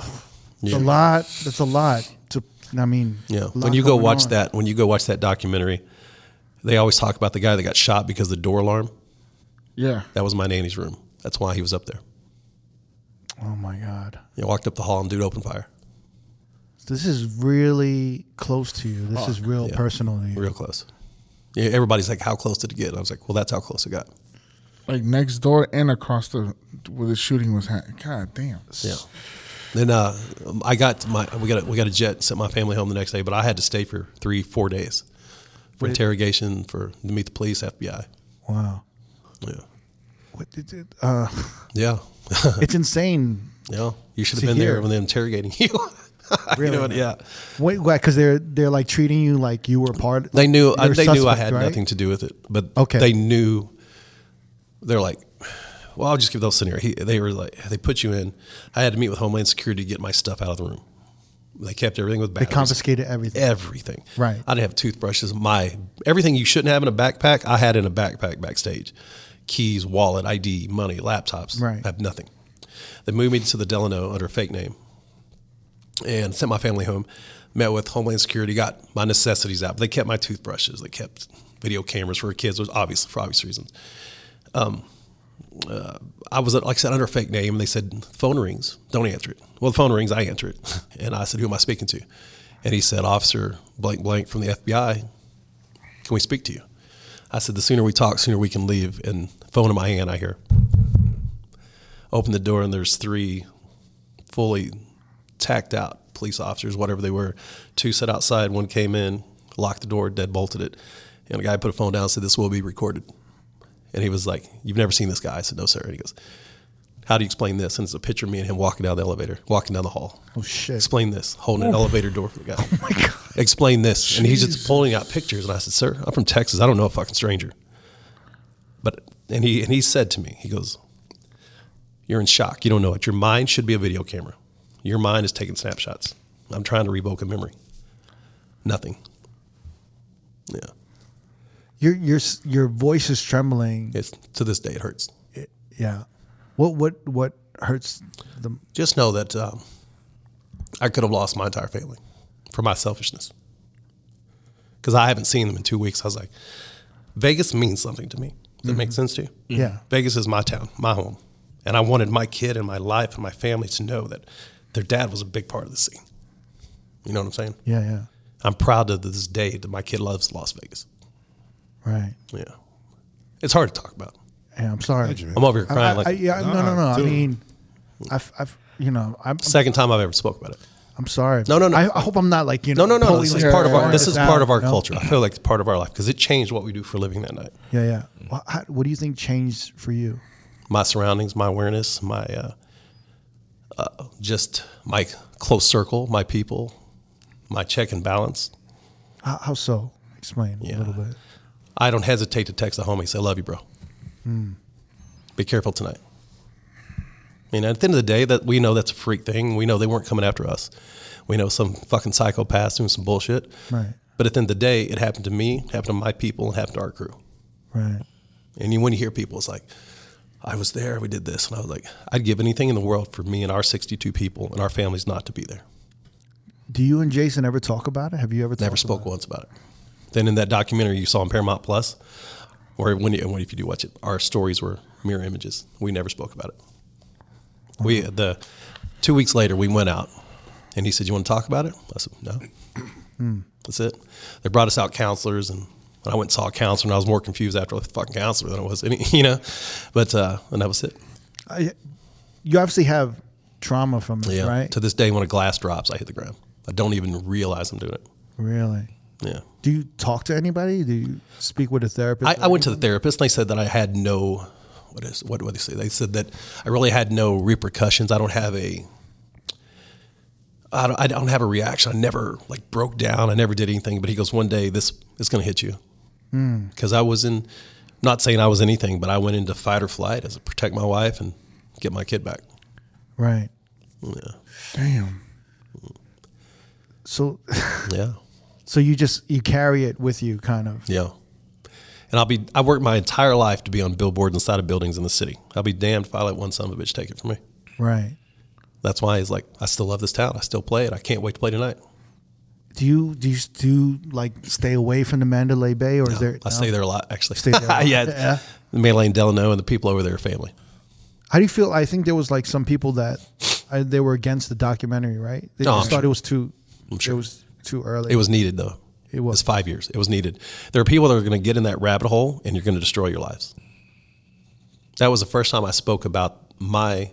S2: it's
S5: Yeah.
S2: a lot. That's a lot. To I mean,
S5: Yeah.
S2: a
S5: When
S2: lot
S5: you go
S2: going
S5: watch
S2: on.
S5: that, when you go watch that documentary, they always talk about the guy that got shot because of the door alarm.
S4: Yeah.
S5: That was my nanny's room. That's why he was up there.
S2: Oh my god.
S5: He walked up the hall and dude opened fire,
S2: This is really close to you. This is real
S5: Yeah.
S2: personal to you.
S5: real close. Yeah, everybody's like, "How close did it get?" And I was like, "Well, that's how close it got."
S4: Like next door and across the where the shooting was happening. God damn.
S5: Yeah. Then uh, I got to my we got a, we got a jet sent my family home the next day, but I had to stay for three four days for interrogation for to meet the police FBI.
S2: Wow.
S5: Yeah,
S2: What did it, uh,
S5: yeah,
S2: it's insane.
S5: yeah. You should
S2: To
S5: have been
S2: hear.
S5: there when they're interrogating you. you know what? Yeah,
S2: Wait, because they're they're like treating you like you were part.
S5: they knew
S2: you're
S5: I,
S2: a
S5: they knew I
S2: suspect,
S5: had
S2: right?
S5: nothing to do with it, but
S2: Okay.
S5: they knew. They're like, well, I'll just give those scenario. He, they were like, they put you in. I had to meet with Homeland Security to get my stuff out of the room. They kept everything with
S2: They
S5: batteries.
S2: confiscated everything.
S5: everything.
S2: Right.
S5: I didn't have toothbrushes. My everything you shouldn't have in a backpack, I had in a backpack backstage. Keys, wallet, ID, money, laptops.
S2: Right.
S5: I have nothing. They moved me to the Delano under a fake name. and sent my family home. Met with Homeland Security, got my necessities out. But they kept my toothbrushes. They kept video cameras for kids, was obvious for obvious reasons. I was like I said under a fake name, and they said phone rings. Don't answer it. Well, the phone rings. I answer it, and I said, "Who am I speaking to?" And he said, "Officer blank blank from the FBI. Can we speak to you?" I said, "The sooner we talk, sooner we can leave." And phone in my hand, I hear. Open the door, and there's three fully tacked out police officers, whatever they were. Two sat outside. One came in, locked the door, dead bolted it, and a guy put a phone down and said, "This will be recorded." And he was like, You've never seen this guy. I said, No, sir. And he goes, How do you explain this? And it's a picture of me and him walking down the elevator, walking down the hall. Oh, shit. Explain this, holding an elevator door for the guy. Oh, my God. Explain this. And he's just pulling out pictures. And I said, Sir, I'm from Texas. I don't know a fucking stranger. But, and he, and he said to me, He goes, You're in shock. You don't know it. Your mind should be a video camera. Your mind is taking snapshots. I'm trying to revoke a memory. Nothing. Yeah.
S2: Your your s- your voice is trembling.
S5: It's, to this day, it hurts.
S2: Yeah. What what what hurts the
S5: just know that um, I could have lost my entire family for my selfishness. Because I haven't seen them in two weeks. I was like, Vegas means something to me. Does that make sense to you?
S2: Yeah.
S5: Vegas is my town, my home. And I wanted my kid and my life and my family to know that their dad was a big part of the scene. You know what I'm saying?
S2: Yeah, yeah.
S5: I'm proud to this day that my kid loves Las Vegas.
S2: Right.
S5: Yeah. It's hard to talk about.
S2: Yeah, I'm sorry.
S5: I'm over here
S2: I,
S5: crying
S2: I-
S5: like
S2: I- yeah, no, no, no. I
S3: dude.
S2: mean, I've, I've, you know, I'm,
S5: second time I've ever spoke about it.
S2: I'm sorry.
S5: No, no, no.
S2: I, I hope I'm not like you
S5: No,
S2: know.
S5: no, no. This
S2: totally, like,
S5: is part of our.
S2: pouring
S5: This is
S2: out,
S5: part of our
S2: no?
S5: culture. I feel like it's part of our life because it changed what we do for a living that night.
S2: Yeah, yeah. Well, how, what do you think changed for you?
S5: My surroundings, my awareness, my uh, uh, just my close circle, my people, my check and balance.
S2: How, how so? Explain a little bit.
S5: I don't hesitate to text a homie say, "Love you, bro. Be careful tonight." I mean, at the end of the day, that we know that's a freak thing. We know they weren't coming after us. We know some fucking psychopaths doing some bullshit.
S2: Right.
S5: But at the end of the day, it happened to me, happened to my people, and happened to our crew.
S2: Right.
S5: And you, when you hear people, it's like, I was there, we did this. And I was like, I'd give anything in the world for me and our 62 people and our families not to be there.
S2: Do you and Jason ever talk about it? Have you ever talked
S5: Never spoke
S2: About
S5: once about it. Then in that documentary you saw on Paramount Plus, or when, you, when if you do watch it, our stories were mirror images. We never spoke about it. We the two weeks later we went out, and he said, "You want to talk about it?" I said, "No." That's it. They brought us out counselors, and, and I went and saw a counselor, and I was more confused after the fucking counselor than I was any, you know. But uh, and that was it.
S2: it? I, you obviously have trauma from it,
S5: Yeah.
S2: right?
S5: To this day, when a glass drops, I hit the ground. I don't even realize I'm doing it.
S2: really.
S5: Yeah.
S2: Do you talk to anybody? Do you speak with a therapist?
S5: I, I went to the therapist and they said that I had no, what is, what do they say? They said that I really had no repercussions. I don't have a, I don't, I don't have a reaction. I never like broke down. I never did anything. But he goes, one day this is going to hit you. Because I was in, not saying I was anything, but I went into fight or flight as a protect my wife and get my kid back.
S2: right.
S5: Yeah.
S4: Damn.
S2: So,
S5: Yeah.
S2: so you just you carry it with you, kind of.
S5: Yeah. And I'll be, I worked my entire life to be on billboards inside of buildings in the city. I'll be damned if I let one son of a bitch take it from me.
S2: Right.
S5: That's why he's like, I still love this town. I still play it. I can't wait to play tonight.
S2: Do you do you do you, like stay away from the Mandalay Bay, or is there?
S5: I stay there a lot, actually.
S2: Stay there a lot.
S5: yeah.
S2: Yeah.
S5: The Maylane Delano and the people over there are family.
S2: How do you feel? I think there was like some people that I, they were against the documentary, right? They
S5: No,
S2: just
S5: I'm
S2: thought
S5: sure.
S2: it was too.
S5: sure.
S2: It was too early.
S5: It was needed, though.
S2: It was.
S5: It's five years. It was needed. There are people that are going to get in that rabbit hole and you're going to destroy your lives. That was the first time I spoke about my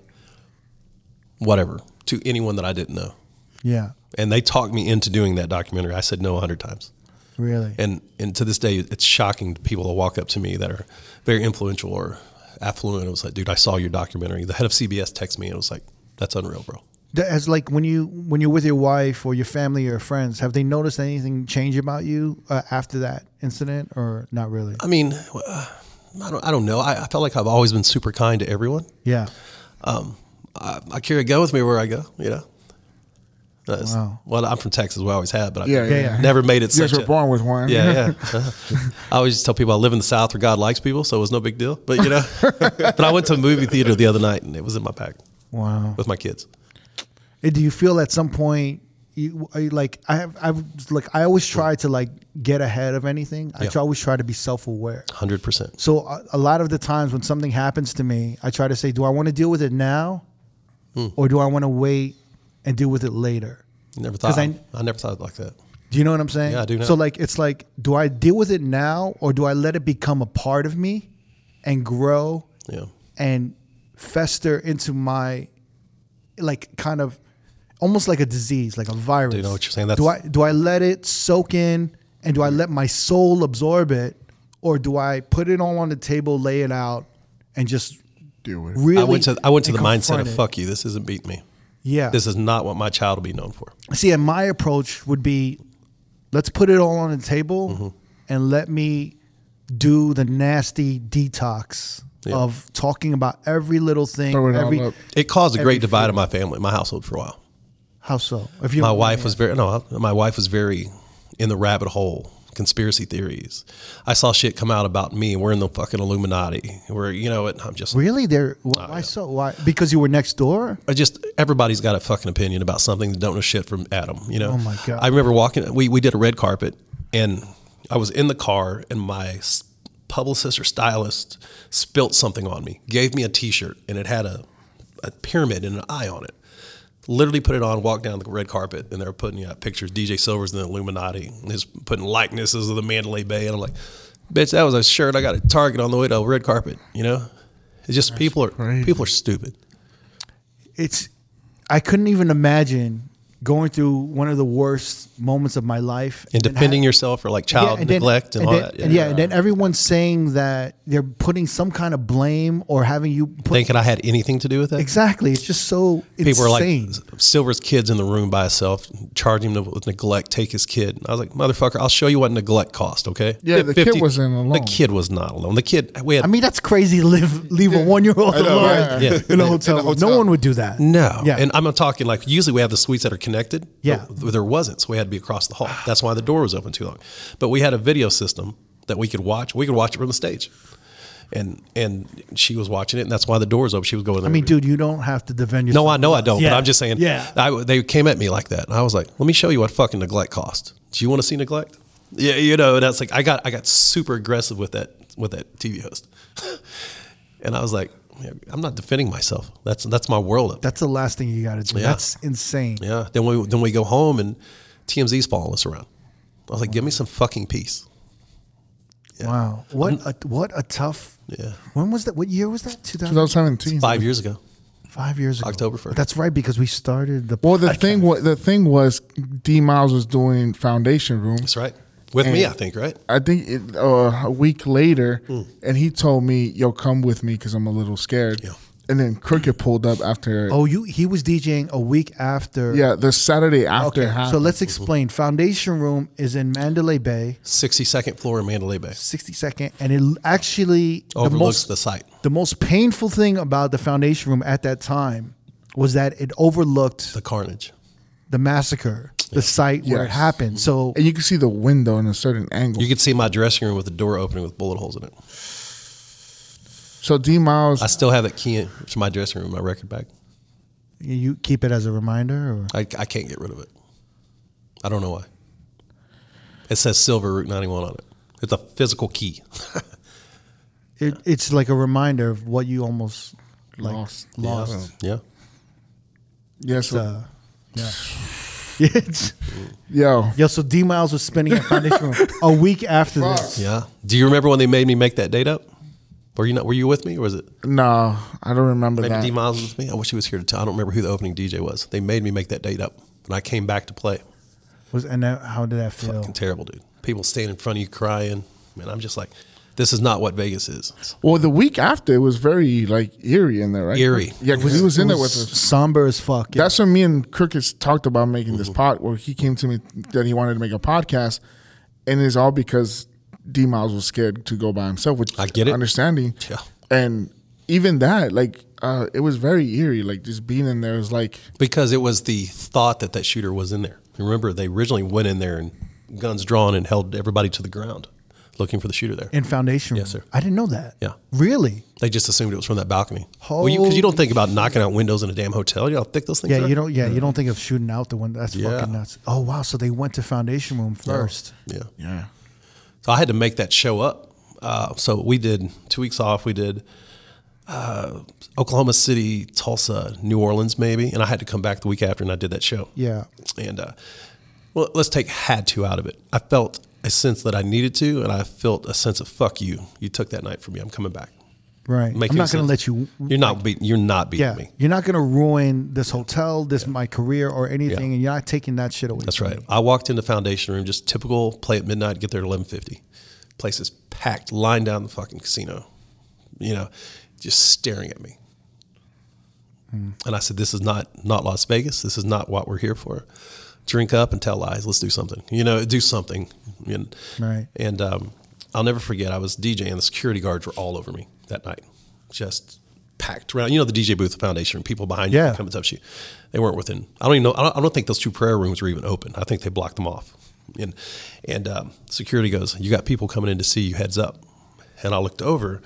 S5: whatever to anyone that I didn't know.
S2: Yeah.
S5: And they talked me into doing that documentary. I said no a hundred times.
S2: Really.
S5: and and to this day, it's shocking to people to walk up to me that are very influential or affluent. It was like, dude, I saw your documentary. The head of CBS texted me and it was like, that's unreal, bro.
S2: Th- As like when you when you're with your wife or your family or friends, have they noticed anything change about you uh, after that incident, or not really?
S5: I mean, uh, I don't, I don't know. I, I felt like I've always been super kind to everyone. Um,
S2: Yeah.
S5: I, I carry a gun with me where I go, you know. That's- Well, I'm from Texas. We always have, but I
S4: Yeah, yeah, yeah.
S5: never made it.
S4: You guys
S5: such
S4: were
S5: a-
S4: born with one.
S5: Yeah, yeah. I always just tell people I live in the South where God likes people, so it was no big deal. But you know, but I went to a movie theater the other night and it was in my pack
S2: Wow. Uh,
S5: with my kids.
S2: do you feel at some point you are you like I have I've like I always try to like get ahead of anything. I
S5: Yeah.
S2: try, always try to be self aware.
S5: Hundred percent.
S2: So a, a lot of the times when something happens to me, I try to say, do I want to deal with it now,
S5: Hmm.
S2: or do I want to wait and deal with it later?
S5: Never
S2: 'Cause
S5: thought.
S2: I-
S5: I, never thought like that.
S2: Do you know what I'm saying?
S5: Yeah, I do now.
S2: So like, it's like, do I deal with it now, or do I let it become a part of me and grow
S5: Yeah.
S2: and fester into my like kind of almost like a disease, like a virus.
S5: know what you're saying? That's-
S2: do I do I let it soak in and do I let my soul absorb it, or do I put it all on the table, lay it out, and just
S4: Deal with it.
S2: really?
S5: I went to I went to
S2: and
S5: the mindset
S2: confront
S5: of
S2: it?
S5: fuck you. This isn't beat me.
S2: Yeah.
S5: This is not what my child will be known for.
S2: See, and my approach would be, let's put it all on the table
S5: Mm-hmm.
S2: and let me do the nasty detox
S5: Yeah.
S2: of talking about every little thing,
S4: Throw it all
S2: every
S4: up.
S5: It caused a great divide in my family, my household for a while.
S2: how so. If you
S5: my
S2: don't
S5: wife
S2: mind.
S5: was very no my wife was very in the rabbit hole conspiracy theories i saw shit come out about me and we're in the fucking illuminati we're you know it i'm just
S2: Really? There? Why
S5: Oh,
S2: so? Why? Because you were next door?
S5: I just everybody's got a fucking opinion about something that don't know shit from Adam. You know.
S2: Oh, my God.
S5: I remember walking. We we did a red carpet, and I was in the car, and my s- publicist or stylist spilt something on me. Gave me a T-shirt, and it had a a pyramid and an eye on it. Literally put it on, walked down the red carpet, and they were putting out pictures. DJ Silver's in the Illuminati, and he's putting likenesses of the Mandalay Bay, and I'm like, bitch, that was a shirt I got at Target on the way to a red carpet. You know, it's just people are people are stupid.
S2: It's. I couldn't even imagine going through one of the worst moments of my life
S5: and
S2: then
S5: defending
S2: ha-
S5: yourself or like child
S2: and then-
S5: neglect and, all
S2: then-
S5: that.
S2: and yeah, and then everyone's saying that they're putting some kind of blame or having you put
S5: thinking I had anything to do with that.
S2: Exactly. It's just so
S5: People
S2: insane.
S5: are like Silver's kids in the room by himself, charge him with neglect, take his kid. I was like, motherfucker, I'll show you what neglect cost. Okay.
S4: Yeah, the kid wasn't alone.
S5: The kid was not alone. The kid, we had
S2: I mean, that's crazy. to Live, leave a one year old
S4: know,
S2: alone
S4: right?
S5: Yeah.
S2: in a hotel.
S4: In a
S2: No
S4: hotel.
S2: one would do that.
S5: no.
S2: Yeah.
S5: And I'm not talking like usually we have the suites that are connected.
S2: Yeah.
S5: But there wasn't, so we had to be across the hall. That's why the door was open too long. But we had a video system that we could watch. We could watch it from the stage. And and she was watching it, and that's why the door was open. She was going.
S2: I mean, dude, you don't have to defend yourself.
S5: No, I know I don't.
S2: Yeah.
S5: But I'm just saying.
S2: Yeah.
S5: I, they came at me like that, and I was like, "Let me show you what fucking neglect cost. Do you want to see neglect? Yeah, you know." And that's like, I got I got super aggressive with that with that TV host, and I was like, "Yeah, "I'm not defending myself. That's that's my world." Up.
S2: That's the last thing you got to do.
S5: Yeah.
S2: That's insane.
S5: yeah. Then we then we go home and TMZ's following us around. I was like, "Give me some fucking peace."
S2: Wow. What a, what a tough.
S5: Mm. Yeah.
S2: When was that? What year was that? 2000,
S4: 2017.
S5: Five years ago,
S2: five years ago.
S5: October 1st.
S2: That's right, because we started the.
S4: Well, the thing was the thing was D Miles was doing Foundation Room.
S5: that's right. With me,
S4: And-
S5: I think right.
S4: I think it, uh, a week later, and he told me, "Yo, come with me because I'm a little scared."
S5: Yeah.
S4: And then Crooked pulled up after.
S2: oh, you. He was DJing a week after.
S4: yeah, the Saturday after.
S2: Okay. So
S4: happened.
S2: let's
S5: Mm-hmm.
S2: explain. Foundation Room is in Mandalay Bay,
S5: Sixty second floor in Mandalay Bay
S2: 62nd, and it actually the
S5: overlooks
S2: most
S5: the site.
S2: The most painful thing about the Foundation Room at that time was that it overlooked
S5: The carnage.
S2: the massacre, the site where it
S4: Yes.
S2: happened. So
S5: Mm-hmm.
S4: and you can see the window in a certain angle.
S5: You could see my dressing room with the door opening with bullet holes in it.
S4: so D Miles,
S5: I still have that key to my dressing room, my record bag.
S2: you keep it as a reminder, or
S5: I, I can't get rid of it. I don't know why. It says Silver Route 91 on it. It's a physical key.
S2: it, it's like a reminder of what you almost like
S4: Lost.
S2: lost.
S5: Yeah.
S4: yes, yeah, so,
S2: Uh, yeah. It's-
S4: yo,
S2: Yo, so D Miles was spinning at Foundation Room a week after this.
S5: Yeah. Do you remember when they made me make that date up? Were you not? Were you with me, or was it
S4: no, I don't remember
S5: maybe
S4: that.
S5: D Miles was with me? I wish he was here to tell. I don't remember who the opening DJ was. They made me make that date up, and I came back to play.
S2: Was and that, how did that feel?
S5: Fucking terrible, dude. People standing in front of you crying. Man, I'm just like, this is not what Vegas is.
S4: well, the week after it was very like eerie in there, right?
S5: Eerie.
S4: Yeah, because he was in there with us.
S2: Somber as fuck. Yeah.
S4: That's when me and Crooked talked about making this
S5: Mm-hmm.
S4: pod. Where he came to me that he wanted to make a podcast, and it's all because D Miles was scared to go by himself, which
S5: I get it.
S4: understanding.
S5: Yeah.
S4: And even that, like, uh, it was very eerie. Like just being in there was like,
S5: Because it was the thought that that shooter was in there. Remember, they originally went in there and guns drawn and held everybody to the ground. looking for the shooter there.
S2: in Foundation Room.
S5: Yes, sir.
S2: I didn't know that.
S5: Yeah.
S2: Really?
S5: They just assumed it was from that balcony. Well, because you, don't think about knocking out windows in a damn hotel. You know how thick those things
S2: Yeah,
S5: are?
S2: you don't. Yeah, you don't think of shooting out the window. That's
S5: Mm-hmm. Yeah.
S2: fucking nuts. Oh wow! So they went to Foundation Room first.
S5: Yeah. Yeah. So I had to make that show up. Uh, so we did two weeks off. We did uh, Oklahoma City, Tulsa, New Orleans, maybe. And I had to come back the week after and I did that show.
S2: Yeah.
S5: And uh, well, let's take had to out of it. I felt a sense that I needed to, and I felt a sense of fuck you. You took that night from me. I'm coming back.
S2: Right.
S5: Make
S2: I'm
S5: any
S2: not going to
S5: sense.
S2: let you.
S5: You're not beating. You're not beating
S2: Yeah.
S5: me.
S2: You're not going to ruin this hotel, this my career or anything,
S5: Yeah.
S2: and you're not taking that shit away.
S5: That's
S2: from
S5: right.
S2: me.
S5: I walked into Foundation Room, just typical play at midnight, get there at eleven fifty. Place is packed, lined down the fucking casino. You know, just staring at me.
S2: Hmm.
S5: And I said, "This is not not Las Vegas. This is not what we're here for. Drink up and tell lies. Let's do something. You know, do something." And,
S2: Right.
S5: And um, I'll never forget. I was DJing. and The security guards were all over me that night, just packed around. You know, the DJ booth, the Foundation Room, people behind
S2: Yeah.
S5: you coming to touch you. They weren't within. I don't even know. I don't, I don't think those two prayer rooms were even open. I think they blocked them off. And and um, security goes, "You got people coming in to see you. Heads up." And I looked over,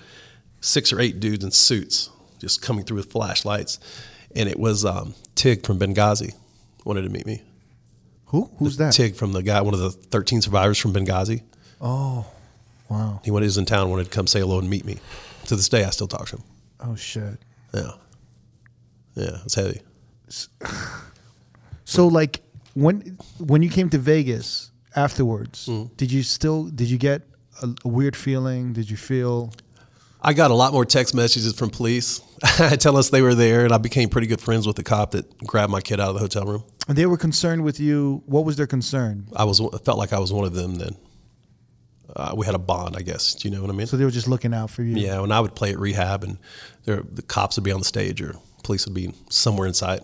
S5: six or eight dudes in suits just coming through with flashlights, and it was um, Tig from Benghazi wanted to meet me.
S2: Who? Who's that?
S5: Tig from the guy, one of the 13 survivors from Benghazi.
S2: Oh. Wow.
S5: He went, he was in town, wanted to come say hello and meet me. To this day, I still talk to him.
S2: Oh shit.
S5: Yeah. Yeah, it's heavy.
S2: So like when when you came to Vegas afterwards,
S5: Hmm.
S2: did you still did you get a, a weird feeling? Did you feel
S5: I got a lot more text messages from police. Tell us they were there, and I became pretty good friends with the cop that grabbed my kid out of the hotel room.
S2: they were concerned with you? What was their concern?
S5: I was I felt like I was one of them then. Uh, we had a bond, I guess. Do you know what I mean?
S2: So they were just looking out for you.
S5: yeah, when I would play at rehab, and there, the cops would be on the stage, or police would be somewhere in sight.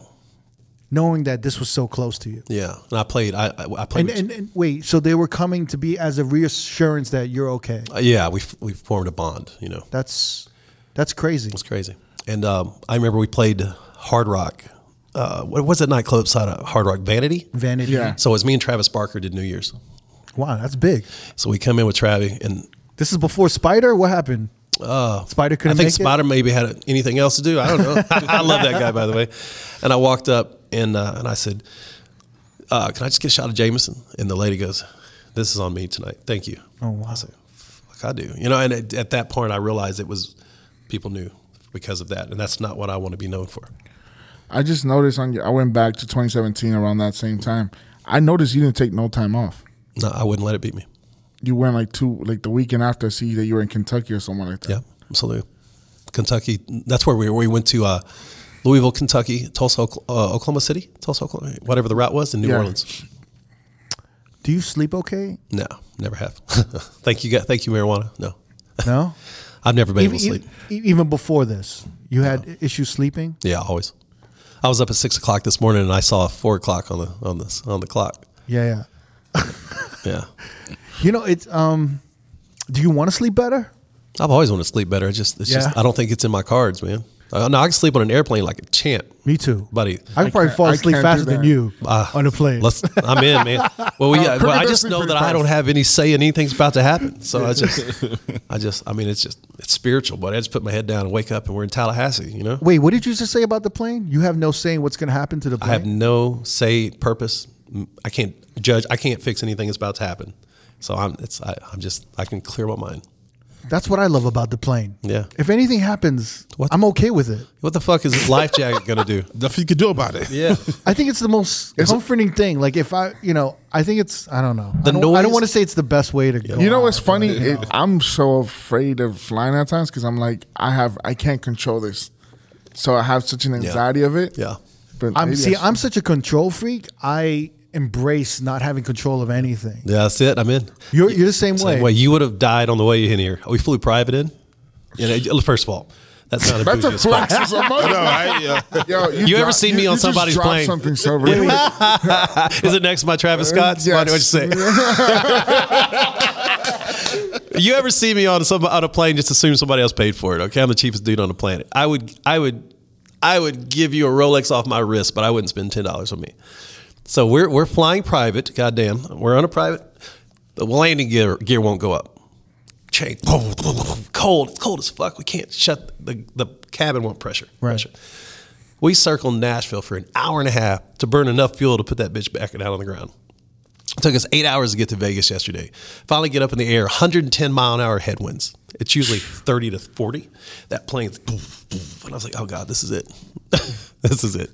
S2: Knowing that this was so close to you.
S5: Yeah, and I played. I, I I played.
S2: And, and, and wait, so they were coming to be as a reassurance that you're okay.
S5: uh, yeah, we f- we formed a bond. You know,
S2: That's that's crazy.
S5: It's crazy. And um, I remember we played Hard Rock. Uh, what was that nightclub outside of Hard Rock? Vanity?
S2: Vanity.
S4: Yeah.
S5: So it was me and Travis Barker did New Year's.
S2: Wow, that's big.
S5: So we come in with Travis, and
S2: This is before Spider. What happened? Uh, Spider
S5: I
S2: couldn't
S5: think
S2: make it?
S5: Spider maybe had anything else to do. I don't know. I love that guy, by the way. And I walked up and uh, and I said, uh, "Can I just get a shot of Jameson?" And the lady goes, "This is on me tonight. Thank you." Oh
S2: wow.
S5: I said, "Fuck, I do." You know. And at, at that point, I realized it was people knew because of that, and that's not what I want to be known for.
S4: I just noticed on your. I went back to 2017 around that same time. I noticed you didn't take no time off.
S5: No, I wouldn't let it beat me.
S4: You went like two, like the weekend after. I see that you were in Kentucky or somewhere like that.
S5: Yeah, absolutely. Kentucky. That's where we were. We went to uh, Louisville, Kentucky, Tulsa, Ok- uh, Oklahoma City, Tulsa, Oklahoma, whatever the route was in New
S4: Yeah.
S5: Orleans.
S2: Do you sleep okay?
S5: No, never have. thank you, God- thank you, marijuana. No,
S2: No?
S5: I've never been
S2: even,
S5: able to sleep.
S2: even- even before this, you had issues sleeping?
S5: Yeah, always. I was up at six o'clock this morning and I saw four o'clock on the on this on the clock.
S2: Yeah, yeah.
S5: Yeah,
S2: You know, it's um do you want to sleep better?
S5: I've always wanted to sleep better. I just, it's just,
S2: Yeah.
S5: I don't think it's in my cards, man. Uh, no, I can sleep on an airplane like a champ,
S2: Me too.
S5: buddy.
S2: I could probably
S4: can't-
S2: fall
S4: I
S2: asleep
S4: can't do
S2: faster than
S4: that.
S2: you on a plane.
S5: Ah, Let's, I'm in, man. Well, we, uh, well, I
S4: cricket
S5: just
S4: does
S5: know
S4: sleep
S5: that
S4: Oh, pretty
S5: I don't
S4: fast.
S5: have any say in anything's about to happen. So I just, I just, I mean, it's just, it's spiritual, but I just put my head down and wake up and we're in Tallahassee, you know?
S2: Wait, what did you just say about the plane? You have no saying what's going to happen to the plane.
S5: I have no say, purpose. M- I can't judge. I can't fix anything that's about to happen. So I'm, it's, I, I'm just, I can clear my mind.
S2: That's what I love about the plane.
S5: Yeah.
S2: If anything happens,
S5: What-
S2: I'm okay with it.
S5: What the fuck is this life jacket going to do?
S3: Nothing you could do about it.
S5: Yeah.
S2: I think it's the most comforting thing. Like if I, you know, I think it's I don't know.
S5: The
S2: I don't, I don't
S5: noise-
S2: want to say it's the best way to go.
S4: You know
S2: out,
S4: what's
S2: but,
S4: funny?
S2: you know.
S4: It, I'm so afraid of flying at times because I'm like, I have, I can't control this, so I have such an anxiety of it.
S5: Yeah.
S4: But
S2: I'm
S4: maybe I
S2: see.
S4: should-
S2: I'm such a control freak. I embrace not having control of anything.
S5: Yeah, that's it. I'm in.
S2: You're you're the same,
S5: Same
S2: way.
S5: way. You would have died on the way in here. We flew private in. You know, first of all, that sounded
S4: That's
S5: bougie
S4: a
S5: as fuck.
S4: flex. It's a mother-
S3: No, I, yeah.
S4: Yo,
S5: You ever seen me on
S4: just
S5: somebody's
S4: dropped
S5: plane?
S4: Something silver.
S5: Is it next to my Travis Scott? Why do I say? you ever see me on some on a plane? Just assume somebody else paid for it. Okay, I'm the cheapest dude on the planet. I would, I would, I would give you a Rolex off my wrist, but I wouldn't spend ten dollars on me. So we're we're flying private. Goddamn, we're on a private. The landing gear gear won't go up. chain. Cold, it's cold as fuck. We can't shut the the cabin won't pressure. Pressure. We circled Nashville for an hour and a half to burn enough fuel to put that bitch back down on the ground. It took us eight hours to get to Vegas yesterday. Finally, get up in the air, 110 mile an hour headwinds. It's usually 30 to 40. That plane's, boof, boof. and I was like, oh god, this is it. this is it.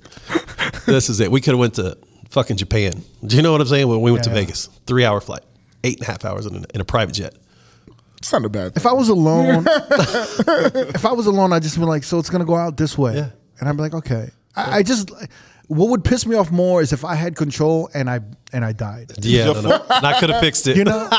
S5: This is it. We could have went to fucking Japan. Do you know what I'm saying? When we went to Vegas, three hour flight, eight and a half hours in a, in a private jet.
S4: It's not a bad.
S2: If I was alone, if I was alone, I'd just be like, so it's gonna go out this way,
S5: Yeah.
S2: and I'd be like, okay. I, I just what would piss me off more is if I had control and I and I died.
S5: Yeah, no, no. And I could have fixed it.
S2: You know?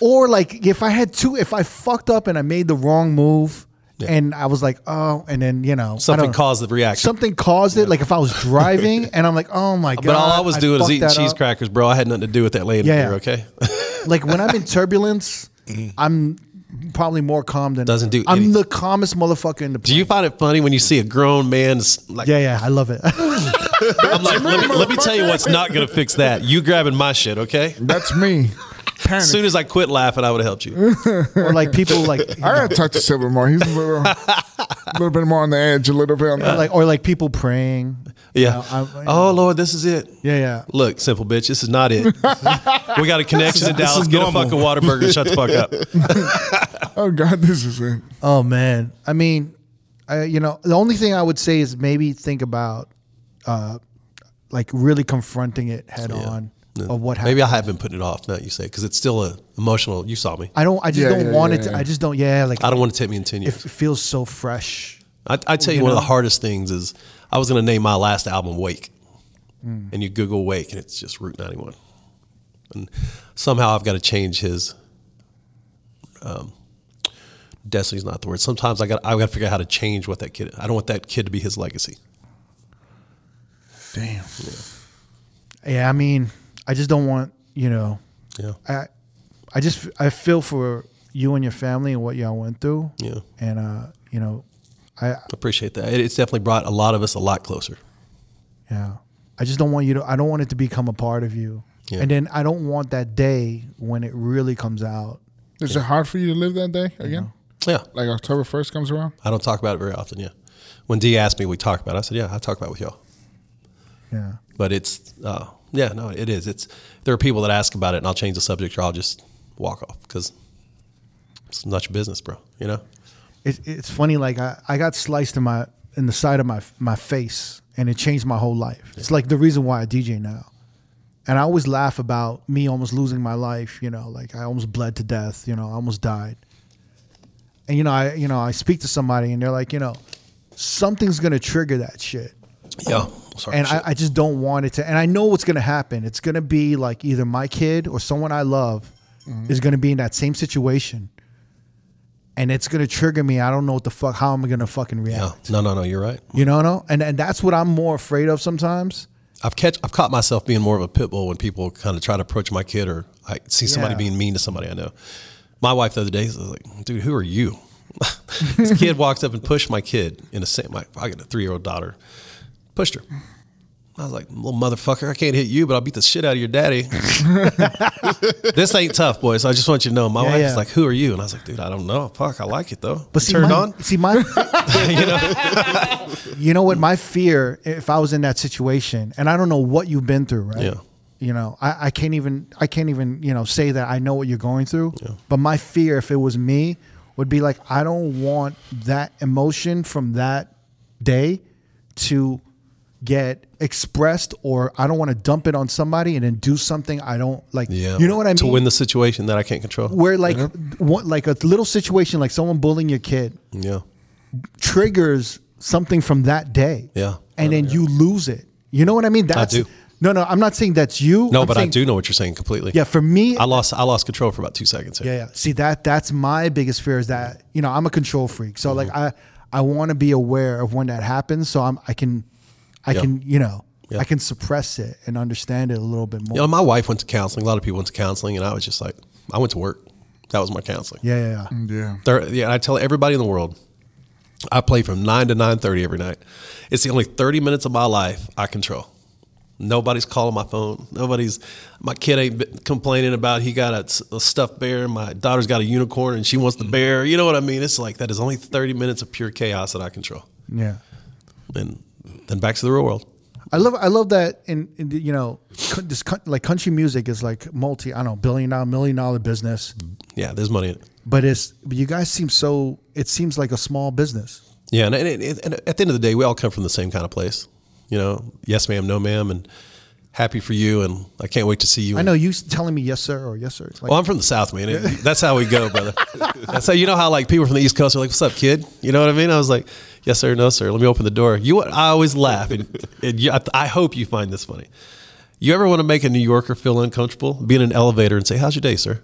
S2: or like if I had two, if I fucked up and I made the wrong move and I was like, oh, and then, you know, I
S5: something
S2: don't-
S5: caused the reaction.
S2: Something caused it. Like if I was driving and I'm like, oh my God.
S5: but all I was doing is
S2: fucked
S5: eating
S2: that
S5: cheese
S2: up.
S5: crackers, bro. I had nothing to do with that laying
S2: Yeah.
S5: there. Okay,
S2: Like when I'm in turbulence, I'm probably more calm than
S5: Mm-hmm. Doesn't do
S2: I'm
S5: anything.
S2: the calmest motherfucker in the
S5: do you find it funny when you see a grown man's like?
S2: Yeah, yeah, I love it.
S5: I'm like, let me, let me tell you what's not gonna fix that. You grabbing my shit, okay?
S4: That's me. Panic.
S5: As soon as I quit laughing, I would have helped you.
S2: or like people like
S4: I gotta talk to Silvermore. He's a little, little bit more on the edge, a little bit on the.
S2: like or like people praying.
S5: Yeah.
S2: I-
S5: oh Lord, this is it.
S2: Yeah, yeah.
S5: Look, simple bitch, this is not it. we got a connection in
S3: This is
S5: Dallas. Get a
S3: normal.
S5: fucking water burger. Shut the fuck up.
S4: Oh God, this is it.
S2: Oh man, I mean, I, you know, the only thing I would say is maybe think about, uh, like really confronting it head on of what happened.
S5: Maybe I have been putting it off. Now that you say because it's still a emotional. You saw me.
S2: I don't. I just
S4: Yeah,
S2: don't
S4: yeah,
S2: want
S4: yeah,
S2: it. To,
S4: yeah.
S2: I just don't. Yeah, like
S5: I don't want to take me in ten
S2: it
S5: years.
S2: feels so fresh.
S5: I, I tell you, one of the hardest things is I was going to name my last album Wake, and you Google Wake, and it's just Route 91. And somehow I've got to change his. Um, Destiny's not the word. Sometimes I got I got to figure out how to change what that kid. I don't want that kid to be his legacy.
S2: Damn. Yeah, I mean, I just don't want you know.
S5: Yeah,
S2: I, I just I feel for you and your family and what y'all went through.
S5: Yeah.
S2: And uh, you know, I
S5: appreciate that. It, it's definitely brought a lot of us a lot closer.
S2: Yeah. I just don't want you to I don't want it to become a part of you.
S5: Yeah.
S2: And then I don't want that day when it really comes out.
S4: Is it hard for you to live that day again?
S5: Yeah,
S4: Like October first comes around.
S5: I don't talk about it very often. Yeah, when D asked me, we talked about. it. I said, yeah, I talk about it with y'all.
S2: Yeah.
S5: but it's uh, yeah no it is it's there are people that ask about it and i'll change the subject or i'll just walk off because it's not your business bro you know
S2: It, it's funny like I, I got sliced in my in the side of my my face and it changed my whole life. It's like the reason why I DJ now. And I always laugh about me almost losing my life, you know, like I almost bled to death, you know, I almost died. And you know, I you know, I speak to somebody and they're like, you know, something's going to trigger that shit.
S5: yeah Oh, sorry
S2: and I,
S5: shit.
S2: I just don't want it to. And I know what's going to happen. It's going to be like either my kid or someone I love is going to be in that same situation, and it's going to trigger me. I don't know what the fuck. How am I going to fucking
S5: yeah
S2: react?
S5: no no no you're right
S2: You know, no. And and that's what I'm more afraid of sometimes.
S5: i've catch i've caught myself being more of a pit bull when people kind of try to approach my kid or i see somebody
S2: Yeah.
S5: being mean to somebody i know my wife the other day was like dude who are you this kid walks up and pushed my kid in a sand my i got a three-year-old daughter pushed her I was like, little motherfucker, I can't hit you, but I'll beat the shit out of your daddy. this ain't tough, boys. I just want you to know. My
S2: Yeah,
S5: wife
S2: yeah.
S5: was like, who are you? And I was like, dude, I don't know. Fuck, I like it though.
S2: But see,
S5: turned
S2: my,
S5: on.
S2: See, my. you know what? My fear, if I was in that situation, and I don't know what you've been through, right?
S5: Yeah.
S2: You know, I, I can't even I can't even you know say that I know what you're going through. But my fear, if it was me, would be like I don't want that emotion from that day to get expressed, or I don't want to dump it on somebody and then do something I don't like.
S5: Yeah.
S2: You know what I mean?
S5: To win the situation that I can't control.
S2: Where like one, like a little situation like someone bullying your kid
S5: yeah.
S2: triggers something from that day.
S5: Yeah.
S2: And then you lose it. You know what I mean? That's
S5: do.
S2: No, no, I'm not saying that's you.
S5: No,
S2: I'm
S5: but I
S2: saying-
S5: do know what you're saying completely.
S2: Yeah, for me,
S5: I lost I lost control for about two seconds. here.
S2: yeah, yeah. See that that's my biggest fear is that you know I'm a control freak, so like
S5: Mm-hmm.
S2: I I want to be aware of when that happens, so I'm I can I
S5: Yeah.
S2: can you know
S5: Yeah.
S2: I can suppress it and understand it a little bit more.
S5: You know, my wife went to counseling. A lot of people went to counseling, and I was just like, I went to work. That was my counseling.
S2: Yeah, yeah, yeah.
S5: Mm.
S4: Yeah.
S5: Thir- yeah, I tell everybody in the world, I play from nine to nine thirty every night. It's the only thirty minutes of my life I control. Nobody's calling my phone. Nobody's. My kid ain't been complaining about he got a s- a, stuffed bear. My daughter's got a unicorn and she
S2: Mm.
S5: wants the bear. You know what I mean? It's like that is only thirty minutes of pure chaos that I control.
S2: Yeah.
S5: And then back to the real world.
S2: I love I love that in, in the, you know co- this co- like country music is like multi I don't know billion dollar million dollar business
S5: Yeah, there's money in it.
S2: but it's but you guys seem so it seems like a small business
S5: Yeah, and, and, and- and at the end of the day, we all come from the same kind of place. You know, yes, ma'am, no, ma'am, and happy for you, and I can't wait to see you.
S2: I know you s- telling me yes sir or yes sir It's like
S5: Well, I'm from the South, man. It- That's how we go, brother. That's how you know how like people from the East Coast are like, "What's up, kid?" You know what I mean? I was like, "Yes, sir. No, sir. Let me open the door." You, I always laugh, and, and you, I, I hope you find this funny. You ever want to make a New Yorker feel uncomfortable? Be in an elevator and say, "How's your day, sir?"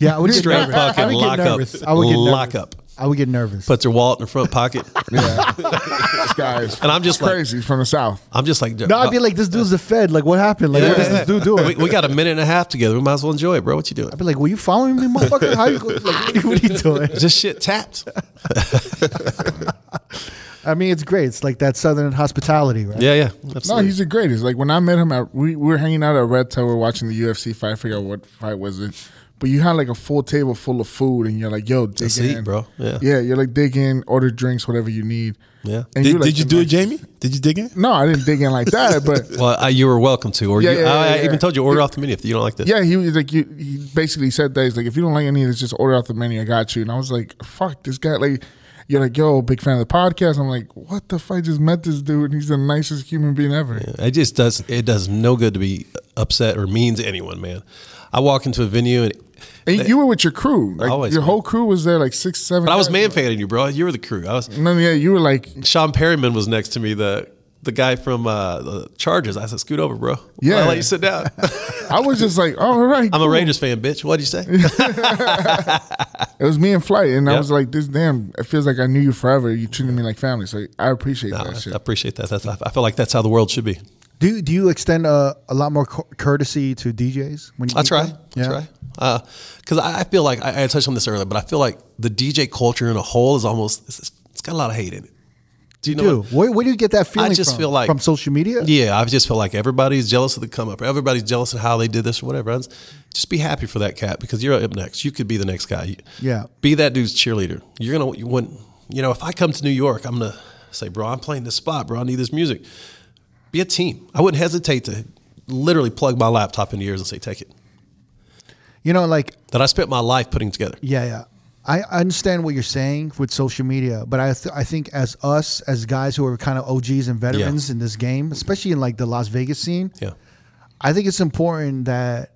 S2: yeah I would get
S5: Straight
S2: nervous. I
S5: fucking
S2: would get
S5: lock up.
S2: nervous. I would get
S5: lock
S2: nervous.
S5: up.
S2: I would get nervous
S5: Put their wallet in their front pocket,
S4: This guy is
S5: and I'm just like,
S4: crazy. He's from the south.
S5: I'm just like,
S2: no I'd be like this dude's a Fed like what happened like what is this dude doing
S5: We, we got a minute and a half together. We might as well enjoy it, bro. What you doing?
S2: I'd be like were you following me motherfucker how you go, like, what are you doing
S5: Just shit tapped.
S2: I mean it's great it's like that southern hospitality right
S5: Yeah, yeah.
S4: No,
S5: Absolutely.
S4: he's the greatest. Like when I met him, at, we, we were hanging out at Red Tail. We are watching the UFC fight. I forget what fight was it, but you had like a full table full of food, and you're like, "Yo, dig
S5: Let's
S4: in,
S5: eat, bro. Yeah.
S4: yeah, you're like dig in, order drinks, whatever you need.
S5: Yeah.
S4: And
S3: Did,
S4: like,
S3: did you
S4: the
S3: do it,
S4: nice-
S3: Jamie? Did you dig in?
S4: No, I didn't dig in like that, but
S5: Well, I, you were welcome to, or
S4: Yeah,
S5: you,
S4: yeah, yeah,
S5: I, I
S4: yeah.
S5: even told you order off the menu if you don't like this.
S4: yeah, he was like, you, he basically said that he's like, if you don't like any of this, just order off the menu. I got you. And I was like, fuck this guy. Like, you're like, yo, big fan of the podcast. I'm like, what the fuck? I just met this dude, and he's the nicest human being ever.
S5: It just does. It does no good to be upset or mean to anyone, man. I walk into a venue and,
S4: And you were with your crew. Like,
S5: Always,
S4: your
S5: man.
S4: whole crew was there, like six, seven.
S5: but I was
S4: guys.
S5: man fanning you, bro. You were the crew. I was.
S4: No, yeah, you were like,
S5: Sean Perryman was next to me. The the guy from uh, the Chargers. I said, "Scoot over, bro.
S4: Yeah.
S5: I let you sit down."
S4: I was just like, all right.
S5: I'm a
S4: cool.
S5: Rangers fan, bitch. What'd you say?
S4: Oh, It was me in flight, and I
S5: Yep.
S4: was like, this damn. It feels like I knew you forever. You treated me like family, so I appreciate
S5: No,
S4: that
S5: I
S4: shit.
S5: appreciate that. That's, I I feel like that's how the world should be.
S2: do you- do you extend a, a lot more cour- courtesy to DJs when you
S5: I
S2: meet
S5: try.
S2: them?
S5: I try. Because I I feel like I, I touched on this earlier, but I feel like the DJ culture in a whole is almost it's, it's got a lot of hate in it. Do you know?
S2: Dude,
S5: what-
S2: where, where do you get that feeling?
S5: I just
S2: from?
S5: feel like
S2: from social media.
S5: Yeah, I just feel like everybody's jealous of the come up. Everybody's jealous of how they did this or whatever. I Just, just be happy for that cat because you're up next. You could be the next guy. You-
S2: Yeah.
S5: Be that dude's cheerleader. You're gonna you want you know if I come to New York, I'm gonna say, bro, I'm playing this spot, bro. I need this music. Be a team. I wouldn't hesitate to literally plug my laptop into yours and say, take it.
S2: You know, like
S5: That I spent my life putting together.
S2: yeah, yeah. I I understand what you're saying with social media, but I th- I think as us as guys who are kind of OGs and veterans in this game, especially in like the Las Vegas scene,
S5: Yeah.
S2: I think it's important that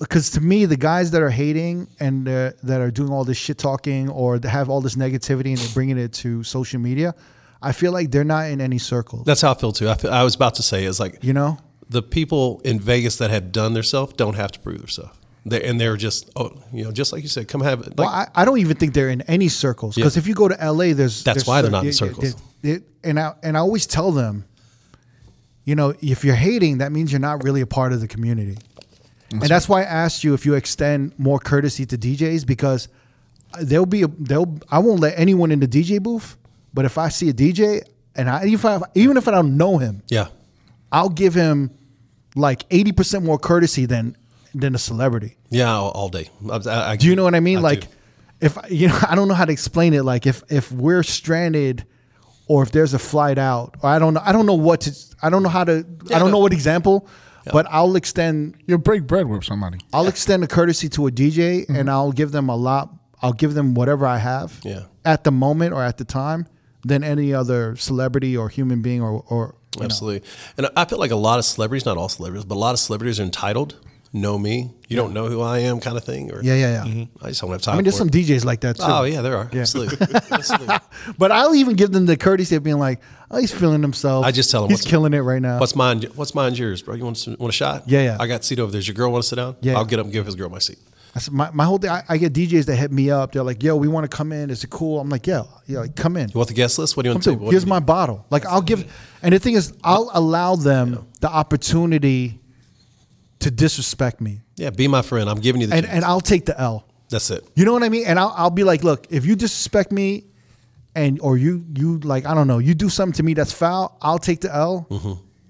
S2: because to me the guys that are hating and uh, that are doing all this shit talking or that have all this negativity and they're bringing it to social media, I feel like they're not in any circle.
S5: That's how I feel too. I, feel, I was about to say is like
S2: you know,
S5: the people in Vegas that have done themselves don't have to prove themselves. They, and they're just oh you know just like you said, come have it. Like,
S2: well, I, I don't even think they're in any circles because if you go to LA, there's
S5: That's
S2: there's
S5: why they're
S2: cer-
S5: not in
S2: yeah,
S5: circles.
S2: yeah, it- and I and I always tell them, you know, if you're hating, that means you're not really a part of the community, and that's why I asked you if you extend more courtesy to DJs because there'll be a they'll I won't let anyone in the DJ booth, but if I see a DJ and I even if I, even if I don't know him,
S5: yeah.
S2: I'll give him like eighty percent more courtesy than than a celebrity.
S5: Yeah, all, all day. I, I, I,
S2: Do you know what I mean? like,
S5: do.
S2: if you know, I don't know how to explain it. Like, if if we're stranded, or if there's a flight out, or I don't know, I don't know what to, I don't know how to, I don't know what example, but I'll extend,
S4: You break bread with somebody.
S2: I'll extend a courtesy to a DJ,
S5: Mm-hmm.
S2: and I'll give them a lot, I'll give them whatever I have,
S5: Yeah.
S2: at the moment or at the time, than any other celebrity or human being or or. you know.
S5: absolutely. And I feel like a lot of celebrities, not all celebrities, but a lot of celebrities are entitled. Know me, you don't know who I am, kind of thing. Or
S2: Yeah, yeah, yeah.
S5: I just don't have time.
S2: I mean, there's some DJs like that too.
S5: Mm-hmm. Oh yeah, there are absolutely. absolutely.
S2: But I'll even give them the courtesy of being like, "Oh, he's feeling himself."
S5: I just tell him
S2: he's
S5: what's-
S2: killing it right now.
S5: What's mine? What's mine's yours, bro? You want some, want a shot?
S2: Yeah, yeah.
S5: I got seat over there. Does your girl want to sit down?
S2: Yeah.
S5: I'll get up and give his girl my seat.
S2: I said, my, my whole day, I, I get DJs that hit me up. They're like, yo, we want to come in. Is it cool? I'm like, yeah, yeah, like, come in.
S5: You want the guest list? What do you
S2: Come
S5: want to
S2: through.
S5: do? What do
S2: Here's
S5: you
S2: my
S5: need?
S2: bottle. Like, I'll give, and the thing is, I'll allow them the opportunity to disrespect me,
S5: Yeah, be my friend. I'm giving you the.
S2: and
S5: chance.
S2: and I'll take the L.
S5: That's it.
S2: You know what I mean? And I'll, I'll be like, look, if you disrespect me, and or you you like, I don't know, you do something to me that's foul, I'll take the L.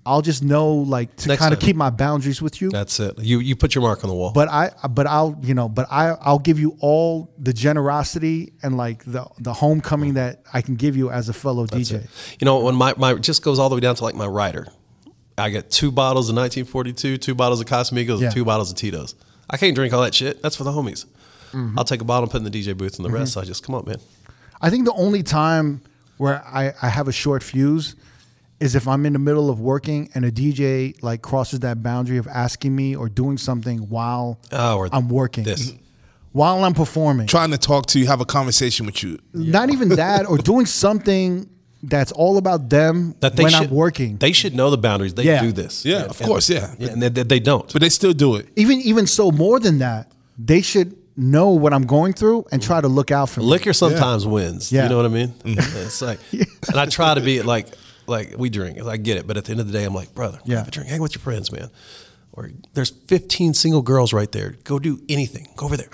S2: I'll just know like to
S5: Mm-hmm. Next
S2: kind of
S5: time.
S2: keep my boundaries with you.
S5: That's it. You you put your mark on the wall.
S2: But I, but I'll, you know, but I, I'll give you all the generosity and like the the homecoming that I can give you as a fellow DJ.
S5: You know, when my, my it just goes all the way down to like my rider, I get two bottles of 1942, two bottles of Casamigos,
S2: Yeah.
S5: and two bottles of Tito's. I can't drink all that shit. That's for the homies.
S2: Mm-hmm.
S5: I'll take a bottle and put it in the DJ booth, and the rest I just come on, man.
S2: I think the only time where I, I have a short fuse is if I'm in the middle of working and a DJ like crosses that boundary of asking me or doing something while
S5: Oh, or
S2: I'm working,
S5: this.
S2: while I'm performing.
S3: Trying to talk to you, have a conversation with you.
S2: Not even that, or doing something that's all about them
S5: That they
S2: when
S5: should,
S2: I'm working.
S5: they should know the boundaries. They
S2: Yeah.
S5: do this.
S3: Yeah, of course, yeah.
S5: and they, they- they don't.
S3: But they still do it.
S2: even even so, more than that, they should know what I'm going through and try to look out for me.
S5: liquor sometimes wins.
S2: Yeah. Mm-hmm.
S5: You know what I mean? It's like, and I try to be like, like we drink. I get it, but at the end of the day, I'm like, brother,
S2: Yeah.
S5: have a drink, hang with your friends, man. Or there's 15 single girls right there. Go do anything. Go over there.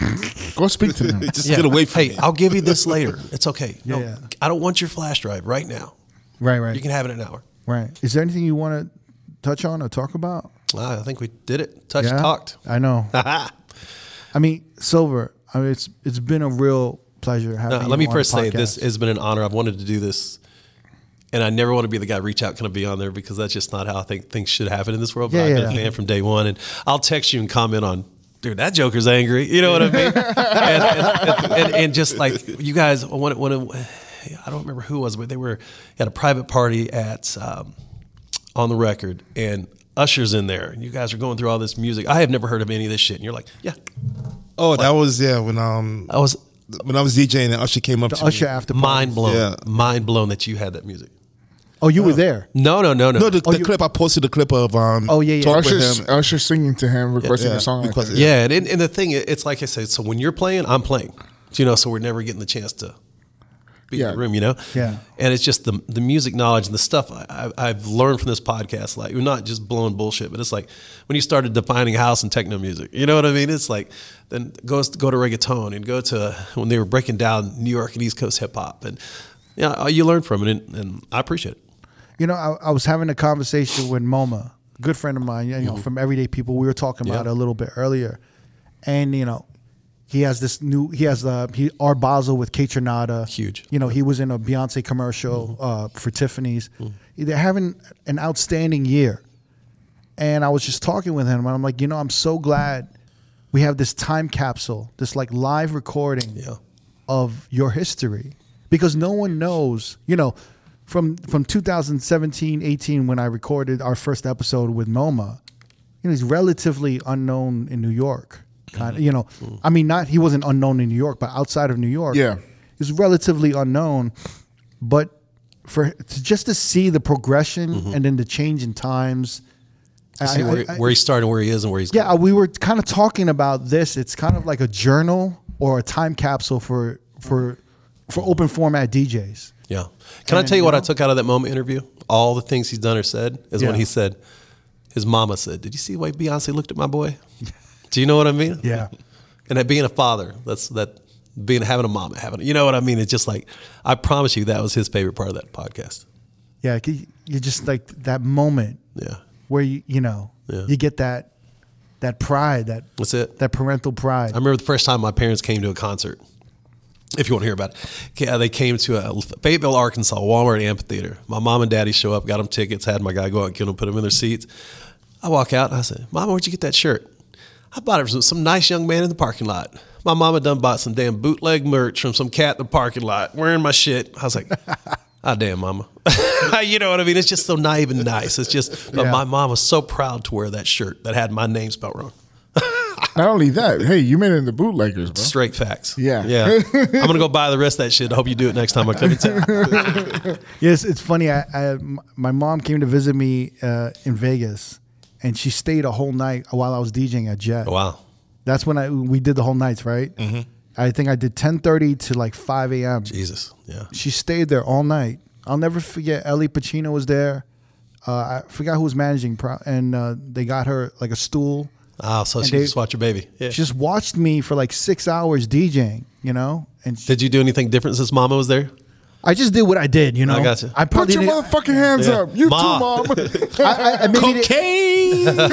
S4: Go speak to them.
S3: Just get away from
S5: hey,
S3: me.
S5: I'll give you this later. It's okay. No,
S2: Yeah.
S5: I don't want your flash drive right now.
S2: Right, right,
S5: You can have it in an hour.
S2: right. Is there anything you want to touch on or talk about?
S5: Ah, I think we did it. Touched,
S2: Yeah?
S5: talked.
S2: I know.
S5: no,
S2: I mean, Silver. I mean, it's it's been a real pleasure having. you
S5: Uh, let me
S2: on
S5: first
S2: the
S5: say this
S2: podcast.
S5: has been an honor. I've wanted to do this, and I never want to be the guy reach out, kind of be on there because that's just not how I think things should happen in this world. But
S2: Yeah,
S5: I've
S2: yeah.
S5: been a fan from day one, and I'll text you and comment on. Dude, that Joker's angry. You know what I mean? and, and, and, and just like you guys, one, one of, I don't remember who it was, but they were at a private party at um, on the record, and Usher's in there. And you guys are going through all this music. I have never heard of any of this shit, and you're like, yeah,
S3: Oh, that was yeah. When um
S5: I was
S3: when I was DJing and Usher came up to
S2: Usher
S3: me.
S2: after party.
S5: mind blown,
S3: Yeah.
S5: mind blown that you had that music.
S2: Oh, you were there.
S5: No, no, no, no.
S3: No, the,
S2: Oh,
S3: the
S2: you-
S3: clip I posted the clip of um.
S2: Oh, yeah, yeah.
S3: Talk
S4: Usher,
S3: with him.
S4: Usher singing to him, requesting
S3: Yeah,
S4: a song. Like
S3: request-
S4: that.
S3: yeah.
S5: yeah, and, and the thing, it's like I said. So when you're playing, I'm playing. You know, so we're never getting the chance to be in
S4: Yeah.
S5: the room. You know.
S2: Yeah.
S5: And it's just the the music knowledge and the stuff I, I, I've learned from this podcast. Like you're not just blowing bullshit, but it's like when you started defining house and techno music. You know what I mean? It's like then go go to reggaeton and go to when they were breaking down New York and East Coast hip hop and yeah, you learn from it and, and I appreciate it.
S2: You know, I, I was having a conversation with Moma, good friend of mine, you know, from Everyday People. We were talking about
S5: Mm-hmm. Yeah.
S2: it a little bit earlier, and you know, he has this new. He has uh, he Art Basel with Kate Trinata.
S5: Huge. Mm-hmm.
S2: You know, he was in a Beyonce commercial uh, for Tiffany's. They're having an outstanding year, and I was just talking with him, and I'm like, you know, I'm so glad we have this time capsule, this like live recording
S5: Yeah.
S2: of your history because no one knows you know from from 2017 18 when i recorded our first episode with moma you know he's relatively unknown in new york kind of, you know
S5: Mm-hmm.
S2: i mean not he wasn't unknown in new york but outside of new york
S4: Yeah.
S2: he's relatively unknown but for to just to see the progression and then the change in times
S5: Mm-hmm. See
S2: I-
S5: where,
S2: I- I-
S5: where he started, where he is, and where he's going.
S2: yeah, we were kind of talking about this. It's kind of like a journal or a time capsule for for for open format DJs.
S5: Yeah. Can I
S2: And,
S5: tell you
S2: you
S5: what I
S2: know-
S5: took out of that moment interview? All the things he's done or said is when
S2: Yeah.
S5: he said, his mama said, Did you see the way Beyonce looked at my boy? Do you know what I mean?
S2: Yeah.
S5: And that being a father, that's that being having a mom, having you know what I mean? It's just like I promise you that was his favorite part of that podcast.
S2: Yeah, you you just like that moment
S5: Yeah.
S2: where you you know
S5: Yeah.
S2: you get that that pride that
S5: That's it.
S2: that parental pride.
S5: I remember the first time my parents came to a concert. If you want to hear about it, Ca- uh, they came to a Fayetteville, Arkansas Walmart amphitheater. My mom and daddy show up, got them tickets, had my guy go out and get them, put them in their seats. I walk out and I said, Mama, where'd you get that shirt? I bought it from some nice young man in the parking lot. My mama done bought some damn bootleg merch from some cat in the parking lot wearing my shit. I was like, Ah, damn, mama. you know what I mean? It's just so naive and nice. It's just, but
S2: Yeah.
S5: my mom was so proud to wear that shirt that had my name spelled wrong.
S4: Not only that, hey, you made it in the bootleggers, bro.
S5: Straight facts.
S4: Yeah.
S5: Yeah. I'm going to go buy the rest of that shit. I hope you do it next time I come in town.
S2: Yes, it's funny. I, I my mom came to visit me uh, in Vegas, and she stayed a whole night while I was DJing at Jet.
S5: Oh, wow.
S2: That's when I we did the whole nights, right? Mm-hmm. I think I did ten thirty to like five a.m.
S5: Jesus. Yeah.
S2: She stayed there all night. I'll never forget. Ellie Pacino was there. Uh, I forgot who was managing, pro- and uh, they got her like a stool.
S5: Oh, so she
S2: they-
S5: just watched your baby. Yeah.
S2: She just watched me for like six hours DJing, you know. And she,
S5: Did you do anything different since mama was there?
S2: I just did what I did, you know.
S5: I gotcha.
S2: I
S4: Put
S2: probably
S4: your
S2: didn't-
S4: motherfucking hands
S5: Yeah.
S4: up. You
S5: Ma.
S4: too, mom.
S2: I, I- I maybe didn't-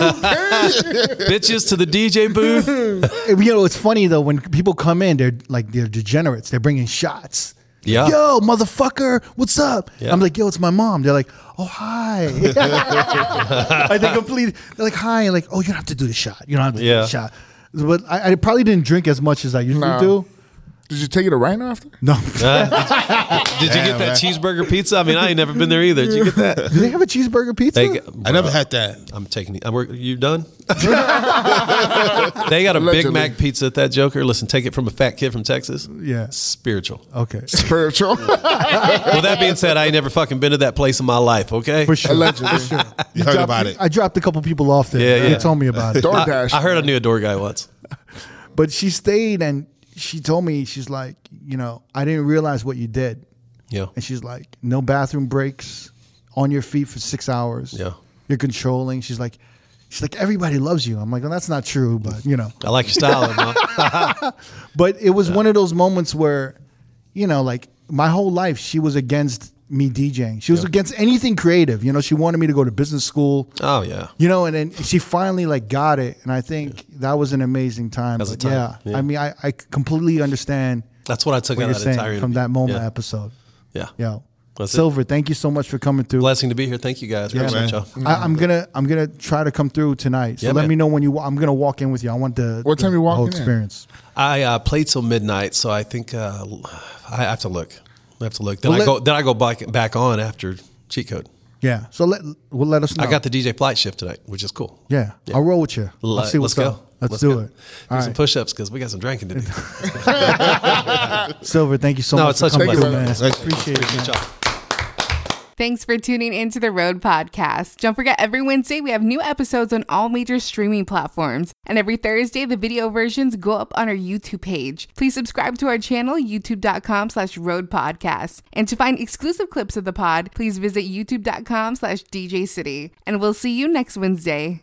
S5: Bitches to the DJ booth.
S2: you know, it's funny though when people come in, they're like they're degenerates. They're bringing shots.
S5: Yeah.
S2: Yo, motherfucker, what's up?
S5: Yeah.
S2: I'm like, yo, it's my mom. They're like, oh hi. like they complete. They're like, hi. Like, oh, you don't have to do the shot. You don't have to do
S5: Yeah.
S2: the shot. But I, I probably didn't drink as much as I usually
S4: Nah.
S2: do.
S4: Did you take it to Rhino after?
S2: No.
S5: Did you get that cheeseburger pizza? I mean, I ain't never been there either. Did you get that?
S2: do they have a cheeseburger pizza?
S5: They,
S3: I never had that.
S5: I'm taking. it- I work. You done? they got a
S4: Allegedly.
S5: Big Mac pizza at that Joker. Listen, take it from a fat kid from Texas.
S2: Yeah.
S5: Spiritual.
S2: okay.
S4: Spiritual.
S5: Well, that being said, I ain't never fucking been to that place in my life. Okay.
S2: For sure.
S4: Allegedly.
S3: You heard about it.
S2: I dropped a couple people off there.
S5: Yeah,
S2: They
S5: yeah.
S2: told me about it.
S4: DoorDash.
S5: I heard I knew a door guy once.
S2: But she stayed and she told me, she's like, you know, I didn't realize what you did.
S5: Yeah.
S2: And she's like, no bathroom breaks, on your feet for six hours.
S5: Yeah.
S2: You're controlling. She's like, she's like, everybody loves you. I'm like, well, that's not true, but you know.
S5: I like your style. Ma.
S2: But it was one of those moments where, you know, like my whole life, she was against me DJing. She was against anything creative. You know, she wanted me to go to business school.
S5: Oh yeah.
S2: You know, and then she finally like got it, and I think that was an amazing time.
S5: was a
S2: But
S5: time,
S2: Yeah.
S5: yeah.
S2: I mean, I, I completely understand
S5: That's what I took
S2: what
S5: out
S2: you're
S5: of that
S2: saying
S5: entire
S2: from
S5: interview.
S2: that moment
S5: Yeah.
S2: episode.
S5: Yeah.
S2: Yo,
S5: That's it.
S2: Silver, thank you so much for coming through.
S5: Blessing to be here. Thank you guys. Appreciate
S2: man.
S5: y'all.
S2: I, I'm gonna I'm gonna try to come through tonight. So
S5: Mm-hmm. Yeah,
S2: let
S5: man.
S2: me know when you. wa- I'm gonna walk in with you. I want the
S4: What
S2: the
S4: time you
S2: whole
S4: walking in?
S2: experience.
S5: I uh, played till midnight, so I think uh, I have to look. I have to look. Then
S2: Well,
S5: I
S2: let-
S5: go. Then I go back back on after cheat code.
S2: Yeah. So let well let us know.
S5: I got the DJ flight shift tonight, which is cool.
S2: Oh. Yeah, I'll roll with you.
S5: Let-
S2: Let's see what's
S5: let's go.
S2: up. Let's, do
S5: go.
S2: it.
S5: Do
S2: All
S5: some
S2: right,
S5: push ups because we got some drinking to do.
S2: Silver. Thank you so
S5: No,
S2: much.
S5: it's
S2: for
S5: such a
S2: coming
S5: pleasure.
S2: through, man.
S3: Thank you.
S2: Appreciate it. man.
S5: Y'all.
S8: Thanks for tuning into the Road Podcast. Don't forget, every Wednesday we have new episodes on all major streaming platforms. And every Thursday, the video versions go up on our YouTube page. Please subscribe to our channel, youtube.com slash road podcast. And to find exclusive clips of the pod, please visit youtube.com slash DJ City. And we'll see you next Wednesday.